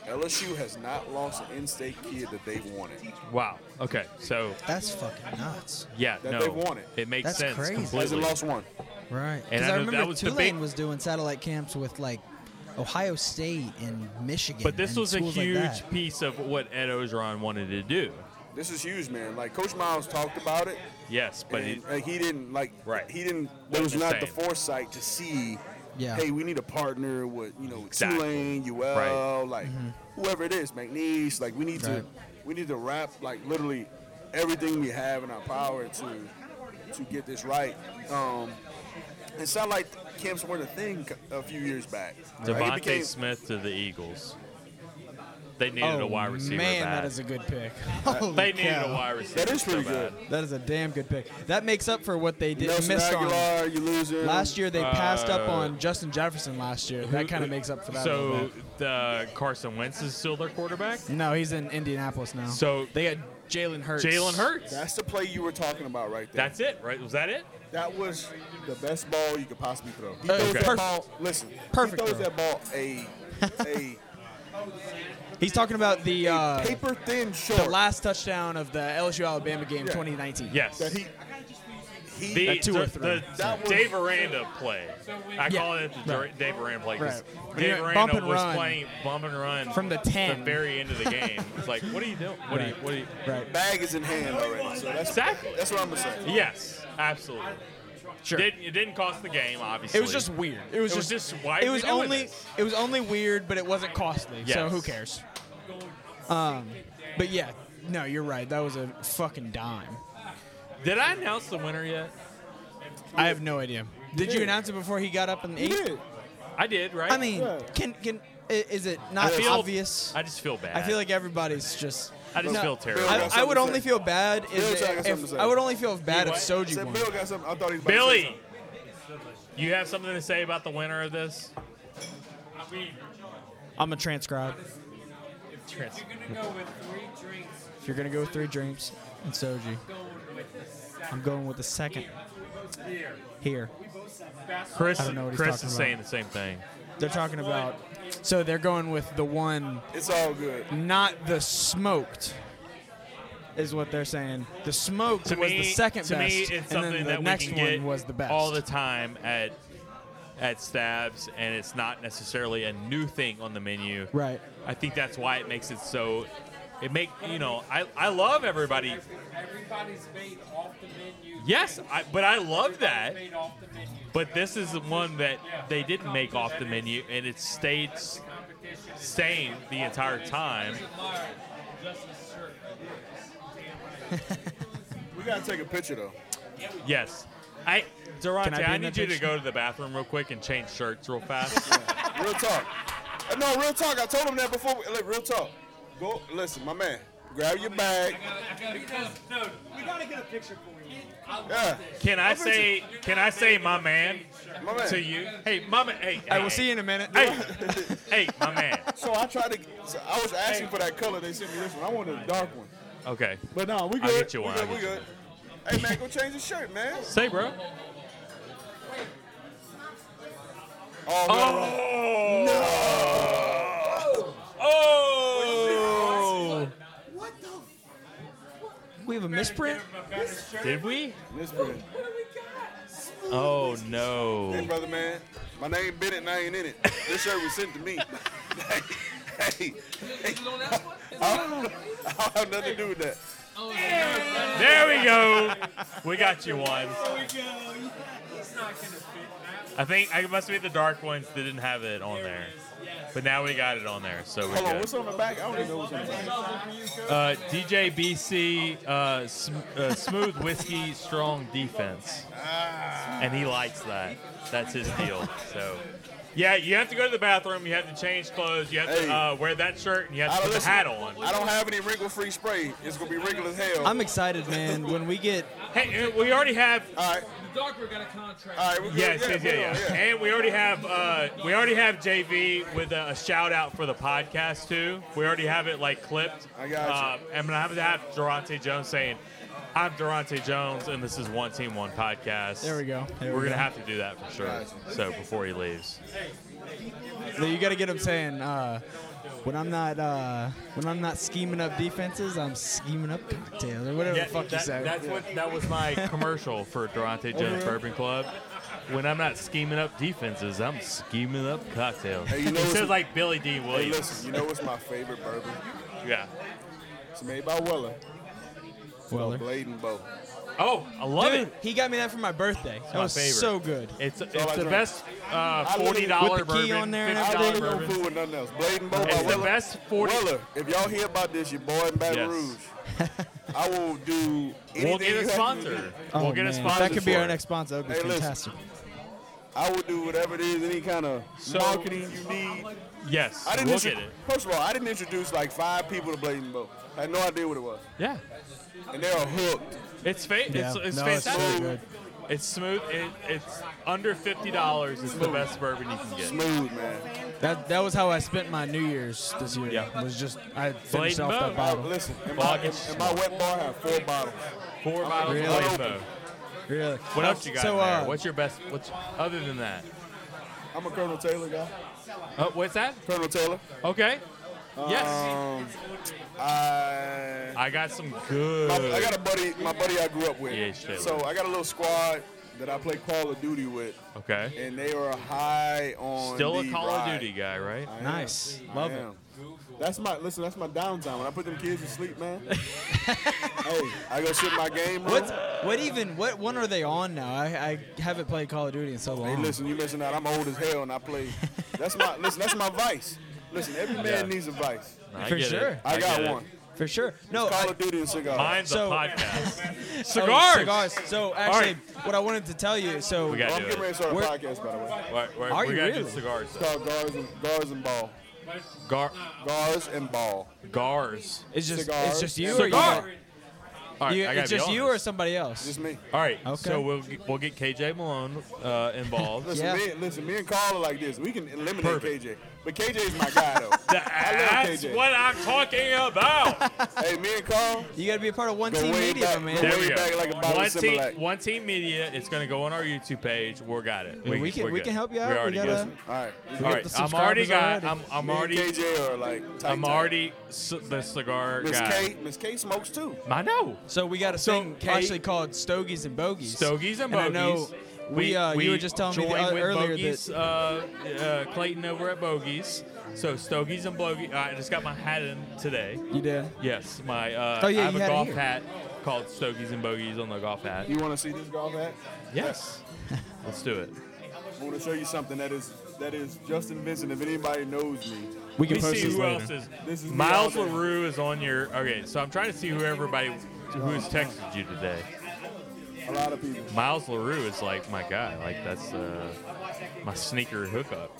[SPEAKER 4] LSU has not lost an in-state kid that they've wanted.
[SPEAKER 7] Wow. Okay. So
[SPEAKER 23] That's fucking nuts.
[SPEAKER 7] yeah,
[SPEAKER 4] That
[SPEAKER 7] no,
[SPEAKER 4] they want it.
[SPEAKER 7] makes
[SPEAKER 23] That's
[SPEAKER 7] sense
[SPEAKER 23] crazy.
[SPEAKER 7] completely.
[SPEAKER 4] Hasn't lost one.
[SPEAKER 23] Right.
[SPEAKER 7] And
[SPEAKER 23] Because
[SPEAKER 7] I
[SPEAKER 23] I,
[SPEAKER 7] know
[SPEAKER 23] remember
[SPEAKER 7] that was the
[SPEAKER 23] Tulane
[SPEAKER 7] big-
[SPEAKER 23] was doing satellite camps with like Ohio State and Michigan.
[SPEAKER 7] But this
[SPEAKER 23] and
[SPEAKER 7] was a
[SPEAKER 23] schools like
[SPEAKER 7] huge
[SPEAKER 23] that.
[SPEAKER 7] piece of what Ed Ogeron wanted to do.
[SPEAKER 4] This is huge, man. Like Coach Miles talked about it,
[SPEAKER 7] Yes, but
[SPEAKER 4] and,
[SPEAKER 7] it,
[SPEAKER 4] like he didn't like
[SPEAKER 7] Right.
[SPEAKER 4] he didn't. There
[SPEAKER 7] Wasn't
[SPEAKER 4] was
[SPEAKER 7] the
[SPEAKER 4] not the
[SPEAKER 7] same.
[SPEAKER 4] foresight to see.
[SPEAKER 7] Yeah.
[SPEAKER 4] Hey, we need a partner with you know
[SPEAKER 7] Exactly.
[SPEAKER 4] Tulane, UL,
[SPEAKER 7] Right.
[SPEAKER 4] like whoever it is, McNeese. Like we need
[SPEAKER 7] Right.
[SPEAKER 4] to we need to wrap like literally everything we have in our power to to get this right. Um, it sounded like camps weren't a thing a few years back. Like,
[SPEAKER 7] Devontae
[SPEAKER 4] it became-
[SPEAKER 7] Smith to the Eagles. They needed a
[SPEAKER 23] Oh,
[SPEAKER 7] wide receiver.
[SPEAKER 22] Oh, Man,
[SPEAKER 7] bad.
[SPEAKER 22] that is a good pick.
[SPEAKER 7] Holy They needed a
[SPEAKER 22] cow.
[SPEAKER 7] wide receiver That is pretty so good.
[SPEAKER 22] That is a damn good pick. That makes up for what they did
[SPEAKER 4] Nelson
[SPEAKER 22] missed
[SPEAKER 4] Aguilar,
[SPEAKER 22] on.
[SPEAKER 4] you loser.
[SPEAKER 22] um, Last year they passed up
[SPEAKER 7] Uh,
[SPEAKER 22] on Justin Jefferson last year. That
[SPEAKER 7] Who-
[SPEAKER 22] kind of makes up for that. a little
[SPEAKER 7] So
[SPEAKER 22] bit.
[SPEAKER 7] the Carson Wentz is still their quarterback.
[SPEAKER 22] no, he's in Indianapolis now.
[SPEAKER 7] So
[SPEAKER 22] they had Jalen Hurts.
[SPEAKER 7] Jalen Hurts.
[SPEAKER 4] That's the play you were talking about right there.
[SPEAKER 7] That's it, right? Was that it?
[SPEAKER 4] That was the best ball you could possibly throw. He
[SPEAKER 22] Uh,
[SPEAKER 7] Okay.
[SPEAKER 4] throws that
[SPEAKER 7] Perfect.
[SPEAKER 4] ball. Listen,
[SPEAKER 22] Perfect
[SPEAKER 4] He throws
[SPEAKER 22] throw.
[SPEAKER 4] that ball a a
[SPEAKER 22] He's talking about the uh,
[SPEAKER 4] paper thin
[SPEAKER 22] The last touchdown of the LSU Alabama game,
[SPEAKER 4] Yeah.
[SPEAKER 22] 2019.
[SPEAKER 7] Yes.
[SPEAKER 22] That
[SPEAKER 4] he, he
[SPEAKER 7] The,
[SPEAKER 22] two
[SPEAKER 7] the,
[SPEAKER 22] or three.
[SPEAKER 7] the Dave Aranda play. I
[SPEAKER 22] Yeah.
[SPEAKER 7] call it the
[SPEAKER 22] Right.
[SPEAKER 7] Dave Aranda play. 'cause
[SPEAKER 22] Right.
[SPEAKER 7] Dave
[SPEAKER 22] When you-
[SPEAKER 7] Aranda
[SPEAKER 22] bump and
[SPEAKER 7] was
[SPEAKER 22] run.
[SPEAKER 7] playing bump and run
[SPEAKER 22] From the 10.
[SPEAKER 7] very end of the game. It's like, what are you doing? What
[SPEAKER 22] Right.
[SPEAKER 7] are you? What are you?
[SPEAKER 22] Right.
[SPEAKER 4] bag is in hand already. So that's
[SPEAKER 7] Exactly.
[SPEAKER 4] That's what I'm gonna say.
[SPEAKER 7] Yes, absolutely.
[SPEAKER 22] Sure.
[SPEAKER 7] Didn't, it didn't cost the game, obviously.
[SPEAKER 22] It was just weird. It was just,
[SPEAKER 7] why
[SPEAKER 22] It
[SPEAKER 7] are
[SPEAKER 22] was
[SPEAKER 7] we doing
[SPEAKER 22] only
[SPEAKER 7] this?
[SPEAKER 22] it was only weird, but it wasn't costly. So
[SPEAKER 7] Yes.
[SPEAKER 22] who cares? Um, but yeah, no, you're right. That was a fucking dime.
[SPEAKER 7] Did I announce the winner yet?
[SPEAKER 22] I have no idea. Did you
[SPEAKER 7] did.
[SPEAKER 22] announce it before he got up and ate?
[SPEAKER 7] I did, right?
[SPEAKER 22] I mean, can can i- is it not
[SPEAKER 7] I feel,
[SPEAKER 22] obvious?
[SPEAKER 7] I just feel bad.
[SPEAKER 22] I feel like everybody's just.
[SPEAKER 7] I just feel terrible.
[SPEAKER 22] I,
[SPEAKER 7] Bill got
[SPEAKER 22] I would
[SPEAKER 7] something to
[SPEAKER 22] only
[SPEAKER 7] say.
[SPEAKER 22] feel bad
[SPEAKER 7] Bill
[SPEAKER 22] if,
[SPEAKER 7] got something to
[SPEAKER 22] if
[SPEAKER 7] say.
[SPEAKER 22] I would only feel bad if
[SPEAKER 7] He what?
[SPEAKER 22] Soji
[SPEAKER 7] Said
[SPEAKER 22] won.
[SPEAKER 7] Bill
[SPEAKER 4] got something. I thought he was about to say
[SPEAKER 7] Billy, you have something to say about the winner of this?
[SPEAKER 25] I mean,
[SPEAKER 22] I'm gonna transcribe.
[SPEAKER 25] if you're gonna go with three drinks,
[SPEAKER 22] If you're gonna go with three drinks and soju,
[SPEAKER 25] go with the second.
[SPEAKER 22] I'm going with the second.
[SPEAKER 26] Here.
[SPEAKER 7] Chris,
[SPEAKER 22] I don't know what he's
[SPEAKER 7] Chris
[SPEAKER 22] talking
[SPEAKER 7] is
[SPEAKER 22] about.
[SPEAKER 7] saying the same thing.
[SPEAKER 22] They're talking about. So they're going with the one.
[SPEAKER 4] It's all good.
[SPEAKER 22] Not the smoked. Is what they're saying. The smoked
[SPEAKER 7] To
[SPEAKER 22] was
[SPEAKER 7] me,
[SPEAKER 22] the second
[SPEAKER 7] to
[SPEAKER 22] best,
[SPEAKER 7] me, it's
[SPEAKER 22] and
[SPEAKER 7] something
[SPEAKER 22] then the
[SPEAKER 7] that
[SPEAKER 22] next
[SPEAKER 7] we can get
[SPEAKER 22] one was the best.
[SPEAKER 7] all the time at at stabs, and it's not necessarily a new thing on the menu.
[SPEAKER 22] Right.
[SPEAKER 7] I think that's why it makes it so. It make you know I I love everybody.
[SPEAKER 25] Everybody's made off the menu.
[SPEAKER 7] Yes, I, but I love that.
[SPEAKER 25] Made off the menu.
[SPEAKER 7] But this is the one that they didn't make off the menu, and it stayed s- same the entire time.
[SPEAKER 4] We gotta take a picture though.
[SPEAKER 7] Yes, I Durante,
[SPEAKER 4] Can I be
[SPEAKER 7] I,
[SPEAKER 4] in
[SPEAKER 7] need
[SPEAKER 4] that
[SPEAKER 7] you to
[SPEAKER 4] picture?
[SPEAKER 7] go to the bathroom real quick and change shirts real fast.
[SPEAKER 4] Real talk. Uh, No, real talk. I told him that before. we- Look, real talk. Go listen, my man. Grab your bag.
[SPEAKER 25] No, we gotta get a picture for you.
[SPEAKER 4] Yeah.
[SPEAKER 7] Can I say? Can I say, my man,
[SPEAKER 4] My man.
[SPEAKER 7] to you? Hey, my man. Hey,
[SPEAKER 4] I
[SPEAKER 7] hey,
[SPEAKER 4] will see
[SPEAKER 22] you in a minute.
[SPEAKER 7] Hey, hey, my man.
[SPEAKER 4] So I tried to. So I was asking for that color. They sent me this one. I wanted a dark one.
[SPEAKER 7] Okay.
[SPEAKER 4] But no, we
[SPEAKER 7] I'll
[SPEAKER 4] good.
[SPEAKER 7] get you one,
[SPEAKER 4] We
[SPEAKER 7] I'll
[SPEAKER 4] good. We
[SPEAKER 7] get you
[SPEAKER 4] good. Hey man, go change your shirt, man.
[SPEAKER 7] Say, bro.
[SPEAKER 4] Oh.
[SPEAKER 7] No. Oh.
[SPEAKER 22] We have a misprint.
[SPEAKER 7] Did we?
[SPEAKER 4] Misprint.
[SPEAKER 7] Oh no.
[SPEAKER 4] Hey, brother, man. My name Bennett, and I ain't in it. This shirt was sent to me. hey, hey. I don't, I don't have nothing to do with that.
[SPEAKER 7] There we go. We got you
[SPEAKER 25] He's
[SPEAKER 7] one.
[SPEAKER 25] not gonna fit that.
[SPEAKER 7] I think I must be the dark ones that didn't have it on there. But now we got it on there, so we're
[SPEAKER 4] Hold on,
[SPEAKER 7] good.
[SPEAKER 4] what's on the back? I don't even know what's on the back.
[SPEAKER 7] Uh, DJ BC, uh, sm- uh, smooth whiskey, strong defense,
[SPEAKER 4] Ah.
[SPEAKER 7] and he likes that. That's his deal. So, yeah, you have to go to the bathroom. You have to change clothes. You have to uh, wear that shirt, and you have
[SPEAKER 4] I
[SPEAKER 7] to
[SPEAKER 4] don't,
[SPEAKER 7] put the
[SPEAKER 4] listen,
[SPEAKER 7] hat on.
[SPEAKER 4] I don't have any wrinkle-free spray. It's gonna be wrinkled as hell.
[SPEAKER 26] I'm excited, man. When we get
[SPEAKER 7] Hey, uh, we already have.
[SPEAKER 4] All right.
[SPEAKER 25] The doctor got a contract.
[SPEAKER 4] All right, we're good.
[SPEAKER 7] Yes,
[SPEAKER 4] Yeah,
[SPEAKER 7] yes, yeah,
[SPEAKER 4] we're
[SPEAKER 7] yeah,
[SPEAKER 4] on, yeah.
[SPEAKER 7] And we already have uh, we already have JV with a, a shout out for the podcast too. We already have it like clipped. I
[SPEAKER 4] got
[SPEAKER 7] you. I'm gonna have to have Durante Jones saying, "I'm Durante Jones, and this is One Team One Podcast."
[SPEAKER 22] There we go. There
[SPEAKER 7] We're
[SPEAKER 22] we
[SPEAKER 7] gonna
[SPEAKER 22] go.
[SPEAKER 7] have to do that for sure. So before he leaves,
[SPEAKER 22] So you got to get him saying, uh, when I'm not uh, when I'm not scheming up defenses, I'm scheming up cocktails or whatever
[SPEAKER 7] Yeah,
[SPEAKER 22] the fuck
[SPEAKER 7] that,
[SPEAKER 22] you say.
[SPEAKER 7] That's what that was my commercial for Durante Jones
[SPEAKER 22] Okay.
[SPEAKER 7] Bourbon Club. When I'm not scheming up defenses, I'm scheming up cocktails.
[SPEAKER 4] Hey, you know
[SPEAKER 7] he
[SPEAKER 4] what's-
[SPEAKER 7] sounds like Billy D.
[SPEAKER 4] Hey,
[SPEAKER 7] Williams.
[SPEAKER 4] listen, you know what's my favorite bourbon?
[SPEAKER 7] Yeah.
[SPEAKER 4] It's made by Weller.
[SPEAKER 22] Weller.
[SPEAKER 4] Blade and Bow.
[SPEAKER 7] Oh, I love
[SPEAKER 22] Dude, He got me that for my birthday. that
[SPEAKER 7] my
[SPEAKER 22] was
[SPEAKER 7] favorite.
[SPEAKER 22] so good.
[SPEAKER 7] It's,
[SPEAKER 4] all I
[SPEAKER 7] it's the
[SPEAKER 4] drink.
[SPEAKER 7] best uh,
[SPEAKER 4] I
[SPEAKER 7] forty
[SPEAKER 4] literally-
[SPEAKER 7] dollar
[SPEAKER 4] With the key
[SPEAKER 7] bourbon.
[SPEAKER 4] on there and
[SPEAKER 7] $50
[SPEAKER 4] everything. I
[SPEAKER 7] bourbon.
[SPEAKER 4] don't fool with nothing else. Blade and Bow by
[SPEAKER 7] It's the
[SPEAKER 4] Weller.
[SPEAKER 7] best 40
[SPEAKER 4] Weller, if y'all hear about this, your boy in Baton
[SPEAKER 7] Yes.
[SPEAKER 4] Rouge, I will do anything
[SPEAKER 7] We'll get a
[SPEAKER 4] you have me to
[SPEAKER 7] sponsor.
[SPEAKER 4] do.
[SPEAKER 7] We'll get a sponsor.
[SPEAKER 22] Oh, That could be
[SPEAKER 7] for
[SPEAKER 22] our
[SPEAKER 7] it.
[SPEAKER 22] next sponsor. That would be
[SPEAKER 4] Hey, listen.
[SPEAKER 22] fantastic.
[SPEAKER 4] I will do whatever it is, any kind of
[SPEAKER 7] So-
[SPEAKER 4] marketing you need.
[SPEAKER 7] Yes,
[SPEAKER 4] I didn't
[SPEAKER 7] we'll
[SPEAKER 4] intro-
[SPEAKER 7] get it.
[SPEAKER 4] First of all, I didn't introduce like five people to Blade and Bow. I had no idea what it was.
[SPEAKER 7] Yeah.
[SPEAKER 4] And they're hooked.
[SPEAKER 7] It's fa- it's,
[SPEAKER 4] Yeah.
[SPEAKER 7] it's
[SPEAKER 4] No, it's
[SPEAKER 7] fantastic.
[SPEAKER 4] really good.
[SPEAKER 7] It's smooth. It, it's under fifty dollars. It's the best bourbon you can get.
[SPEAKER 4] Smooth, man.
[SPEAKER 22] That that was how I spent my New Year's this year.
[SPEAKER 7] Yeah.
[SPEAKER 22] Was just I
[SPEAKER 7] Blade
[SPEAKER 22] finished
[SPEAKER 7] and
[SPEAKER 22] off
[SPEAKER 7] Bow.
[SPEAKER 22] that bottle.
[SPEAKER 7] Oh,
[SPEAKER 4] Listen, in
[SPEAKER 7] Well,
[SPEAKER 4] my,
[SPEAKER 7] I get you
[SPEAKER 4] in my
[SPEAKER 7] some.
[SPEAKER 4] wet bar, I have four bottles.
[SPEAKER 7] Four bottles
[SPEAKER 22] Really?
[SPEAKER 7] of Blade and Bow.
[SPEAKER 22] Really?
[SPEAKER 7] What else you got
[SPEAKER 22] So,
[SPEAKER 7] in there?
[SPEAKER 22] uh,
[SPEAKER 7] what's your best? What's other than that?
[SPEAKER 4] I'm a Colonel Taylor guy.
[SPEAKER 7] Uh, what's that?
[SPEAKER 4] Colonel Taylor.
[SPEAKER 7] Okay. Yes.
[SPEAKER 4] Um, I,
[SPEAKER 7] I got some good.
[SPEAKER 4] My, I got a buddy, my buddy I grew up with.
[SPEAKER 7] Yeah, shit.
[SPEAKER 4] so I got a little squad that I play Call of Duty with,
[SPEAKER 7] Okay.
[SPEAKER 4] and they are high on
[SPEAKER 7] Still a
[SPEAKER 4] the
[SPEAKER 7] Call
[SPEAKER 4] ride.
[SPEAKER 7] of Duty guy, right?
[SPEAKER 4] I am. I am. That's my listen. That's my downtime when I put them kids to sleep, man. hey, I go sit in my game room.
[SPEAKER 22] What's what even what one are they on now? I, I haven't played Call of Duty in so long.
[SPEAKER 4] Hey, listen, you missing out. I'm old as hell, and I play. That's my listen. That's my vice. Listen, every man
[SPEAKER 22] Yeah.
[SPEAKER 4] needs a vice.
[SPEAKER 22] For sure.
[SPEAKER 4] I, got one.
[SPEAKER 22] For sure. No, oh,
[SPEAKER 4] Call of Duty and cigars.
[SPEAKER 7] Mine's
[SPEAKER 22] So-
[SPEAKER 7] a podcast.
[SPEAKER 22] Oh,
[SPEAKER 7] cigars.
[SPEAKER 22] cigars. So actually, what I wanted to tell you, so
[SPEAKER 7] We gotta Well, I'm do getting it. ready to start
[SPEAKER 4] a
[SPEAKER 22] We're-
[SPEAKER 4] podcast, by the way.
[SPEAKER 7] We're- we're-
[SPEAKER 22] Are
[SPEAKER 7] we
[SPEAKER 22] you
[SPEAKER 7] gotta do
[SPEAKER 22] really?
[SPEAKER 7] cigars.
[SPEAKER 4] It's called Gars and, Gars and Ball.
[SPEAKER 7] Gar-
[SPEAKER 4] Gars and Ball.
[SPEAKER 7] Gars.
[SPEAKER 22] It's just-
[SPEAKER 4] Cigars
[SPEAKER 22] it's just you
[SPEAKER 4] and
[SPEAKER 22] or you
[SPEAKER 4] Ball.
[SPEAKER 22] got-
[SPEAKER 7] All right,
[SPEAKER 22] You-
[SPEAKER 7] I gotta
[SPEAKER 22] it's
[SPEAKER 7] be
[SPEAKER 22] just you
[SPEAKER 7] honest.
[SPEAKER 22] or somebody else?
[SPEAKER 4] Just me.
[SPEAKER 7] All right,
[SPEAKER 22] Okay.
[SPEAKER 7] so we'll g- we'll get KJ Malone uh, involved.
[SPEAKER 4] Listen, me, listen, me and Carl are like this. We can eliminate
[SPEAKER 7] Perfect.
[SPEAKER 4] KJ. But KJ is my guy, though. I love
[SPEAKER 7] That's
[SPEAKER 4] KJ.
[SPEAKER 7] what I'm talking about.
[SPEAKER 4] hey, me and Carl.
[SPEAKER 22] You got to be a part of one
[SPEAKER 4] Go team way media, back, man. go
[SPEAKER 7] There
[SPEAKER 4] way
[SPEAKER 7] we go.
[SPEAKER 4] back like a bottle
[SPEAKER 7] one,
[SPEAKER 4] of
[SPEAKER 7] team,
[SPEAKER 4] Similac.
[SPEAKER 7] one team media. It's going to go on our YouTube page. We're got it.
[SPEAKER 22] Yeah, we can-
[SPEAKER 7] we're
[SPEAKER 22] we
[SPEAKER 7] good.
[SPEAKER 22] can help you out. We
[SPEAKER 7] We're already
[SPEAKER 22] gotta-
[SPEAKER 7] good.
[SPEAKER 4] All right.
[SPEAKER 22] We
[SPEAKER 7] All
[SPEAKER 22] got
[SPEAKER 7] right.
[SPEAKER 22] the
[SPEAKER 7] I'm already
[SPEAKER 22] subscribers
[SPEAKER 7] got.
[SPEAKER 22] already.
[SPEAKER 7] I'm, I'm
[SPEAKER 4] Me and
[SPEAKER 7] already.
[SPEAKER 4] KJ are like tight,
[SPEAKER 7] I'm
[SPEAKER 4] tight.
[SPEAKER 7] already s- the cigar
[SPEAKER 4] Miss
[SPEAKER 7] guy.
[SPEAKER 4] K, Miss K smokes too.
[SPEAKER 7] I know.
[SPEAKER 22] So we got a
[SPEAKER 7] So,
[SPEAKER 22] thing
[SPEAKER 7] Kate-
[SPEAKER 22] actually called Stogies and Bogies.
[SPEAKER 7] Stogies and
[SPEAKER 22] I know
[SPEAKER 7] Bogies.
[SPEAKER 22] we, uh, you were just telling me the,
[SPEAKER 7] joined
[SPEAKER 22] uh,
[SPEAKER 7] with
[SPEAKER 22] earlier
[SPEAKER 7] Bogies,
[SPEAKER 22] that
[SPEAKER 7] uh, uh, Clayton over at Bogies. So Stogies and Bogies. I just got my hat in today.
[SPEAKER 22] you did.
[SPEAKER 7] Yes, my. Uh,
[SPEAKER 22] Oh, yeah,
[SPEAKER 7] I have
[SPEAKER 22] you
[SPEAKER 7] a
[SPEAKER 22] had it
[SPEAKER 7] golf
[SPEAKER 22] here.
[SPEAKER 7] hat called Stogies and Bogies on the golf hat.
[SPEAKER 4] You want to see this golf hat?
[SPEAKER 7] Yes. Let's do it.
[SPEAKER 4] I want to show you something that is that is Justin Vincent. If anybody knows me,
[SPEAKER 22] We can
[SPEAKER 7] Let me
[SPEAKER 22] post
[SPEAKER 7] see
[SPEAKER 22] this
[SPEAKER 7] who
[SPEAKER 22] later.
[SPEAKER 7] else is.
[SPEAKER 4] This is me
[SPEAKER 7] Miles
[SPEAKER 4] all day.
[SPEAKER 7] LaRue is on your. Okay, so I'm trying to see who everybody who's texted you today.
[SPEAKER 4] a lot of people.
[SPEAKER 7] Miles LaRue is like my guy. Like that's uh, my sneaker hookup.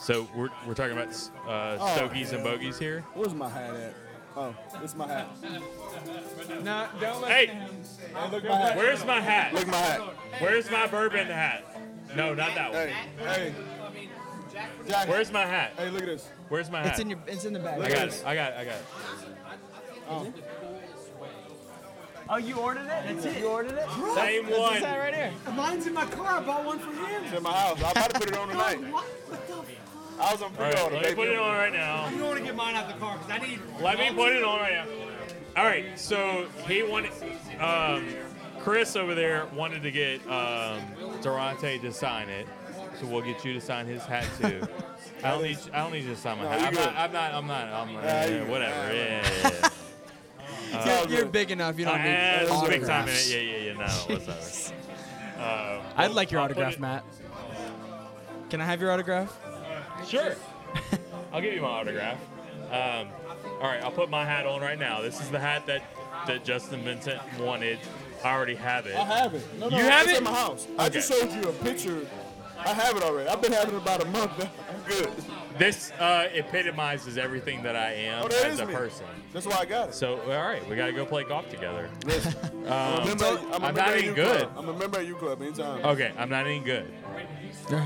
[SPEAKER 7] So we're, we're talking about uh,
[SPEAKER 4] Oh,
[SPEAKER 7] stogies and
[SPEAKER 4] hell.
[SPEAKER 7] bogies here.
[SPEAKER 4] Where's my hat at? Oh, it's my hat.
[SPEAKER 22] No, don't
[SPEAKER 7] Hey,
[SPEAKER 4] Hey, look my hat.
[SPEAKER 7] where's my hat?
[SPEAKER 4] Look my hat.
[SPEAKER 7] Where's my bourbon hat? No, not that
[SPEAKER 4] Hey,
[SPEAKER 7] one.
[SPEAKER 4] hey. Jack,
[SPEAKER 7] Where's my hat?
[SPEAKER 4] Hey, look at this.
[SPEAKER 7] Where's my hat?
[SPEAKER 22] It's in your. It's in the back.
[SPEAKER 7] I got it. I got it. I got it.
[SPEAKER 25] Oh, you ordered it? That's it. You ordered it?
[SPEAKER 7] Same one.
[SPEAKER 22] right here.
[SPEAKER 25] Mine's in my car. I bought one from him.
[SPEAKER 4] It's in my house. I'm about to put it on tonight.
[SPEAKER 25] What? What the fuck?
[SPEAKER 4] I was on
[SPEAKER 7] All right,
[SPEAKER 4] pre-order.
[SPEAKER 7] let me
[SPEAKER 4] baby.
[SPEAKER 7] put it on right now.
[SPEAKER 25] You don't want to get mine out the car because I need.
[SPEAKER 7] Let me put it on right now. All right, so he wanted, um, Chris over there wanted to get um, Durante to sign it, so we'll get you to sign his hat too. I don't need, I don't need you to sign my
[SPEAKER 4] No,
[SPEAKER 7] hat.
[SPEAKER 4] you
[SPEAKER 7] I'm
[SPEAKER 4] good.
[SPEAKER 7] not, I'm not, I'm not, I'm not,
[SPEAKER 4] Nah, you
[SPEAKER 7] yeah,
[SPEAKER 4] good.
[SPEAKER 7] whatever. Yeah, yeah, yeah.
[SPEAKER 22] You're-
[SPEAKER 7] Uh,
[SPEAKER 22] you're, big enough. You don't need.
[SPEAKER 7] ah, it's a big time in it.
[SPEAKER 22] autographs.
[SPEAKER 7] Yeah, yeah, yeah. No, what's up? Um,
[SPEAKER 22] I'd like your
[SPEAKER 7] I'll put
[SPEAKER 22] autograph,
[SPEAKER 7] it-
[SPEAKER 22] Matt. Can I have your autograph?
[SPEAKER 7] Sure. I'll give you my autograph. Um, all right, I'll put my hat on right now. This is the hat that, that Justin Vincent wanted. I already have it.
[SPEAKER 4] I
[SPEAKER 22] Uh-huh.
[SPEAKER 4] have it. No, no,
[SPEAKER 7] You have
[SPEAKER 4] it's
[SPEAKER 7] it?
[SPEAKER 4] in my house. I just showed you a picture. I have it already. I've been having it about a month. I'm good.
[SPEAKER 7] This uh, epitomizes everything that I am
[SPEAKER 4] Oh, that
[SPEAKER 7] as
[SPEAKER 4] is
[SPEAKER 7] a
[SPEAKER 4] me.
[SPEAKER 7] person.
[SPEAKER 4] That's why I got it.
[SPEAKER 7] So, all right, we got to go play golf together.
[SPEAKER 4] I'm a
[SPEAKER 7] Um,
[SPEAKER 4] member, I'm a
[SPEAKER 7] I'm
[SPEAKER 4] member
[SPEAKER 7] not
[SPEAKER 4] at
[SPEAKER 7] even
[SPEAKER 4] your
[SPEAKER 7] good.
[SPEAKER 4] Club. I'm a member at U Club anytime.
[SPEAKER 7] okay, I'm not any good.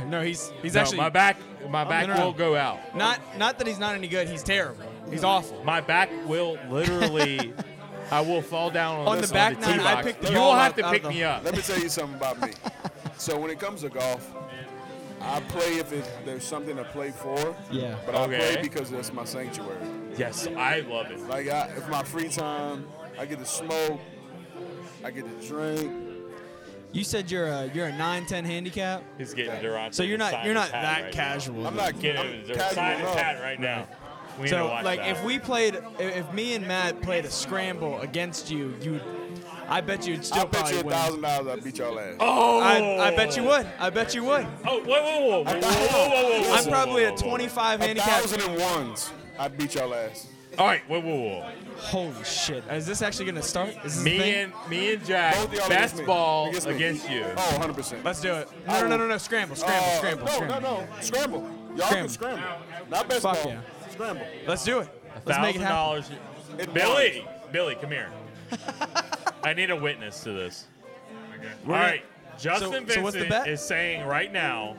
[SPEAKER 22] No, he's he's
[SPEAKER 7] No,
[SPEAKER 22] actually
[SPEAKER 7] my back. My back
[SPEAKER 22] no, no, no.
[SPEAKER 7] will go out.
[SPEAKER 22] not not that he's not any good. He's terrible. He's awful.
[SPEAKER 7] My back will literally. I will fall down on,
[SPEAKER 22] On the
[SPEAKER 7] this-
[SPEAKER 22] back
[SPEAKER 7] tee
[SPEAKER 22] nine, I
[SPEAKER 7] box.
[SPEAKER 22] picked the
[SPEAKER 7] You
[SPEAKER 22] ball
[SPEAKER 7] will have
[SPEAKER 22] out-
[SPEAKER 7] to
[SPEAKER 22] out of
[SPEAKER 7] pick
[SPEAKER 22] the-
[SPEAKER 7] me up.
[SPEAKER 4] Let me tell you something about me. So when it comes to golf, I play if it, there's something to play for.
[SPEAKER 22] Yeah.
[SPEAKER 4] But I
[SPEAKER 7] Okay.
[SPEAKER 4] play because that's my sanctuary.
[SPEAKER 7] Yes, I love it.
[SPEAKER 4] Like I, it's my free time. I get to smoke. I get to drink.
[SPEAKER 22] You said you're a you're a nine ten handicap.
[SPEAKER 7] He's getting Durant.
[SPEAKER 22] So you're not you're not that casual.
[SPEAKER 4] I'm not
[SPEAKER 7] Get
[SPEAKER 4] I'm
[SPEAKER 7] him to
[SPEAKER 4] casual
[SPEAKER 7] sign his
[SPEAKER 4] enough.
[SPEAKER 7] hat right now. We need
[SPEAKER 22] so
[SPEAKER 7] to watch
[SPEAKER 22] like
[SPEAKER 7] that.
[SPEAKER 22] if we played if- if me and Matt played a scramble against you, you would I bet you'd still
[SPEAKER 4] I bet
[SPEAKER 22] probably
[SPEAKER 4] you a
[SPEAKER 22] win.
[SPEAKER 4] thousand dollars I beat y'all ass.
[SPEAKER 7] oh,
[SPEAKER 22] I, I bet you would. I bet you would.
[SPEAKER 7] Oh, whoa, whoa, whoa, whoa, whoa, whoa, whoa, whoa, whoa,
[SPEAKER 22] I'm
[SPEAKER 7] whoa,
[SPEAKER 22] probably
[SPEAKER 7] whoa,
[SPEAKER 22] a
[SPEAKER 7] whoa, whoa.
[SPEAKER 22] 25
[SPEAKER 4] A
[SPEAKER 22] handicap.
[SPEAKER 4] thousand and ones. I beat y'all ass.
[SPEAKER 7] All right, whoa, whoa, whoa.
[SPEAKER 22] Holy shit! Is this actually gonna start? Is this a
[SPEAKER 7] Me
[SPEAKER 22] thing?
[SPEAKER 7] and me and Jack
[SPEAKER 4] Both y'all against
[SPEAKER 7] best
[SPEAKER 4] me.
[SPEAKER 7] ball
[SPEAKER 4] Against me.
[SPEAKER 7] against you.
[SPEAKER 4] Oh, 100 percent. Uh,
[SPEAKER 22] Let's do it. No, no, no, no, no. Scramble, scramble, scramble,
[SPEAKER 4] no,
[SPEAKER 22] scramble.
[SPEAKER 4] no, no. Scramble. Y'all
[SPEAKER 22] Scramble.
[SPEAKER 4] can scramble. Not best
[SPEAKER 22] Fuck
[SPEAKER 4] ball.
[SPEAKER 22] yeah.
[SPEAKER 4] Scramble.
[SPEAKER 22] Let's do it. Let's make it
[SPEAKER 7] Thousand
[SPEAKER 22] happen.
[SPEAKER 7] dollars.
[SPEAKER 4] It
[SPEAKER 7] Billy, Billy, come here. I need a witness to this. All
[SPEAKER 22] gonna-
[SPEAKER 7] right, Justin
[SPEAKER 22] so-
[SPEAKER 7] Vincent
[SPEAKER 22] so what's the bet?
[SPEAKER 7] is saying right now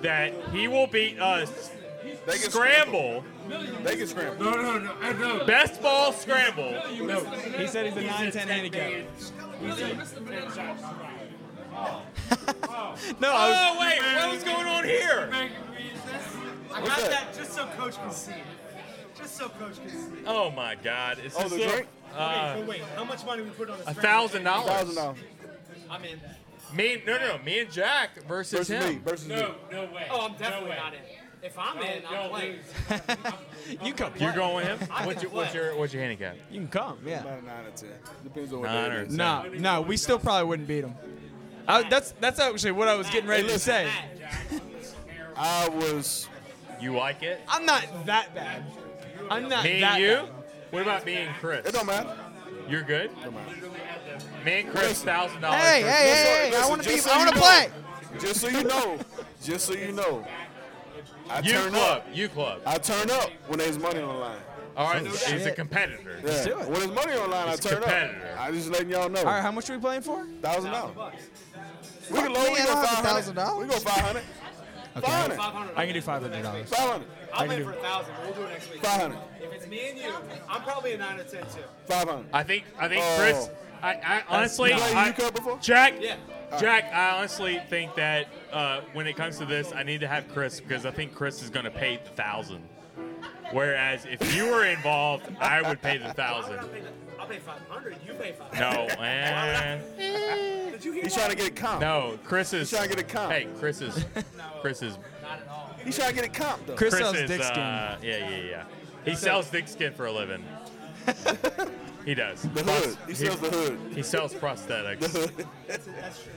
[SPEAKER 7] that he will beat us.
[SPEAKER 4] They can
[SPEAKER 7] Scramble,
[SPEAKER 4] They can scramble. Oh,
[SPEAKER 2] No, no, no, I know.
[SPEAKER 7] best ball scramble.
[SPEAKER 22] No, he said he's a 9-10 handicap. No, I was,
[SPEAKER 7] Oh wait, what was going on here?
[SPEAKER 25] I
[SPEAKER 4] What's
[SPEAKER 25] got
[SPEAKER 4] that?
[SPEAKER 25] that just so Coach can see it. Just so Coach can see it.
[SPEAKER 7] Oh my God! It's
[SPEAKER 4] Oh,
[SPEAKER 7] this
[SPEAKER 4] the
[SPEAKER 7] little-
[SPEAKER 4] drink?
[SPEAKER 7] uh,
[SPEAKER 25] okay, but wait, how much money we put on this?
[SPEAKER 7] a thousand
[SPEAKER 4] Thousand
[SPEAKER 7] dollars.
[SPEAKER 4] dollars
[SPEAKER 25] I'm in.
[SPEAKER 7] Me, no, no, no. Me and Jack versus,
[SPEAKER 4] versus me.
[SPEAKER 7] him.
[SPEAKER 4] Versus me.
[SPEAKER 25] no way. Oh, I'm definitely not in. If I'm in, I'm playing.
[SPEAKER 22] you can play.
[SPEAKER 7] You're going with him.
[SPEAKER 25] I
[SPEAKER 7] What's
[SPEAKER 25] can
[SPEAKER 7] your, what's
[SPEAKER 25] play.
[SPEAKER 7] your what's your handicap?
[SPEAKER 22] You can come. Yeah.
[SPEAKER 4] About a nine or ten. Depends on what
[SPEAKER 7] Nine
[SPEAKER 4] day
[SPEAKER 7] or
[SPEAKER 4] it is.
[SPEAKER 22] No, no. We still probably wouldn't beat him. I, that's that's actually what I was getting ready to say.
[SPEAKER 4] I was.
[SPEAKER 7] You like it?
[SPEAKER 22] I'm not that bad. I'm not
[SPEAKER 7] Me
[SPEAKER 22] that
[SPEAKER 7] and you?
[SPEAKER 22] bad.
[SPEAKER 7] What about me and Chris?
[SPEAKER 4] It don't matter.
[SPEAKER 7] You're good.
[SPEAKER 4] It don't matter.
[SPEAKER 7] Me and Chris,
[SPEAKER 4] Listen.
[SPEAKER 7] thousand dollars.
[SPEAKER 22] Hey, hey, hey. I wanna
[SPEAKER 4] just
[SPEAKER 22] be-
[SPEAKER 4] so
[SPEAKER 22] I
[SPEAKER 4] you
[SPEAKER 22] wanna
[SPEAKER 4] know-
[SPEAKER 22] play.
[SPEAKER 4] Just so you know. Just so you know. I
[SPEAKER 7] You
[SPEAKER 4] turn
[SPEAKER 7] club,
[SPEAKER 4] up.
[SPEAKER 7] you club.
[SPEAKER 4] I turn up when there's money on the line.
[SPEAKER 7] All right,
[SPEAKER 22] Oh,
[SPEAKER 7] he's a
[SPEAKER 22] shit.
[SPEAKER 7] competitor.
[SPEAKER 22] Let's do it.
[SPEAKER 4] When his money online, I
[SPEAKER 7] It's
[SPEAKER 4] turn
[SPEAKER 7] competitive.
[SPEAKER 4] up. I'm just letting y'all know.
[SPEAKER 22] All right, how much are we playing for?
[SPEAKER 4] Thousand dollars. We
[SPEAKER 22] Fuck
[SPEAKER 4] can lower. We
[SPEAKER 22] me,
[SPEAKER 4] go
[SPEAKER 22] I don't have
[SPEAKER 4] five hundred.
[SPEAKER 22] $1,000.
[SPEAKER 4] We go five hundred.
[SPEAKER 22] Okay.
[SPEAKER 4] Five hundred.
[SPEAKER 22] I can do five hundred dollars.
[SPEAKER 4] Five hundred.
[SPEAKER 22] I can
[SPEAKER 25] in
[SPEAKER 22] do
[SPEAKER 25] for a thousand. We'll do it next week.
[SPEAKER 4] 500.
[SPEAKER 25] If it's me and you, I'm probably a nine or ten too.
[SPEAKER 4] Five hundred.
[SPEAKER 7] I think I think
[SPEAKER 25] Oh.
[SPEAKER 7] Chris. I, I honestly,
[SPEAKER 25] not-
[SPEAKER 7] I,
[SPEAKER 25] You cut before?
[SPEAKER 7] Jack.
[SPEAKER 25] Yeah.
[SPEAKER 7] Jack, I honestly think that uh, when it comes to this, I need to have Chris because I think Chris is going to pay the thousand. Whereas if you were involved, I would pay the thousand.
[SPEAKER 25] I'll pay five hundred. You pay five
[SPEAKER 7] No,
[SPEAKER 25] hundred.
[SPEAKER 7] man.
[SPEAKER 25] Did you hear
[SPEAKER 4] He's
[SPEAKER 25] that?
[SPEAKER 4] trying to get a comp.
[SPEAKER 7] No, Chris is.
[SPEAKER 4] He's trying to get a comp.
[SPEAKER 7] Hey, Chris is. Chris is.
[SPEAKER 4] He's trying to get a comp though.
[SPEAKER 7] is, uh, yeah, yeah, yeah. He sells dick skin for a living. he does.
[SPEAKER 4] The hood. He sells the hood.
[SPEAKER 7] He sells prosthetics.
[SPEAKER 25] That's, that's true.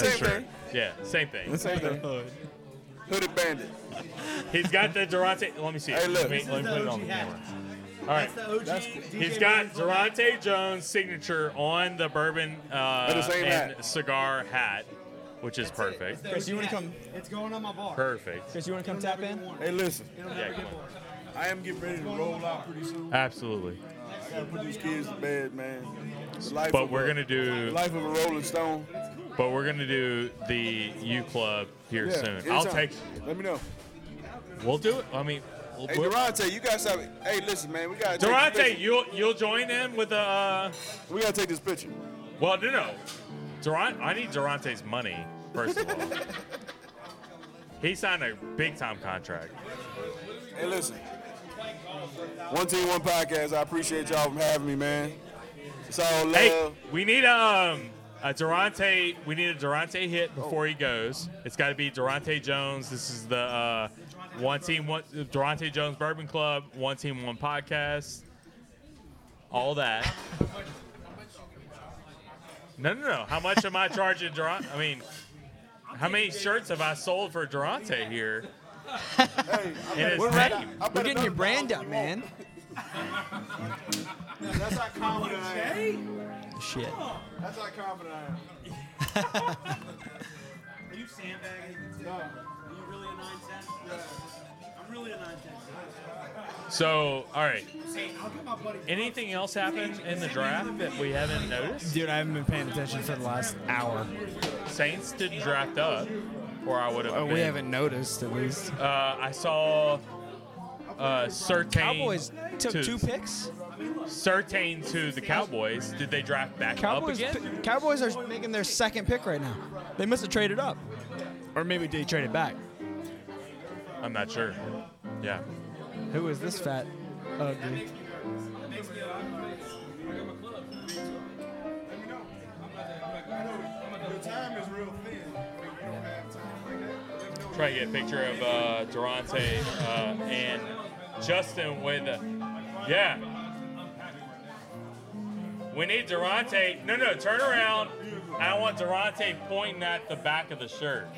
[SPEAKER 7] That's
[SPEAKER 4] same
[SPEAKER 7] true.
[SPEAKER 4] thing.
[SPEAKER 7] Yeah, same thing.
[SPEAKER 4] That's same thing. Hooded bandit.
[SPEAKER 7] He's got the Durante. Let me see.
[SPEAKER 4] Hey, look.
[SPEAKER 7] Let me,
[SPEAKER 4] This
[SPEAKER 7] let
[SPEAKER 4] is
[SPEAKER 7] me
[SPEAKER 4] the
[SPEAKER 7] put it on
[SPEAKER 4] OG
[SPEAKER 7] the
[SPEAKER 4] hat.
[SPEAKER 7] camera. All right.
[SPEAKER 25] That's the OG DJ
[SPEAKER 7] He's got
[SPEAKER 25] Manziel.
[SPEAKER 7] Durante Jones' signature on the bourbon uh,
[SPEAKER 22] the same
[SPEAKER 7] and cigar hat, which is perfect.
[SPEAKER 22] Chris, you want to come?
[SPEAKER 25] It's going on my bar.
[SPEAKER 7] Perfect.
[SPEAKER 22] Chris, you want to come tap in?
[SPEAKER 4] Hey, listen.
[SPEAKER 7] Yeah, come on.
[SPEAKER 4] I am getting ready to roll out pretty soon.
[SPEAKER 7] Absolutely.
[SPEAKER 4] I gotta put these kids to bed, man. The life
[SPEAKER 7] But
[SPEAKER 4] of
[SPEAKER 7] we're
[SPEAKER 4] a-
[SPEAKER 7] gonna do-
[SPEAKER 4] the life of a Rolling Stone.
[SPEAKER 7] But we're gonna do the U Club here
[SPEAKER 4] Yeah,
[SPEAKER 7] soon. I'll
[SPEAKER 4] anytime.
[SPEAKER 7] take.
[SPEAKER 4] Let me know.
[SPEAKER 7] We'll do it. I mean, we'll,
[SPEAKER 4] Hey,
[SPEAKER 7] we'll-
[SPEAKER 4] Durante, you guys have. Hey, listen, man, we gotta. take
[SPEAKER 7] Durante,
[SPEAKER 4] this
[SPEAKER 7] you'll you'll join in with the. Uh,
[SPEAKER 4] we gotta take this picture.
[SPEAKER 7] Well, no, no. Durant, I need Durante's money first of all. he signed a big time contract.
[SPEAKER 4] picture. Hey, listen. One team, one podcast. I appreciate y'all for having me, man. It's all love.
[SPEAKER 7] Hey, we need um a Durante. We need a Durante hit before he goes. It's got to be Durante Jones. This is the uh, one team one Durante Jones Bourbon Club. One team one podcast. All that. No, no, no. How much am I charging Durante? I mean, how many shirts have I sold for Durante here? And his
[SPEAKER 22] We're ready.
[SPEAKER 7] name.
[SPEAKER 22] We're getting your brand up, man.
[SPEAKER 4] That's how confident I am.
[SPEAKER 22] Shit.
[SPEAKER 4] That's how confident I am.
[SPEAKER 25] Are you sandbagging? No. Are you really a nine ten? I'm really a nine ten.
[SPEAKER 7] So, all right.
[SPEAKER 25] Hey, I'll get my buddy.
[SPEAKER 7] Anything else happened in the draft that we haven't noticed?
[SPEAKER 22] Dude, I haven't been paying attention for the last hour.
[SPEAKER 7] Saints didn't draft up, or I would have.
[SPEAKER 22] Oh,
[SPEAKER 7] been.
[SPEAKER 22] we haven't noticed at least.
[SPEAKER 7] Uh, I saw uh, Sertain.
[SPEAKER 22] Cowboys took
[SPEAKER 7] to-
[SPEAKER 22] two picks.
[SPEAKER 7] Sertain to the Cowboys. Did they draft back up
[SPEAKER 22] Cowboys,
[SPEAKER 7] again?
[SPEAKER 22] pi- Cowboys are making their second pick right now. They must have traded up, or maybe they traded back.
[SPEAKER 7] I'm not sure. Yeah.
[SPEAKER 22] Who is this fat? Ugly.
[SPEAKER 7] Try to get a picture of uh, Durante uh, and Justin with the. Yeah. We need Durante. No, no, turn around. I want Durante pointing at the back of the shirt.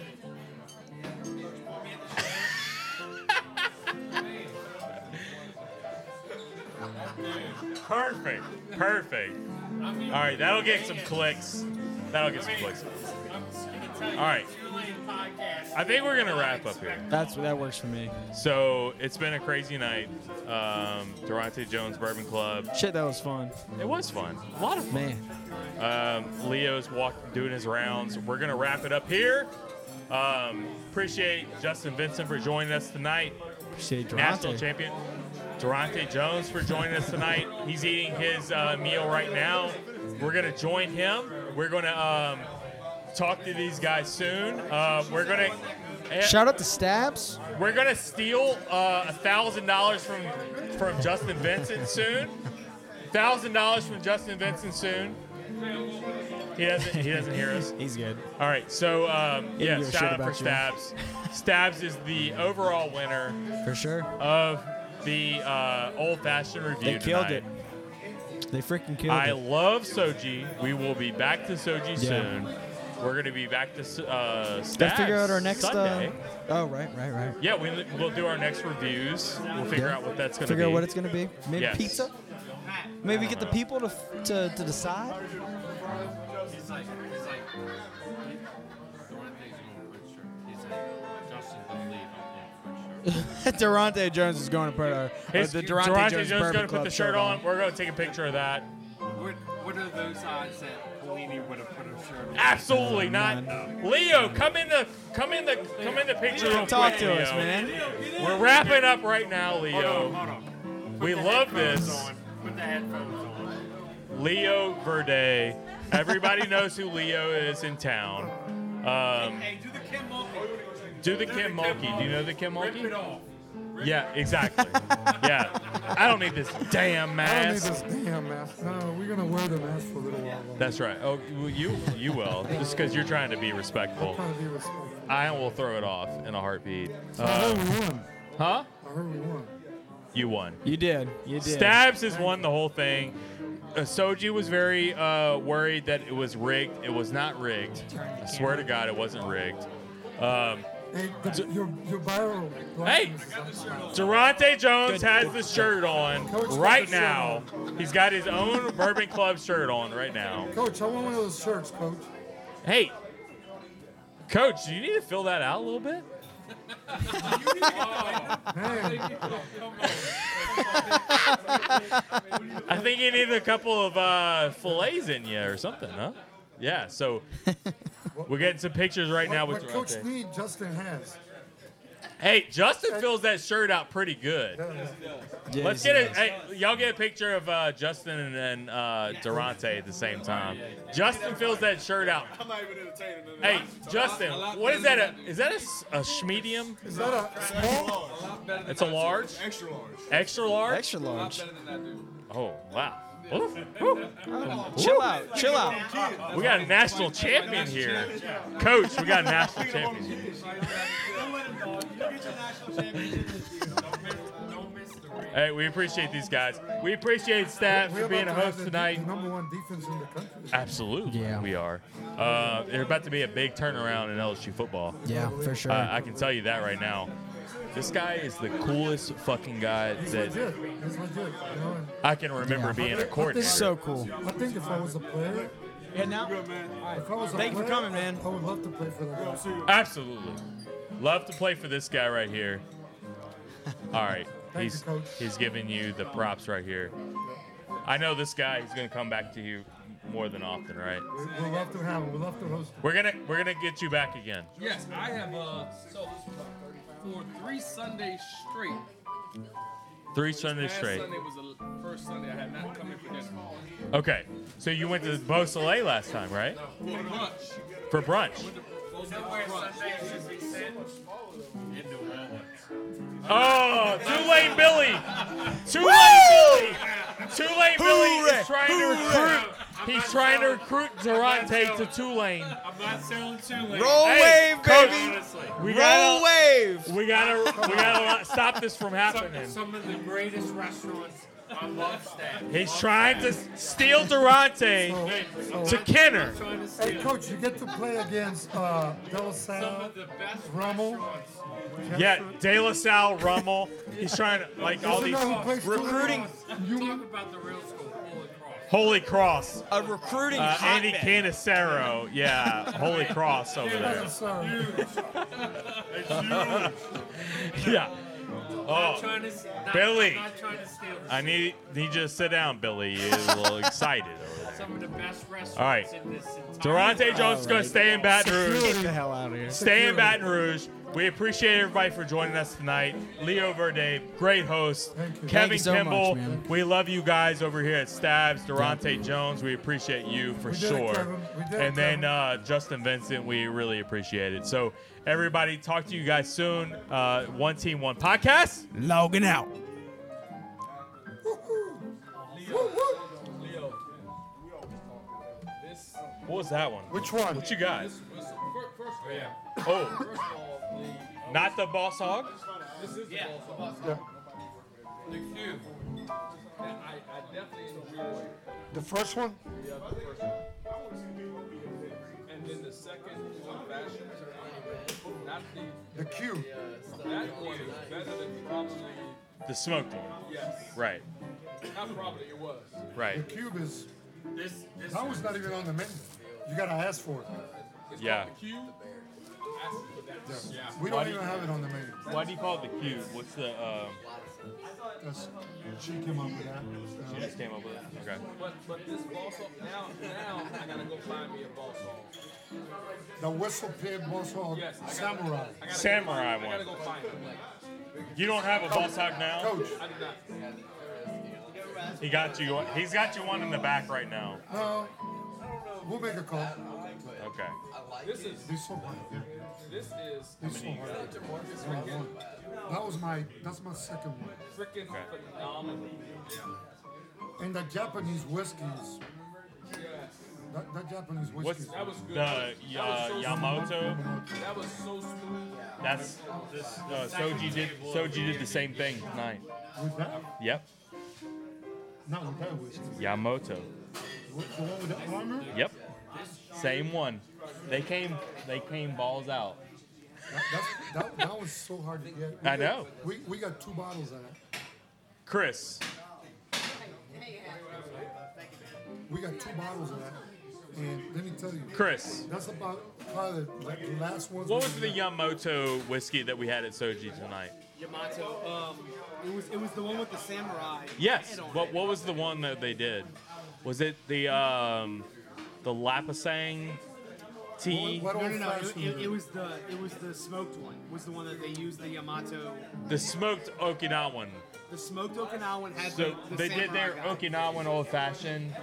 [SPEAKER 7] Perfect. Perfect. All right, that'll get some clicks. That'll get some clicks. All right. I think we're going to wrap up here.
[SPEAKER 22] That's that works for me.
[SPEAKER 7] So it's been a crazy night. Um, Durante Jones Bourbon Club.
[SPEAKER 22] Shit, that was fun.
[SPEAKER 7] It was fun. A lot of fun.
[SPEAKER 22] Man.
[SPEAKER 7] Um, Leo's walking, doing his rounds. We're gonna wrap it up here. Um, appreciate Justin Vincent for joining us tonight.
[SPEAKER 22] Appreciate Durante.
[SPEAKER 7] National champion Durante Jones for joining us tonight. He's eating his uh, meal right now. We're gonna join him. We're gonna um, talk to these guys soon. Uh, we're gonna.
[SPEAKER 22] Shout out to Stabs.
[SPEAKER 7] We're gonna steal uh, a thousand dollars from from Justin Vincent soon. Thousand dollars from Justin Vincent soon. He doesn't. He doesn't hear us.
[SPEAKER 22] He's good.
[SPEAKER 7] All right. So um,
[SPEAKER 22] He
[SPEAKER 7] yeah,
[SPEAKER 22] didn't give a shit
[SPEAKER 7] shout out for
[SPEAKER 22] about you.
[SPEAKER 7] Stabs. Stabs is the overall winner
[SPEAKER 22] For sure.
[SPEAKER 7] of the uh, old fashioned review.
[SPEAKER 22] They killed
[SPEAKER 7] tonight.
[SPEAKER 22] it. They freaking killed
[SPEAKER 7] I
[SPEAKER 22] it.
[SPEAKER 7] love Soji. We will be back to Soji
[SPEAKER 22] Yeah.
[SPEAKER 7] soon. We're gonna be back to uh, Stabs.
[SPEAKER 22] Let's figure out our next.
[SPEAKER 7] Sunday.
[SPEAKER 22] Uh, oh right, right, right.
[SPEAKER 7] Yeah, we, we'll do our next reviews. We'll figure
[SPEAKER 22] Yeah.
[SPEAKER 7] out what that's going to be.
[SPEAKER 22] Figure out what it's gonna be. Maybe
[SPEAKER 7] Yes.
[SPEAKER 22] pizza. Maybe
[SPEAKER 7] I
[SPEAKER 22] get the
[SPEAKER 7] don't
[SPEAKER 22] people to, f- to to decide.
[SPEAKER 27] He's like, Justin, believe I'm in for sure.
[SPEAKER 22] Durante Jones is going to put a. or
[SPEAKER 7] His-
[SPEAKER 22] the Durante, Jones,
[SPEAKER 7] going to
[SPEAKER 22] Bourbon
[SPEAKER 7] put
[SPEAKER 22] Club
[SPEAKER 7] the shirt on. We're going to take a picture of that.
[SPEAKER 28] What, what are those odds that Pelini would have put a shirt on?
[SPEAKER 7] Absolutely
[SPEAKER 28] Oh,
[SPEAKER 7] not. Leo, come in the come in the come in the picture. real
[SPEAKER 28] Talk
[SPEAKER 7] quick,
[SPEAKER 28] to us,
[SPEAKER 7] Leo.
[SPEAKER 28] man.
[SPEAKER 7] We're wrapping up right now,
[SPEAKER 28] Hold on,
[SPEAKER 7] Leo.
[SPEAKER 28] hold on.
[SPEAKER 7] We
[SPEAKER 28] Put the
[SPEAKER 7] love
[SPEAKER 28] headphones
[SPEAKER 7] this.
[SPEAKER 28] on. Put the headphones on.
[SPEAKER 7] Leo Verde. Everybody knows who Leo is in town. Um,
[SPEAKER 28] Hey, do the Kim Mulkey.
[SPEAKER 7] do the Kim Mulkey. Do you know the Kim
[SPEAKER 28] Rip
[SPEAKER 7] Mulkey?
[SPEAKER 28] it off.
[SPEAKER 7] Yeah, exactly. yeah. I don't need this damn
[SPEAKER 5] I don't need
[SPEAKER 7] mask.
[SPEAKER 5] this damn mask. No, we're gonna wear the mask for a little while. though.
[SPEAKER 7] That's right. Oh, well, you you will just because you're trying to be respectful.
[SPEAKER 5] Trying to be respectful.
[SPEAKER 7] I will throw it off in a heartbeat. Uh,
[SPEAKER 5] I heard we won.
[SPEAKER 7] Huh?
[SPEAKER 5] I heard we won.
[SPEAKER 7] You won.
[SPEAKER 22] You did. You did.
[SPEAKER 7] Stabs has won the whole thing. Uh, Soji was very uh, worried that it was rigged. It was not rigged. I swear to God, it wasn't rigged. Um,
[SPEAKER 5] Hey, the, your your viral.
[SPEAKER 7] hey, Durante Jones has the shirt on
[SPEAKER 5] Coach,
[SPEAKER 7] right
[SPEAKER 5] put the shirt
[SPEAKER 7] now. He's got his own Bourbon Club shirt on right now.
[SPEAKER 5] Coach, I want one of those shirts, Coach.
[SPEAKER 7] Hey, Coach, do you need to fill that out a little bit? I think you need a couple of uh, fillets in you or something, huh? Yeah. So we're getting some pictures right now
[SPEAKER 5] what
[SPEAKER 7] with
[SPEAKER 5] what Coach
[SPEAKER 7] Durante.
[SPEAKER 5] Need Justin has.
[SPEAKER 7] Hey, Justin fills that shirt out pretty good.
[SPEAKER 5] Yeah,
[SPEAKER 7] Let's
[SPEAKER 5] he
[SPEAKER 7] get a
[SPEAKER 5] does.
[SPEAKER 7] hey, y'all get a picture of uh, Justin and, and uh, Durante at the same time. Justin fills that shirt out.
[SPEAKER 29] I'm not even entertaining. them.
[SPEAKER 7] Hey, Justin, what is that? A, is that a, s- a sh- medium?
[SPEAKER 29] Is that a small?
[SPEAKER 7] It's a large.
[SPEAKER 29] Extra large.
[SPEAKER 7] Extra large.
[SPEAKER 29] Extra large. A lot better
[SPEAKER 7] Oh wow. Oof, oof.
[SPEAKER 22] Chill
[SPEAKER 7] Woo.
[SPEAKER 22] out. Chill out.
[SPEAKER 7] We got a national champion here. Coach, we got a national champion here. Hey, we appreciate these guys. We appreciate Stab
[SPEAKER 5] We're
[SPEAKER 7] for being a
[SPEAKER 5] about to have
[SPEAKER 7] host
[SPEAKER 5] the de-
[SPEAKER 7] tonight.
[SPEAKER 5] The number one defense in the country.
[SPEAKER 7] Absolutely, we are. Uh, there's about to be a big turnaround in LSU football.
[SPEAKER 22] Yeah, for sure.
[SPEAKER 7] Uh, I can tell you that right now. This guy is the coolest fucking guy
[SPEAKER 5] He's
[SPEAKER 7] that
[SPEAKER 5] legit. He's legit. You know, and
[SPEAKER 7] I can remember being a coordinator.
[SPEAKER 5] I think if I was a player.
[SPEAKER 22] Yeah, now.
[SPEAKER 5] If I was a
[SPEAKER 22] Thank you for
[SPEAKER 5] player,
[SPEAKER 22] coming, man.
[SPEAKER 5] I would love to play for the guy.
[SPEAKER 7] Absolutely. Love to play for this guy right here. All right.
[SPEAKER 5] Thank
[SPEAKER 7] He's
[SPEAKER 5] you, Coach.
[SPEAKER 7] he's giving you the props right here. I know this guy he's gonna come back to you more than often, right?
[SPEAKER 5] We- We'd love to have him. We'd love to host
[SPEAKER 7] We're gonna we're gonna get you back again.
[SPEAKER 12] Yes, I have uh, so for three Sundays straight.
[SPEAKER 7] Three Sundays
[SPEAKER 12] last
[SPEAKER 7] straight.
[SPEAKER 12] Sunday was the l- first Sunday I had not come in for dinner.
[SPEAKER 7] Okay. So you went to Beau Soleil last time, right?
[SPEAKER 12] For lunch.
[SPEAKER 7] For brunch. Oh, Tulane Billy. Tulane Billy. Tulane Billy is trying to recruit. He's trying to recruit Durante to Tulane.
[SPEAKER 28] I'm not selling too late.
[SPEAKER 7] Roll Hey, wave, coach, baby. We gotta-
[SPEAKER 28] wave.
[SPEAKER 7] We gotta, we gotta stop this from happening.
[SPEAKER 28] Some, some of the greatest restaurants. I love staff.
[SPEAKER 7] He's trying to steal Durante to Kenner.
[SPEAKER 5] Hey, coach, you get to play against uh, Del Sal, Rommel.
[SPEAKER 7] Yeah, De La Salle, Rummel. He's trying to like all
[SPEAKER 5] Isn't
[SPEAKER 7] these
[SPEAKER 5] that who plays for
[SPEAKER 7] recruiting.
[SPEAKER 28] Talk about the real school.
[SPEAKER 7] Holy Cross.
[SPEAKER 22] A recruiting
[SPEAKER 7] Uh, Andy
[SPEAKER 22] hotbed.
[SPEAKER 7] Canissero. Yeah, Holy Cross over there. Yeah.
[SPEAKER 28] Not
[SPEAKER 7] Oh,
[SPEAKER 28] trying to s- not-
[SPEAKER 7] Billy.
[SPEAKER 28] not trying to steal the
[SPEAKER 7] I need need you to sit down, Billy. You're a little excited over there.
[SPEAKER 28] Some of the best restaurants
[SPEAKER 7] All right.
[SPEAKER 28] in this entire
[SPEAKER 7] Durante
[SPEAKER 28] world.
[SPEAKER 7] Jones is going to stay in Baton Rouge.
[SPEAKER 22] Get the hell out of here.
[SPEAKER 7] Stay in Baton Rouge. We appreciate everybody for joining us tonight. Leo Verde, great host.
[SPEAKER 22] you. Thank
[SPEAKER 7] Kevin
[SPEAKER 22] you so much,
[SPEAKER 7] Kimball,
[SPEAKER 22] man.
[SPEAKER 7] we love you guys over here at Stabs. Durante Jones, we appreciate you for
[SPEAKER 5] We did it,
[SPEAKER 7] sure.
[SPEAKER 5] Kevin. We did it,
[SPEAKER 7] And then uh, Justin Vincent, we really appreciate it. So, everybody, talk to you guys soon. Uh, one Team One Podcast.
[SPEAKER 22] Logging out.
[SPEAKER 7] What was that one?
[SPEAKER 5] Which one?
[SPEAKER 7] What you got?
[SPEAKER 12] First, first oh, yeah.
[SPEAKER 7] Oh, not the boss hog?
[SPEAKER 12] This is
[SPEAKER 28] Yeah.
[SPEAKER 12] the boss.
[SPEAKER 5] Yeah.
[SPEAKER 12] The cube. And I, I definitely enjoyed
[SPEAKER 5] The first one?
[SPEAKER 12] the other first one. And then the second one, fashion, not the
[SPEAKER 5] The
[SPEAKER 12] uh,
[SPEAKER 5] Q.
[SPEAKER 12] that one is better than probably
[SPEAKER 7] The smoked one.
[SPEAKER 12] Yes.
[SPEAKER 7] Right,
[SPEAKER 12] not probably it was.
[SPEAKER 7] right.
[SPEAKER 5] The cube is.
[SPEAKER 28] This, this
[SPEAKER 5] That was not even on the menu. You gotta ask for it.
[SPEAKER 7] Yeah.
[SPEAKER 12] The cube.
[SPEAKER 7] Why
[SPEAKER 5] We don't
[SPEAKER 7] do
[SPEAKER 5] even
[SPEAKER 7] you-
[SPEAKER 5] have it on the menu.
[SPEAKER 7] Why do you call it the cube? What's the? Um,
[SPEAKER 5] That's, she came up with that.
[SPEAKER 7] she just came up with it. Okay.
[SPEAKER 12] But, but this boss now, now I gotta go find me a boss
[SPEAKER 5] The whistle pig Warsaw
[SPEAKER 12] Yes, I got-
[SPEAKER 5] samurai.
[SPEAKER 12] I gotta
[SPEAKER 7] Samurai
[SPEAKER 12] go, I gotta
[SPEAKER 7] one.
[SPEAKER 12] go find him.
[SPEAKER 7] You don't have a boss hog now.
[SPEAKER 5] Coach.
[SPEAKER 12] I do not.
[SPEAKER 7] He got you. one- He's got you one in the back right now.
[SPEAKER 5] No, we'll make a call.
[SPEAKER 7] Okay.
[SPEAKER 12] This is
[SPEAKER 5] This one, yeah.
[SPEAKER 12] this is
[SPEAKER 5] This one.
[SPEAKER 12] freaking
[SPEAKER 5] That was my, that's my second one.
[SPEAKER 12] freaking phenomenal.
[SPEAKER 5] And the Japanese whiskeys. That, that Japanese whiskey.
[SPEAKER 7] What's
[SPEAKER 12] That was good.
[SPEAKER 7] the
[SPEAKER 12] That was
[SPEAKER 7] uh,
[SPEAKER 12] so
[SPEAKER 7] Yamamoto?
[SPEAKER 12] smooth. That was so smooth.
[SPEAKER 7] That's this. Uh, Soji did. Soji did the same thing tonight.
[SPEAKER 5] With that?
[SPEAKER 7] Yep.
[SPEAKER 5] Not with that whiskey.
[SPEAKER 7] Yamamoto.
[SPEAKER 5] With the one with the armor?
[SPEAKER 7] Yep. Same one. They came. They came balls out.
[SPEAKER 5] That, that's- that, that was so hard to get.
[SPEAKER 7] I
[SPEAKER 5] We got-
[SPEAKER 7] know.
[SPEAKER 5] We, we got two bottles of that.
[SPEAKER 7] Chris.
[SPEAKER 5] We got two bottles of that. And let me tell you.
[SPEAKER 7] Chris.
[SPEAKER 5] That's about probably the la- last ones.
[SPEAKER 7] What
[SPEAKER 5] we
[SPEAKER 7] was the
[SPEAKER 5] got.
[SPEAKER 7] Yamamoto whiskey that we had at Soji tonight?
[SPEAKER 30] Yamato. Um, it was it was the one with the samurai.
[SPEAKER 7] Yes.
[SPEAKER 30] head on
[SPEAKER 7] What
[SPEAKER 30] it.
[SPEAKER 7] What was the one that they did? Was it the um, the Lapisang tea?
[SPEAKER 30] no, no, no. It, it- it was the it was the smoked one. Was the one that they used the Yamato.
[SPEAKER 7] The smoked Okinawan.
[SPEAKER 30] The smoked Okinawan had
[SPEAKER 7] So
[SPEAKER 30] the, the
[SPEAKER 7] they did
[SPEAKER 30] samurai
[SPEAKER 7] their
[SPEAKER 30] guy.
[SPEAKER 7] Okinawan old fashioned,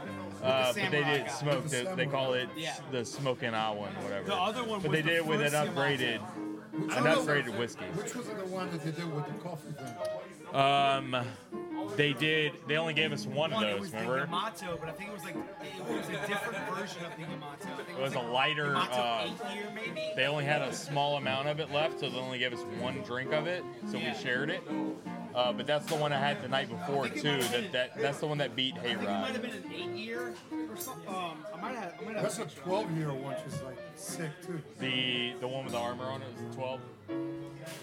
[SPEAKER 7] uh, but they
[SPEAKER 30] samurai
[SPEAKER 7] did
[SPEAKER 30] guy.
[SPEAKER 7] smoke.
[SPEAKER 30] With the
[SPEAKER 7] They, they call
[SPEAKER 30] samurai.
[SPEAKER 7] it
[SPEAKER 30] Yeah.
[SPEAKER 7] the Smokinawan, whatever.
[SPEAKER 30] The other one
[SPEAKER 7] But
[SPEAKER 30] was
[SPEAKER 7] they
[SPEAKER 30] the
[SPEAKER 7] did it with an
[SPEAKER 30] first
[SPEAKER 7] upgraded,
[SPEAKER 5] Which
[SPEAKER 7] an
[SPEAKER 5] one was
[SPEAKER 7] upgraded
[SPEAKER 5] it?
[SPEAKER 7] whiskey.
[SPEAKER 5] Which was the one that they did with the coffee thing?
[SPEAKER 7] Um, they did. They only gave us one of
[SPEAKER 30] One, it
[SPEAKER 7] those.
[SPEAKER 30] was the
[SPEAKER 7] Remember?
[SPEAKER 30] Yamato, but I think it was like it was a different version of the Yamato. I think
[SPEAKER 7] It was a
[SPEAKER 30] like
[SPEAKER 7] lighter.
[SPEAKER 30] Yamato
[SPEAKER 7] Uh,
[SPEAKER 30] eight year maybe.
[SPEAKER 7] they only had a small amount of it left, so they only gave us one drink of it. So we shared it. Uh, but that's the one I had the night before too. That, that that's the one that beat
[SPEAKER 30] I think it might have
[SPEAKER 7] Hayride.
[SPEAKER 30] been an eight year or something. Um, I might have. I might have
[SPEAKER 5] That's a
[SPEAKER 30] picture.
[SPEAKER 5] 12 year one, which is like sick too.
[SPEAKER 7] The the one with the armor on it was twelve.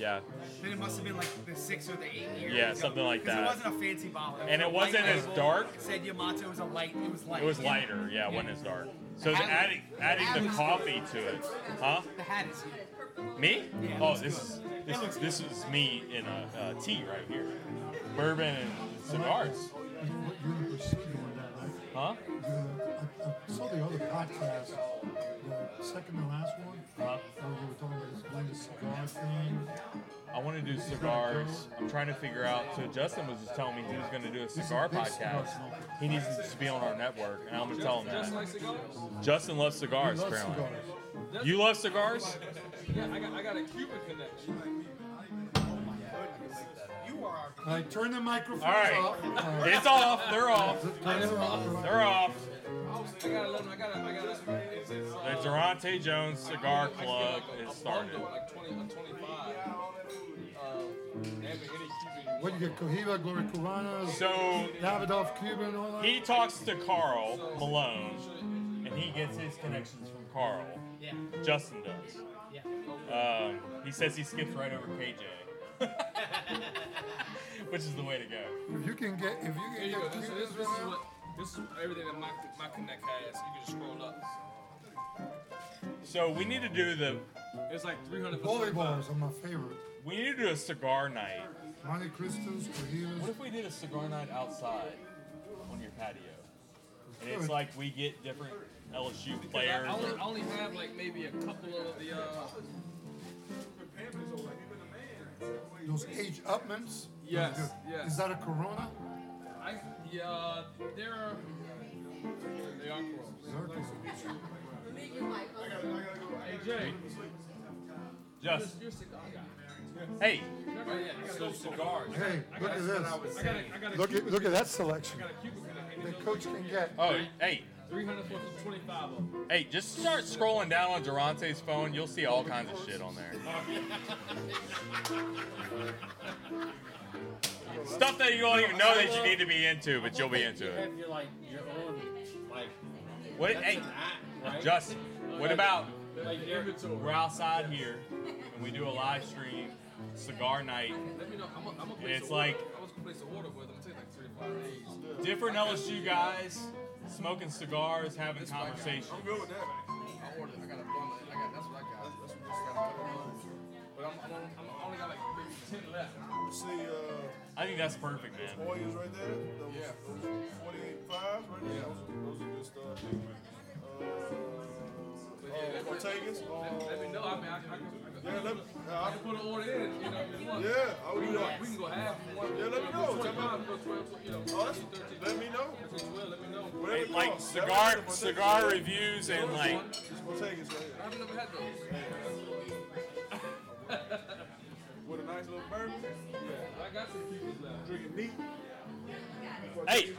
[SPEAKER 7] Yeah.
[SPEAKER 30] Then it must have been like the six or the eight year.
[SPEAKER 7] Yeah, something like
[SPEAKER 30] 'Cause
[SPEAKER 7] that.
[SPEAKER 30] It wasn't a fancy bottle.
[SPEAKER 7] And
[SPEAKER 30] a
[SPEAKER 7] it wasn't
[SPEAKER 30] light
[SPEAKER 7] as
[SPEAKER 30] label.
[SPEAKER 7] dark.
[SPEAKER 30] It said Yamato was a light. It was light.
[SPEAKER 7] It was lighter, yeah, when it's dark. So it's adding adding the coffee to it, huh?
[SPEAKER 30] The hat is.
[SPEAKER 7] Me? Oh, this is this, this is me in a, uh tea right here, bourbon and cigars,
[SPEAKER 5] You were pursuing that, right?
[SPEAKER 7] huh?
[SPEAKER 5] You, I, I saw the other podcast, the second to last one,
[SPEAKER 7] Uh-huh.
[SPEAKER 5] where we were talking about this blended cigar thing.
[SPEAKER 7] I want to do cigars. I'm trying to figure out. So Justin was just telling me he was going to do a
[SPEAKER 5] is
[SPEAKER 7] cigar
[SPEAKER 5] a big cigar
[SPEAKER 7] podcast. He needs to just be on our network, and I'm going to tell him
[SPEAKER 12] Just like
[SPEAKER 7] that.
[SPEAKER 12] cigars?
[SPEAKER 7] Justin loves cigars,
[SPEAKER 12] He loves
[SPEAKER 7] apparently.
[SPEAKER 12] cigars.
[SPEAKER 7] You love cigars?
[SPEAKER 12] Yeah, I got, I got a Cuban connection.
[SPEAKER 30] You are.
[SPEAKER 5] All right, turn the microphones
[SPEAKER 7] All right.
[SPEAKER 5] off.
[SPEAKER 7] It's off. They're off.
[SPEAKER 5] They're off.
[SPEAKER 7] They're off.
[SPEAKER 12] I gotta let him, I gotta, I gotta. It's, it's,
[SPEAKER 7] The
[SPEAKER 12] uh,
[SPEAKER 7] Durante Jones Cigar Club is started.
[SPEAKER 12] Like 20, I'm 25. Uh, they haven't hit a Cuban
[SPEAKER 5] What you get? Cohiba, Glory Cubana,
[SPEAKER 7] So-
[SPEAKER 5] Davidoff, Cuban, all that.
[SPEAKER 7] He talks to Carl Malone, and he gets his connections from Carl.
[SPEAKER 30] Yeah.
[SPEAKER 7] Justin does.
[SPEAKER 30] Yeah.
[SPEAKER 7] Um, he says he skips right over KJ, which is the way to go.
[SPEAKER 5] If you can get, if you
[SPEAKER 12] Here
[SPEAKER 5] can
[SPEAKER 12] you go.
[SPEAKER 5] get
[SPEAKER 12] This,
[SPEAKER 5] Cubans
[SPEAKER 12] this, this is
[SPEAKER 5] right now,
[SPEAKER 12] what this is everything that my my connect has. You can just scroll up.
[SPEAKER 7] So we need to do the.
[SPEAKER 12] It's like 300.
[SPEAKER 5] volleyballs are my favorite.
[SPEAKER 7] We need to do a cigar night.
[SPEAKER 5] Monte Cristos, Cohibas.
[SPEAKER 7] What if we did a cigar night outside on your patio? And it's
[SPEAKER 5] Good.
[SPEAKER 7] like we get different LSU
[SPEAKER 12] I,
[SPEAKER 7] players.
[SPEAKER 12] I only,
[SPEAKER 7] or-
[SPEAKER 12] I only have like maybe a couple of the. Uh,
[SPEAKER 5] Those H. Upmans.
[SPEAKER 12] Yes,
[SPEAKER 5] Those good.
[SPEAKER 12] yes.
[SPEAKER 5] Is that a Corona?
[SPEAKER 12] I yeah. There are. They are close. Hey Jay.
[SPEAKER 7] Just.
[SPEAKER 12] You're a cigar guy.
[SPEAKER 7] Hey.
[SPEAKER 12] Oh, yeah, so cigars.
[SPEAKER 5] Hey,
[SPEAKER 12] I
[SPEAKER 5] look
[SPEAKER 12] gotta-
[SPEAKER 5] at
[SPEAKER 12] I
[SPEAKER 5] this.
[SPEAKER 12] gotta- I gotta
[SPEAKER 5] Look at
[SPEAKER 12] Cuban
[SPEAKER 5] look at that
[SPEAKER 12] connection.
[SPEAKER 5] selection.
[SPEAKER 12] I got a Cuban connection.
[SPEAKER 5] The coach can get.
[SPEAKER 7] Oh, hey.
[SPEAKER 12] 300 plus 25 of them.
[SPEAKER 7] Hey, just start scrolling down on Durante's phone. You'll see all kinds of shit on there. Stuff that you don't even know that you need to be into, but you'll be into it.
[SPEAKER 31] Have your like your own like.
[SPEAKER 7] What?
[SPEAKER 31] that's
[SPEAKER 7] Hey,
[SPEAKER 31] an act, right?
[SPEAKER 7] Justin, what
[SPEAKER 31] Like-
[SPEAKER 7] about
[SPEAKER 31] like inventory?
[SPEAKER 7] we're outside here and we do a live stream cigar night?
[SPEAKER 12] Let me know. I'm gonna I'm gonna
[SPEAKER 7] And
[SPEAKER 12] place
[SPEAKER 7] it's
[SPEAKER 12] an order.
[SPEAKER 7] like-
[SPEAKER 12] I was gonna place an order with them. It'll take like three to five days.
[SPEAKER 7] Different LSU guys smoking cigars, having
[SPEAKER 12] This is my guy.
[SPEAKER 7] conversations.
[SPEAKER 12] I'm good with that. I ordered. I got a bum. I got. That's what I got. That's what I got.
[SPEAKER 7] I think that's perfect, man.
[SPEAKER 4] Oils uh, right there. Those, those 48 fives right there. Those, are- those are good stuff. Uh, uh, Ortegas. Uh,
[SPEAKER 32] Let me know. I mean, I, I, can- I,
[SPEAKER 4] yeah,
[SPEAKER 32] can-
[SPEAKER 4] let me,
[SPEAKER 32] I can put an order in. You know, if you want.
[SPEAKER 4] Yeah, I
[SPEAKER 32] we,
[SPEAKER 4] would
[SPEAKER 32] can go,
[SPEAKER 4] do that.
[SPEAKER 32] we can go half. if you want.
[SPEAKER 4] Yeah, let me
[SPEAKER 32] Go
[SPEAKER 4] know.
[SPEAKER 32] 25,
[SPEAKER 4] Tell
[SPEAKER 32] go 12, you know,
[SPEAKER 4] Us?
[SPEAKER 32] 13,
[SPEAKER 4] Let me know.
[SPEAKER 32] That's what you will. Let me know.
[SPEAKER 4] Whatever it
[SPEAKER 7] like
[SPEAKER 4] costs.
[SPEAKER 7] cigar-
[SPEAKER 4] Let me know. Ortegas.
[SPEAKER 7] cigar reviews and,
[SPEAKER 4] Ortegas.
[SPEAKER 7] like-
[SPEAKER 4] Ortegas right here.
[SPEAKER 32] I've never had those.
[SPEAKER 4] With a nice little bourbon.
[SPEAKER 32] I got some cubes left.
[SPEAKER 4] Drinking neat.
[SPEAKER 7] Hey,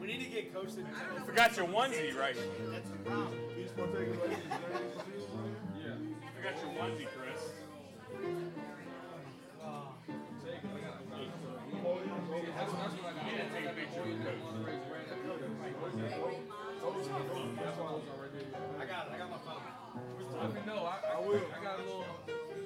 [SPEAKER 33] We need to get coached. I
[SPEAKER 7] forgot your onesie right here.
[SPEAKER 4] These Ortegas right here.
[SPEAKER 7] Forgot your onesie, Chris.
[SPEAKER 32] got it. I got my phone. Let me know. I, I, will. I got a little.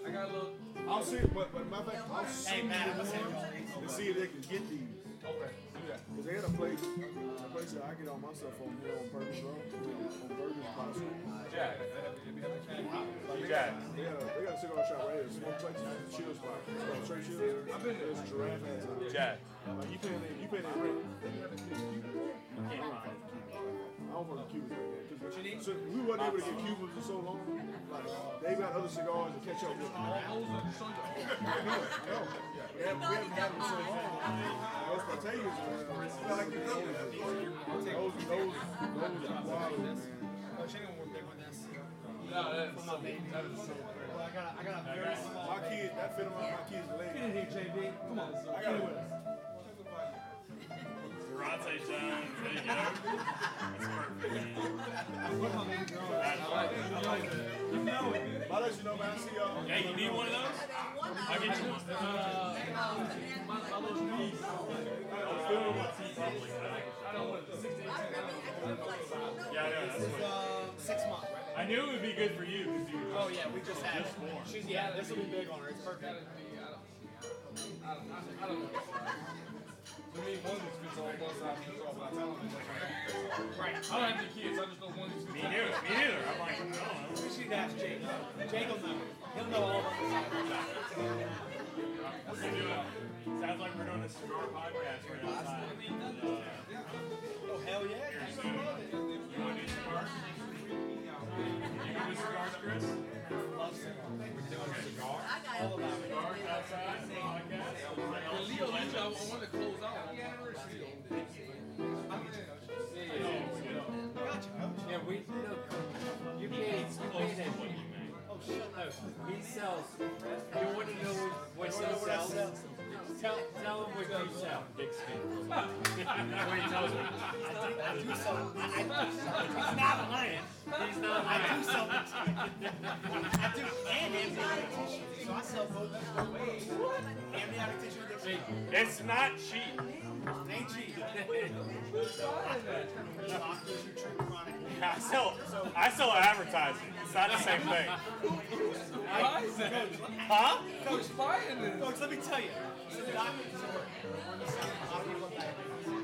[SPEAKER 32] I got a little.
[SPEAKER 4] I'll see it, but, but matter of fact, I'll see
[SPEAKER 32] Hey, man, I'm
[SPEAKER 4] the
[SPEAKER 32] gonna say-
[SPEAKER 4] ones and see if they can get these. Okay. Yeah, because they had a place, a place that I get all my stuff on here on Burgers Road, on Burgers Box. Yeah. They got, they got, a- they got a cigar shop right here, Smoke Texas, it's a chill spot. It's called Trey Chills. I've been there. It's giraffe ass out.
[SPEAKER 7] Jack.
[SPEAKER 4] Like, you paying, that- you paying that rent. I don't want the Cubans right there. 'cause we- So we wasn't able to get Cubans for so long. Like, they got other cigars to catch up with. My kid, that fit around my kid's leg. Get in here, JB. Come on. I got it.
[SPEAKER 7] Bronte Jones, there you go.
[SPEAKER 4] I'll let you know, man. See y'all.
[SPEAKER 7] Hey, you need one of those? I'll get you one. Yeah, I know, that's what.
[SPEAKER 12] uh, six months.
[SPEAKER 7] I knew it would be good for you. 'cause you were
[SPEAKER 12] Oh yeah, we just had.
[SPEAKER 7] Just born.
[SPEAKER 12] She's yeah. This will be big on her. It's perfect.
[SPEAKER 32] I don't have any kids. I just know one. Me neither.
[SPEAKER 7] Me neither. I'm like, I
[SPEAKER 12] We should ask Jake. Jake will know. He'll know all of us.
[SPEAKER 7] We're gonna do it. Sounds like we're doing a cigar podcast right outside.
[SPEAKER 12] Oh hell yeah.
[SPEAKER 7] You want to do cigars? You want to do cigars, Chris?
[SPEAKER 12] Love cigars.
[SPEAKER 7] All about cigars outside podcast.
[SPEAKER 32] Leo, you I want to close out.
[SPEAKER 12] Yeah, we no. You paid. You paid him. Oh shut up. He sells. You wouldn't know what
[SPEAKER 32] You know
[SPEAKER 12] he
[SPEAKER 32] what I
[SPEAKER 12] sells. Tell tell him what you sell. Big spin. When he tells me. I do, I do sell. I, I do sell. He's not lying. He's not lying. I do sell. I do and amniotic tissue. So I sell both both ways. Amniotic tissue. and dick spin.
[SPEAKER 7] It's not cheap.
[SPEAKER 12] Ain't cheap. Doctors who treat chronic pain.
[SPEAKER 7] I sell, I sell advertising. It's not the same thing.
[SPEAKER 12] Why is that?
[SPEAKER 7] Huh?
[SPEAKER 12] Coach, Coach, let me tell you. So the doctor- so we're- we're in the south, a lot of people look at it.